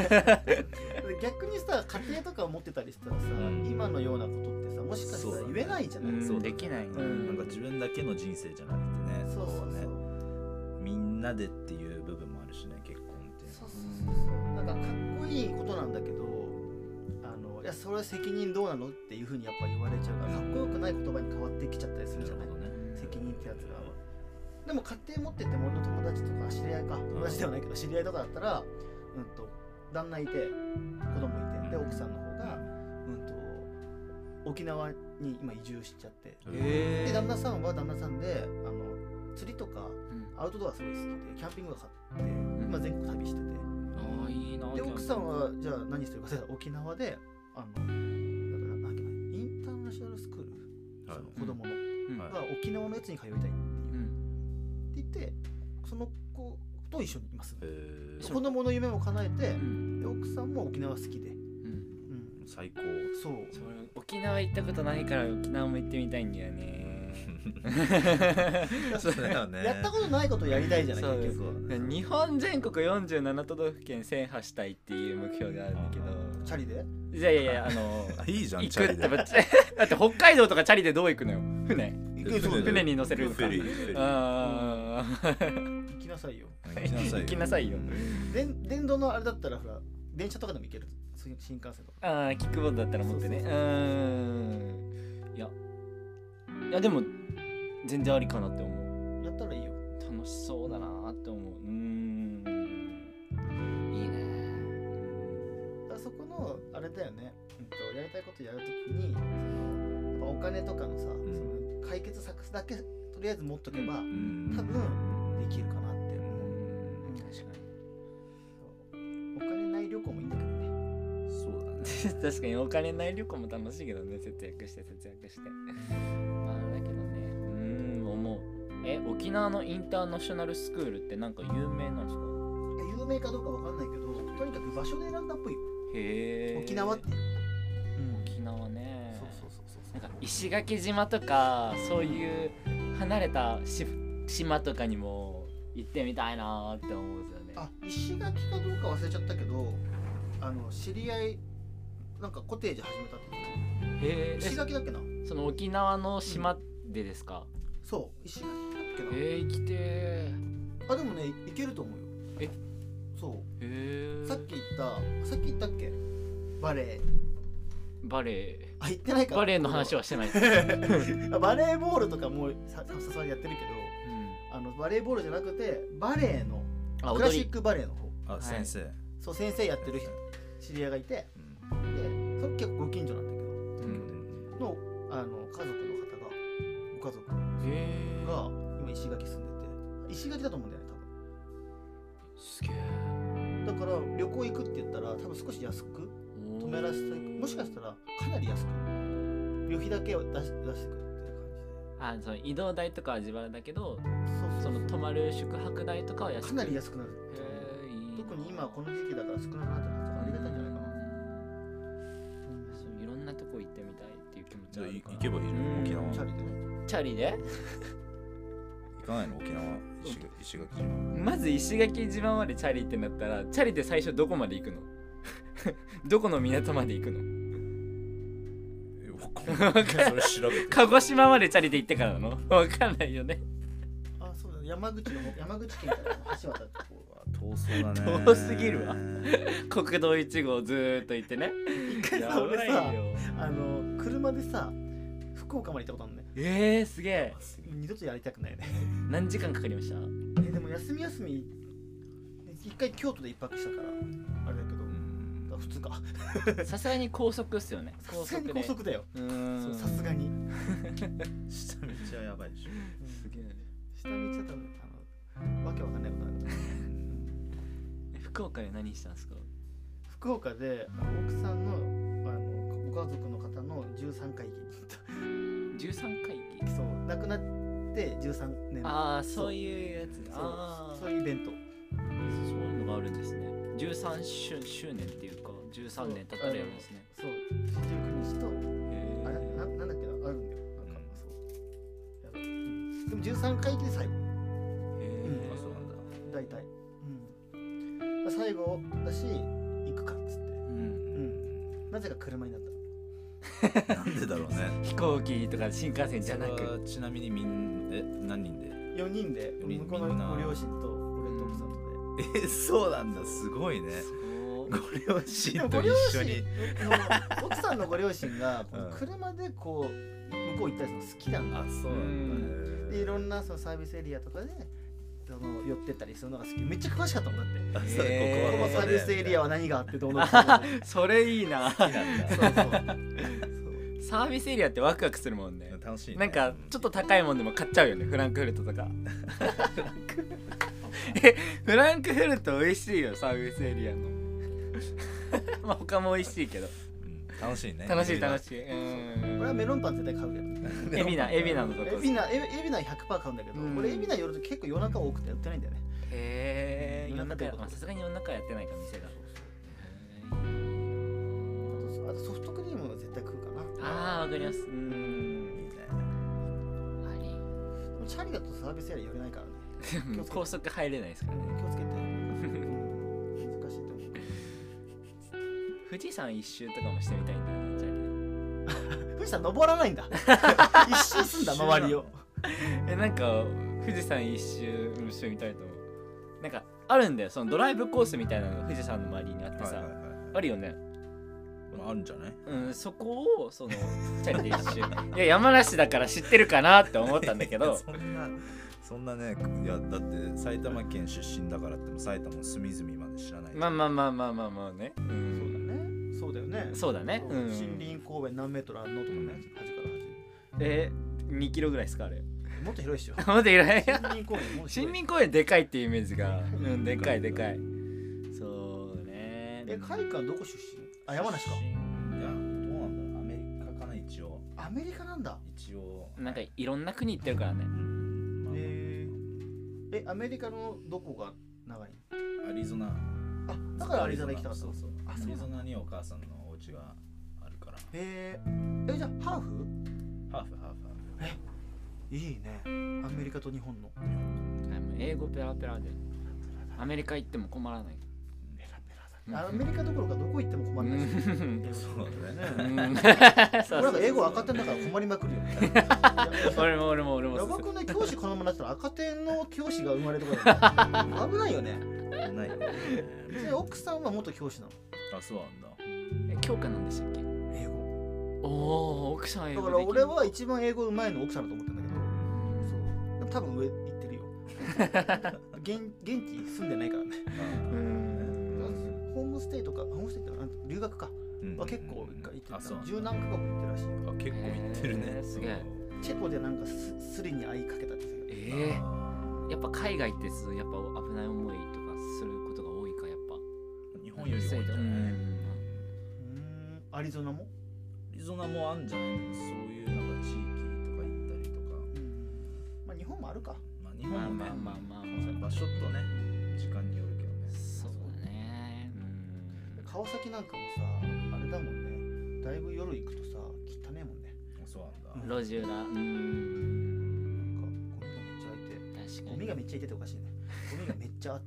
Speaker 3: 逆にさ家庭とかを持ってたりしたらさ、
Speaker 2: ん
Speaker 3: 今のようなことってさもしかしたら言えないじゃない
Speaker 1: うん
Speaker 3: そう,、
Speaker 2: そうだね
Speaker 1: できないね
Speaker 3: うん
Speaker 2: なんか自分だけの人生じゃなくてね
Speaker 3: そうそう
Speaker 2: こ
Speaker 3: そう
Speaker 2: は
Speaker 3: そう
Speaker 2: ねみんなでっていう部分もあるしね結婚っていうのは
Speaker 3: そうそうそうそうなんかかっこいいことなんだけどあのいやそれは責任どうなのっていうふうにやっぱ言われちゃうからかっこよくない言葉に変わってきちゃったりするじゃない
Speaker 2: ね
Speaker 3: 責任ってやつがでも家庭持ってって俺の友達とか知り合いか友達ではないけど知り合いとかだったらうんと旦那いて子供いてで奥さんの方がうんと沖縄に今移住しちゃって
Speaker 1: え
Speaker 3: で旦那さんは旦那さんであの釣りとかアウトドアすごい好きでキャンピングカー買って今全国旅してて
Speaker 1: ああいいな
Speaker 3: で奥さんはじゃあ何してるかって言ったら沖縄であのなんだっけなインターナショナルスクール、
Speaker 2: はい
Speaker 3: その子供の、
Speaker 1: うん
Speaker 2: はい
Speaker 3: が沖縄のやつに通いたいって
Speaker 1: う
Speaker 3: いうんって言ってその子と一緒にいます
Speaker 2: へー
Speaker 3: 子供の夢も叶えて
Speaker 1: う、ん
Speaker 3: で奥さんも沖縄好きで、
Speaker 1: うん
Speaker 3: うん、
Speaker 2: 最高
Speaker 3: そう
Speaker 1: それ沖縄行ったことないから沖縄も行ってみたいんだよね
Speaker 2: そうだよね
Speaker 3: やったことないことをやりたいじゃない
Speaker 1: そう
Speaker 3: 結局
Speaker 1: 日本全国47都道府県制覇したいっていう目標があるんだけ
Speaker 3: チャリで
Speaker 1: どいやいやいやあの
Speaker 2: あいいじゃん
Speaker 1: 行
Speaker 2: チ
Speaker 1: く
Speaker 2: ャ
Speaker 1: っ
Speaker 2: リ
Speaker 1: て
Speaker 2: で
Speaker 1: ば だって北海道とかチャリでどう行くのよ船
Speaker 3: 行くよ
Speaker 1: 船に乗せるの
Speaker 2: フ
Speaker 1: か
Speaker 2: ェリーフェリー
Speaker 1: あ
Speaker 3: 行きなさいよ
Speaker 1: あ
Speaker 2: 行きなさいよ
Speaker 1: 行きなさいよ
Speaker 3: で電動のあれだったらほら電車とかでも行ける新新幹線とか
Speaker 1: ああキックボードだったら持ってねう
Speaker 3: そうそうそう
Speaker 1: ーんいやいやでも全然ありかなって思う
Speaker 3: やったらいいよ
Speaker 1: 楽しそうだなーって思ううーんいいね
Speaker 3: だからそこのあれだよね、うんと、やりたいことやるときにそのやっぱお金とかの
Speaker 2: ん
Speaker 3: さ、その解決策だけとりあえず持っとけば、
Speaker 1: う
Speaker 2: うん
Speaker 3: 多分できるかなって思う、
Speaker 1: うん確か
Speaker 3: お金ない旅行もいいんだけどね
Speaker 2: そうだね
Speaker 1: に確かにお金ない旅行も楽しいけどね節約して節約してまあだけどもえ沖縄のインターナショナルスクールってなんか有名なんですか
Speaker 3: 有名かどうかわかんないけどとにかく場所で選んだっぽいよ
Speaker 1: へえ
Speaker 3: 沖縄って、うん
Speaker 1: 沖縄ね
Speaker 2: そうそうそうそう
Speaker 1: なんか石垣島とかそういう離れたし島とかにも行ってみたいなーって思うんですよね
Speaker 3: あ石垣かどうか忘れちゃったけどあの知り合いなんかコテージ始めたって言って
Speaker 1: へ
Speaker 3: た石
Speaker 1: え
Speaker 3: 垣だっけな
Speaker 1: その沖縄の島でですか、
Speaker 3: そう石垣だっけな
Speaker 1: えー、行きてーへ
Speaker 3: あでもねいけると思う
Speaker 1: え
Speaker 3: よそ
Speaker 1: え
Speaker 3: うさっき言ったさっき言ったっけバレエ
Speaker 1: バレ
Speaker 3: あ言ってない
Speaker 1: ー
Speaker 3: か
Speaker 1: バレーの話はしてないです、うん、
Speaker 3: バレーボールとかもさささすがにやってるけどあのバレーボールじゃなくてバレエの
Speaker 1: あ
Speaker 3: クラ
Speaker 1: 踊
Speaker 3: シ
Speaker 1: り
Speaker 3: ックバレエの方
Speaker 2: あ、
Speaker 1: はい
Speaker 2: 先生、
Speaker 3: そう先生やってる人知り合いがいて
Speaker 2: うん
Speaker 3: でそれ結構ご近所なんだけ
Speaker 1: う
Speaker 3: ど
Speaker 1: ん
Speaker 3: のあの家族の方がご家族
Speaker 1: へー
Speaker 3: が今石垣住んでて石垣だと思うんだよね
Speaker 1: すげえ
Speaker 3: 多分だから旅行行くって言ったら多分少し安く止めらせてもしかしたらかなり安く旅費だけを出し出してくるっていう
Speaker 1: あその移動代とかは自腹だけど
Speaker 3: 感じでそ
Speaker 1: そう
Speaker 3: そ
Speaker 1: の
Speaker 3: う
Speaker 1: 泊まる宿泊代とかは安
Speaker 3: そう
Speaker 1: く
Speaker 3: かなり安くなる
Speaker 1: へーいいな
Speaker 3: 特に今この時期だから少なくなってるからありがたいんじゃないか
Speaker 1: う
Speaker 3: な
Speaker 1: んそういろんなとこ行ってみたいっていう気持ち
Speaker 2: じゃ
Speaker 1: は
Speaker 2: あ
Speaker 1: ある
Speaker 2: い
Speaker 1: か
Speaker 2: 行
Speaker 1: ら
Speaker 2: けばいいじゃん沖
Speaker 1: う
Speaker 2: 縄
Speaker 1: ん
Speaker 3: チャ
Speaker 2: 行
Speaker 3: リでね
Speaker 1: チャリで
Speaker 2: かないの沖縄石垣石垣島
Speaker 1: まず石垣島までチャリってなったらチャリで最初どこまで行くの どこの港まで行くの
Speaker 2: えわかんないそれ調べて
Speaker 1: 鹿児島までチャリで行ってからなの わかんないよね
Speaker 3: あそうだ山口の方山口県から橋渡ってこ
Speaker 2: うわ遠そうだね
Speaker 1: 遠すぎるわ国道1号ずーっと行ってね
Speaker 3: う一回
Speaker 1: や
Speaker 3: さ
Speaker 1: ば
Speaker 3: 俺
Speaker 1: い
Speaker 3: さ
Speaker 1: よ
Speaker 3: あの車でさ福岡まで行ったことあるのね
Speaker 1: えー、すげえ
Speaker 3: 二度とやりたくないね
Speaker 1: 何時間かかりました
Speaker 3: えでも休み休み一回京都で一泊したからあれだけど
Speaker 2: うん
Speaker 3: あ普通か
Speaker 1: さすがに高速っすよね
Speaker 3: さすがに
Speaker 1: で
Speaker 3: 高速だよ
Speaker 1: うーん
Speaker 3: そうさすがに
Speaker 2: 下道はやばいでしょ
Speaker 1: すげえ
Speaker 3: 下道だったらあのわけわかんないことある
Speaker 1: え福岡で何したんですか
Speaker 3: 福岡であの奥さんのあのご家族の方の13回忌に行っ
Speaker 1: 13回忌
Speaker 3: たそう亡くなって13年
Speaker 1: ああそういうやつあ
Speaker 3: そ
Speaker 1: あ
Speaker 3: うそういうイベント
Speaker 1: そういうのがあるんですね13周周年っていうか13年経ったらやるんですね
Speaker 3: そう19日と
Speaker 1: へ
Speaker 3: あれな
Speaker 1: え
Speaker 3: なんだっけなあるんだよなんかそうやばいでも13回忌で最後
Speaker 2: うんあそうなんだ
Speaker 3: 大体うん最後だし行くかっつって
Speaker 1: うん
Speaker 3: んなぜか車になった
Speaker 2: なんでだろうね
Speaker 1: 飛行機とか新幹線じゃな
Speaker 2: それ
Speaker 1: く
Speaker 2: はちなみにみんえ何人で
Speaker 3: 4人で
Speaker 2: 四人
Speaker 3: 向こう
Speaker 2: みんな
Speaker 3: のご両親と俺と奥さんとで
Speaker 2: えそうなんだすごいね
Speaker 1: そう
Speaker 2: ご両
Speaker 3: で
Speaker 2: 親
Speaker 3: もご
Speaker 2: と
Speaker 3: 両
Speaker 2: 一緒
Speaker 3: 親
Speaker 2: に
Speaker 3: の 奥さんのご両親がこの
Speaker 2: うん
Speaker 3: 車でこう向こう行ったりするの好きなんだ
Speaker 2: あそう
Speaker 1: う
Speaker 2: なんだ
Speaker 3: でいろんなそのサービスエリアとかでその寄ってったりするのが好きめっちゃ詳しかったもんだって、
Speaker 2: あそう
Speaker 1: へー
Speaker 3: こ
Speaker 2: ここ
Speaker 3: の
Speaker 2: は
Speaker 3: サービスエリア
Speaker 2: は
Speaker 3: は何があってどうのこうの って
Speaker 1: それいいな
Speaker 2: 好きなんだ
Speaker 3: そうそう
Speaker 1: サービスエリアってワクワクするもんね
Speaker 2: 楽しいね
Speaker 1: なんかちょっと高いもんでも買っちゃうよねフランクフルトとか えフランクフルト美味しいよサービスエリアの まあ他も美味しいけど
Speaker 2: うん楽しいね
Speaker 1: 楽しい楽
Speaker 2: い
Speaker 1: しい
Speaker 3: 俺
Speaker 1: う
Speaker 3: は
Speaker 1: ん
Speaker 3: メロンパン絶対買うけど
Speaker 1: エビナエビナのとこ
Speaker 3: エビナエビエビナ100%買うんだけど、
Speaker 1: うん
Speaker 3: 俺エビナ寄ると結構夜中多くて売ってないんだよね
Speaker 1: へえ
Speaker 3: 夜
Speaker 1: 夜
Speaker 3: 中
Speaker 1: 中
Speaker 3: や
Speaker 1: まあさすがに夜中やってないか店が
Speaker 3: あとあとソフトクリームは絶対食うかな
Speaker 1: ああわかりますうんあり
Speaker 3: でもチャリだとサービスエリア寄れないからね
Speaker 1: もう高速入れないですからね
Speaker 3: 気をつけてうん難しいと思う
Speaker 1: 富士山一周とかもしてみたいんだよねチャ
Speaker 3: 富士山登らないんだ一周すんだ周りを
Speaker 1: リでえなんか富士山一周もしてみたいと思うなんかあるんだよそのドライブコースみたいなのが富士山の周りにあって
Speaker 2: はいは
Speaker 1: さ
Speaker 2: いは
Speaker 1: あるよね
Speaker 2: いあるんじゃない
Speaker 1: うんそこを そのチャリで一周いや山梨だから知ってるかなって思ったんだけ
Speaker 2: いや
Speaker 1: ど
Speaker 2: そんなそんなねいやだって埼玉県出身だからっても埼玉の隅々まで知らない
Speaker 1: まあまあまあまあまあまあね、う、
Speaker 3: そうんだねそうだよね
Speaker 1: そうだね、うん、
Speaker 3: 森林公園何メートルあんのとかね端から
Speaker 1: えー、2キロぐらいですかあれ
Speaker 3: 端もっと広いっしょ
Speaker 1: 待っていらない
Speaker 3: 森林公園もっと広い
Speaker 1: 森林公園でかいっていうイメージがうんでかいでかいそうね
Speaker 3: え海館どこ出身あ山梨か
Speaker 2: 出身いやどうなんだろうアメリカかな一応
Speaker 3: アメリカなんだ
Speaker 2: 一応
Speaker 1: なんかいろんな国行ってるからね
Speaker 2: うん
Speaker 3: ええアメリカのどこが長い
Speaker 2: アリゾナ
Speaker 3: あだからアリゾナ行きたかった
Speaker 2: そうそう
Speaker 3: あ
Speaker 2: ア
Speaker 3: そう
Speaker 2: リ
Speaker 3: な
Speaker 2: ゾ
Speaker 3: んだ
Speaker 2: ナにお母さんのお家があるから
Speaker 3: へええじゃあハ
Speaker 2: ハー
Speaker 3: ーフ
Speaker 2: フハーフハーフ
Speaker 3: いいねアメリカと日本の
Speaker 1: 英語ペラペラでアメリカ行っても困らない
Speaker 3: ペラペラだアメリカどころかどこ行っても困ら ないし
Speaker 1: うん
Speaker 2: そうだね
Speaker 1: う
Speaker 3: ね
Speaker 1: んそうそう
Speaker 3: 俺な
Speaker 1: んそ
Speaker 3: か
Speaker 1: う
Speaker 3: 英語赤点だから困りま くるよ
Speaker 1: 俺も俺も俺も
Speaker 3: やばくない教師このままなったら赤点の教師が生まれるとか だよ危ないよね
Speaker 2: ないね
Speaker 3: で奥さんは元教師なの
Speaker 2: あそうなんだ
Speaker 1: え教科なんでしたっけ
Speaker 3: 英語
Speaker 1: おお奥さん英
Speaker 3: だ
Speaker 1: 語で
Speaker 3: から
Speaker 1: きる
Speaker 3: 俺は一番英語うまいの奥さんだと思ったんだけどそうでも多分上行ってるよ現現地住んでないからね
Speaker 1: うん
Speaker 3: ホームステイとかホームステイってかなんて留学か
Speaker 2: うん
Speaker 3: は結構行ってた
Speaker 2: あそうなんだ
Speaker 3: 十何カ国行ってるらしいよ
Speaker 2: あ結構行ってる
Speaker 1: へ
Speaker 2: ね
Speaker 1: ーすげえ
Speaker 3: チェコでなんかススリに会いかけたって言って
Speaker 1: ええ
Speaker 2: え
Speaker 1: やっぱ海外ってそうやっぱ危ない思いとかすることが多いかやっぱ
Speaker 2: 日本より多いんじゃ
Speaker 1: うん
Speaker 2: ない
Speaker 3: たようーんアリゾナも
Speaker 2: アリゾナもあんじゃないそういうなんか地域とか行ったりとか
Speaker 3: まあ日本もあるか
Speaker 2: まあ日本もね
Speaker 1: まあまあまあまあ
Speaker 2: 場所とね時間によるけどね
Speaker 1: そうだねうん
Speaker 3: 川崎なんかもさあれだもんねだいぶ夜行くとさ汚ねえもんね
Speaker 2: そうなんだ
Speaker 1: 路地裏うん
Speaker 3: なんかゴミがめっちゃ空いて
Speaker 1: 確か
Speaker 3: ゴ
Speaker 1: に
Speaker 3: ミがめっちゃいてておかしいねゴミがめっちゃあっ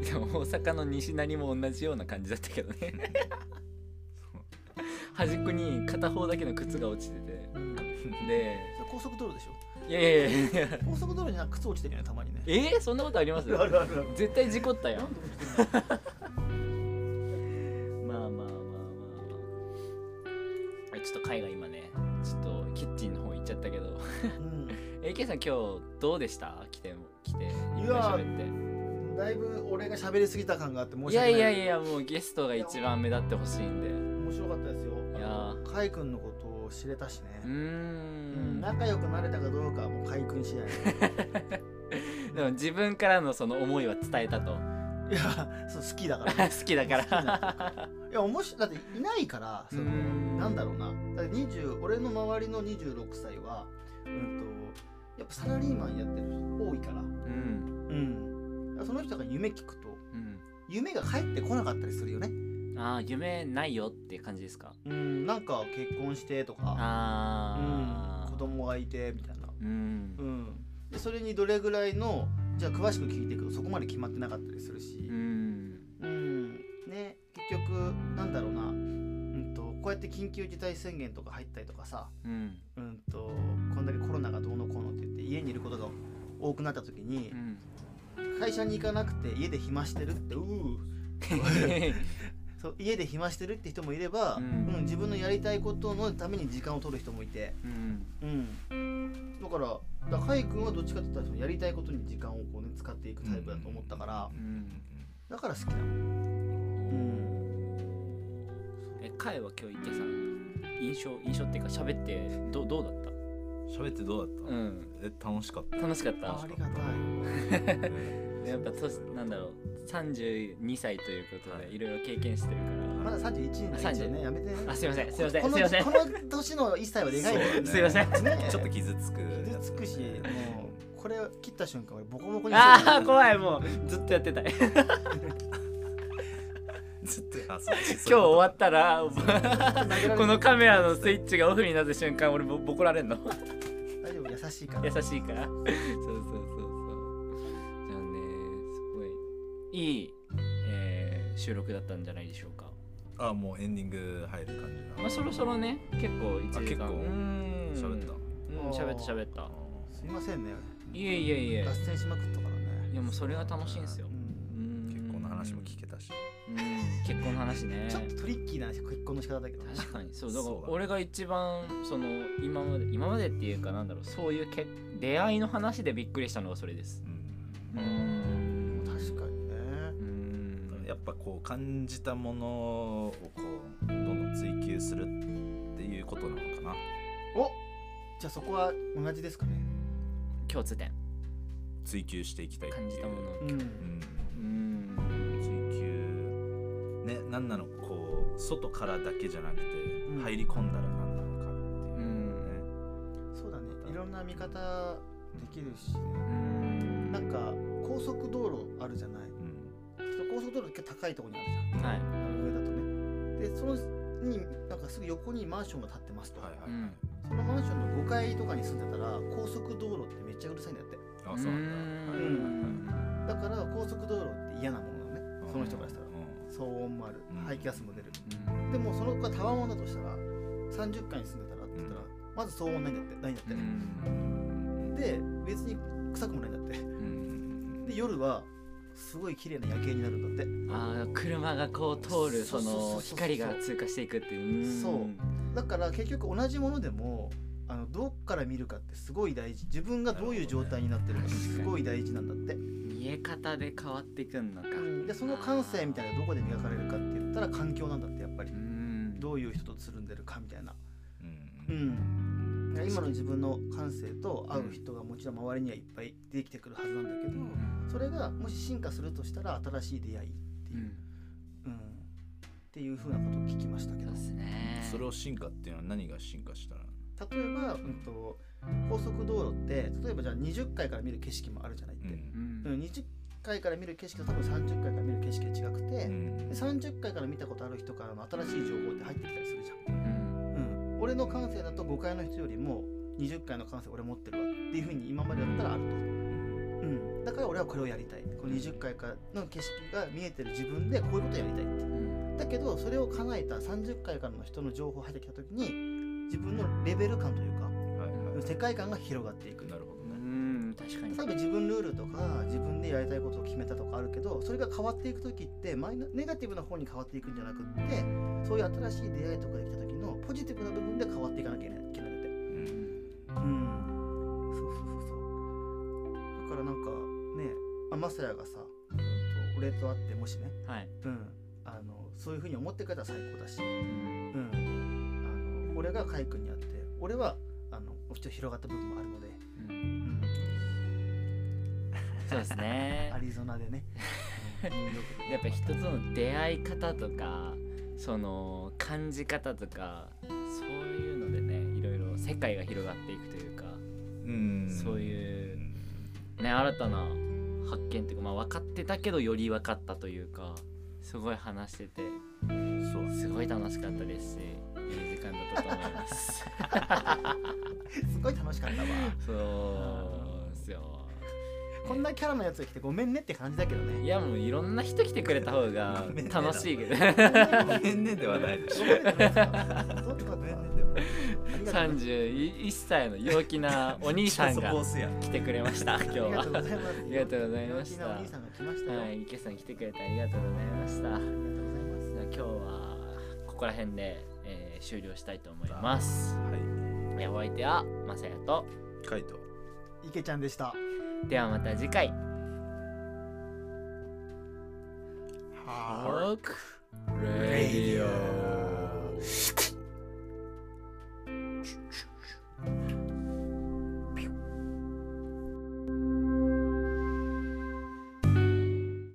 Speaker 3: て
Speaker 1: でも大阪の西成も同じような感じだったけどね端っこに片方だけの靴が落ちててで
Speaker 3: それ高速道路でしょ
Speaker 1: いやいやいやいや
Speaker 3: 高速道路になんか靴落ちてるよねたまにね
Speaker 1: えー、そんなことあります
Speaker 3: あるあるあるある
Speaker 1: 絶対事故ったや ん
Speaker 3: なんで落ちてんだ
Speaker 1: まあまあまあまあまあえちょっと海外今ねちょっとキッチンの方行っちゃったけど AK さん今日どうでした来ても来ていっ
Speaker 3: い
Speaker 1: ぱい
Speaker 3: やー
Speaker 1: 喋って
Speaker 3: うんだいぶ俺が喋りすぎた感があって申
Speaker 1: い
Speaker 3: し
Speaker 1: や
Speaker 3: 訳ない
Speaker 1: いやいやもうゲストが一番目立ってほしいんでう
Speaker 3: 面白かったですよ
Speaker 1: いやー
Speaker 3: あのカイ君のことを知れたしね、
Speaker 1: ー
Speaker 3: うん
Speaker 1: ん
Speaker 3: 仲良くなれたかどうかはもうカイ君次第
Speaker 1: でも自分からのその思いは伝えた と
Speaker 3: いやそう好きだから
Speaker 1: 好きだか
Speaker 3: 好きな
Speaker 1: ら
Speaker 3: いや面白いだっていないからその
Speaker 1: うん
Speaker 3: なんだろうなだって20俺の周りの26歳はうんとやっぱサラリーマンやってる人多いか
Speaker 1: う
Speaker 3: ら
Speaker 1: ん
Speaker 3: うんその人が夢聞くと
Speaker 1: う
Speaker 3: 夢が返ってこなかったりするよね
Speaker 1: んああ夢ないよっていう感じですか
Speaker 3: うんなんか結婚してとかうん
Speaker 1: ああ
Speaker 3: 子供がいてみたいな
Speaker 1: うん
Speaker 3: うんでそれにどれぐらいのじゃあ詳しく聞いていくとそこまで決まってなかったりするし
Speaker 1: うん
Speaker 3: うんね結局なんだろうな、うん、とこうやって緊急事態宣言とか入ったりとかさ、
Speaker 1: うん
Speaker 3: うん、とこんだけコロナがどうのこうのって言って家にいることが多くなった時に
Speaker 1: う、ん
Speaker 3: 会社に行かなくて家で暇してるってううそう家で暇してるって人もいれば、
Speaker 1: う
Speaker 3: うんん自分のやりたいことのために時間を取る人もいて、
Speaker 1: うん
Speaker 3: うん、だからだから海君はどっちかって言ったらそのやりたいことに時間をこう、ね、使っていくタイプだと思ったから、
Speaker 1: うん
Speaker 3: だから好きなの。
Speaker 1: え彼は今日池さん印象印象っていうか喋ってどうどうだっ
Speaker 2: 喋ってどうだったた
Speaker 1: うん
Speaker 2: え楽し かった
Speaker 1: 楽しかっ
Speaker 3: あ
Speaker 1: た
Speaker 3: りがたい
Speaker 1: やっぱ年なんだろう32歳ということでいろいろ経験してるか
Speaker 3: まだ三十一
Speaker 1: あ
Speaker 3: なん
Speaker 1: 30
Speaker 3: でね、やめてね。
Speaker 1: らあすいませんすいませ
Speaker 3: こ
Speaker 1: ん
Speaker 3: の
Speaker 1: すいません
Speaker 3: この年の一歳はでかいね。
Speaker 2: そう
Speaker 1: すいません
Speaker 3: ね
Speaker 2: ちょっと傷つく
Speaker 3: 傷つくし、もうこれを切った瞬間俺ボコボコにされ
Speaker 1: ああ
Speaker 3: る。
Speaker 1: 怖いもうずっとやってたい今
Speaker 2: ずっ と あそう
Speaker 1: 日終わったら
Speaker 3: 投げられる
Speaker 1: このカメラのスイッチがオフになった瞬間俺ボボコられんの
Speaker 3: 大丈夫優しいから。
Speaker 1: 優しいからそうそうそうそうじゃあねすごいいい、えー収録だったんじゃないでしょうか
Speaker 2: あもうエンディング入る感じ
Speaker 1: まあそろそろね結構一時間
Speaker 2: あ結構
Speaker 1: うん
Speaker 2: 喋った
Speaker 1: うん喋った喋った
Speaker 3: すいませんね。
Speaker 1: いえいえいえ
Speaker 3: 脱線しまくったから
Speaker 1: い
Speaker 3: ね。
Speaker 1: やもうそれが楽しいんですよ
Speaker 3: うん
Speaker 2: 結
Speaker 1: 結
Speaker 2: 構の話も聞けたし
Speaker 1: うん結婚の話 ね
Speaker 3: ちょっとトリッキーな結婚の仕方だけどね。
Speaker 1: 確かにそうだから
Speaker 2: そうだ
Speaker 1: 俺が一番その今まで今までっていうかなんだろうそういうけ出会いの話でびっくりしたのがそれです
Speaker 2: う
Speaker 1: う
Speaker 2: ん
Speaker 1: ん
Speaker 3: 確かにね。
Speaker 1: うん
Speaker 2: やっぱこう感じたものをこうどんどん追求するっていうことなのかな
Speaker 3: お、じゃあそこは同じですかね。
Speaker 1: 共通点
Speaker 2: 追求していきたいっていう
Speaker 1: 感じたもの
Speaker 3: う。
Speaker 2: うんん
Speaker 1: うん
Speaker 2: 追求ねなんなのこう外からだけじゃなくて
Speaker 3: うん
Speaker 2: 入り込んだら何なのかってい
Speaker 1: う
Speaker 2: う
Speaker 1: ん
Speaker 2: ね
Speaker 3: そうだね。いろんな見方できるしね、
Speaker 1: うん
Speaker 3: なんか高速道路あるじゃない
Speaker 2: うん
Speaker 3: 高速道路って結構高いところにあるじゃん
Speaker 1: はい
Speaker 3: あの上だとねでそのになんかすぐ横にマンションが建ってますと、
Speaker 2: はいはいはい、
Speaker 1: うん
Speaker 3: そのマンションの5階とかに住んでたら高速道路ってめっちゃうるさいんだって
Speaker 2: あそうなんだ
Speaker 1: うん
Speaker 2: はい
Speaker 3: だから高速道路って嫌なものなのねその人からしたら
Speaker 2: う
Speaker 3: 騒音もある
Speaker 2: うん
Speaker 3: 排気ガスも出る、でもその子がタワマンだとしたら30階に住んでたらって言ったら、まず騒音ないんだってないんだって、
Speaker 2: ん
Speaker 3: で別に臭くもないんだっ
Speaker 2: う
Speaker 3: て
Speaker 2: ん
Speaker 3: で夜はすごい綺麗な夜景になるんだって
Speaker 1: あー車がこう通るそ
Speaker 3: そ
Speaker 1: う
Speaker 3: そうそうそう
Speaker 1: の光が通過していくっていううん
Speaker 3: そうだから結局同じものでもあのどっから見るかってすごい大事自分がどういう状態になってるかってすごい大事なんだって、
Speaker 1: 見え方で変わってくんのか
Speaker 3: うんでその感性みたいなのがどこで磨かれるかって言ったら環境なんだってやっぱり
Speaker 1: うん
Speaker 3: どういう人とつるんでるかみたいな
Speaker 2: うん
Speaker 3: う
Speaker 2: うん
Speaker 3: ん今の自分の感性と合う人がもちろん周りにはいっぱい出てきてくるはずなんだけど、それがもし進化するとしたら新しい出会いって
Speaker 1: う
Speaker 3: い
Speaker 1: ん
Speaker 3: う、うんっていうふうなことを聞きましたけ
Speaker 1: そ
Speaker 3: ど
Speaker 1: うっすね
Speaker 2: それを進化っていうのは何が進化したら
Speaker 3: 例えば、うん、と高速道路って例えばじゃあ20階から見る景色もあるじゃないっ
Speaker 1: う
Speaker 3: て、うん
Speaker 1: ん
Speaker 3: 20階から見る景色と多分30階から見る景色が違くて、
Speaker 2: う
Speaker 3: で
Speaker 2: ん
Speaker 3: 30階から見たことある人からの新しい情報って入ってきたりするじゃん、
Speaker 1: うん
Speaker 3: うん、俺の感性だと5階の人よりも20階の感性俺持ってるわっていうふうに今までだったらあると、うん、だから俺はこれをやりたいこの20階からの景色が見えてる自分でこういうことやりたいってだけどそれを叶えた30階からの人の情報入ってきた時に自分のレベル感というか
Speaker 2: はいはい
Speaker 3: 世界観が広がっていく
Speaker 2: なるほど
Speaker 1: う
Speaker 2: ね
Speaker 1: ん確かに
Speaker 3: 例えば自分ルールとか自分でやりたいことを決めたとかあるけどそれが変わっていく時ってマイナネガティブな方に変わっていくんじゃなくってそういう新しい出会いとかできた時のポジティブな部分で変わっていかなきゃいけないいけないのでうんそうそうそうそうだからなんかねあマサヤがさうんと俺と会ってもしね、
Speaker 1: はい
Speaker 3: うん、あのそういうふうに思ってくれたら最高だし、
Speaker 1: うん
Speaker 3: うん、あの俺がカイ君に会って俺はあのもちろん広がった部分もあるので、
Speaker 1: うん
Speaker 3: うん、
Speaker 1: そうですね
Speaker 3: アリゾナで ね
Speaker 1: やっぱ人との出会い方とかその感じ方とかそういうのでねいろいろ世界が広がっていくというか
Speaker 2: うん
Speaker 1: そう
Speaker 2: う
Speaker 1: いうんね新たな発見というか、まあ、分かってたけどより分かったというかすごい話してて
Speaker 2: そう
Speaker 1: すごい楽しかったですしいい時間だったと思います
Speaker 3: すごい楽しかったわ
Speaker 1: そうですよ
Speaker 3: こんなキャラのやつが来てごめんねって感じだけど
Speaker 1: い
Speaker 3: ね
Speaker 1: やもういろんな人来てくれた方が
Speaker 2: ごめんね
Speaker 1: 楽しい けど
Speaker 2: ごめんねではないでし
Speaker 3: ご
Speaker 2: ょ
Speaker 3: めんねってそうってこ
Speaker 2: ご
Speaker 3: と
Speaker 2: め
Speaker 3: だ
Speaker 2: んねでも
Speaker 3: ありがとうございます
Speaker 1: 31歳の陽気なお兄さんが
Speaker 2: そこ押すやん
Speaker 1: 来てくれました今日
Speaker 3: ありが
Speaker 1: は
Speaker 3: とうございま
Speaker 1: あ
Speaker 3: す
Speaker 1: りがとうございまし
Speaker 3: 陽気
Speaker 1: た
Speaker 3: なお兄さんが来ましたよ、
Speaker 1: はい池さん来てくれてありがとうございました
Speaker 3: ありがとうございます
Speaker 1: じゃあ今日はここら辺で、えー終了したいと思います
Speaker 2: は
Speaker 1: えーお相手はまさやと
Speaker 2: いカイト
Speaker 3: 池ちゃんでした
Speaker 1: ではまた次回
Speaker 2: は
Speaker 1: ークレディ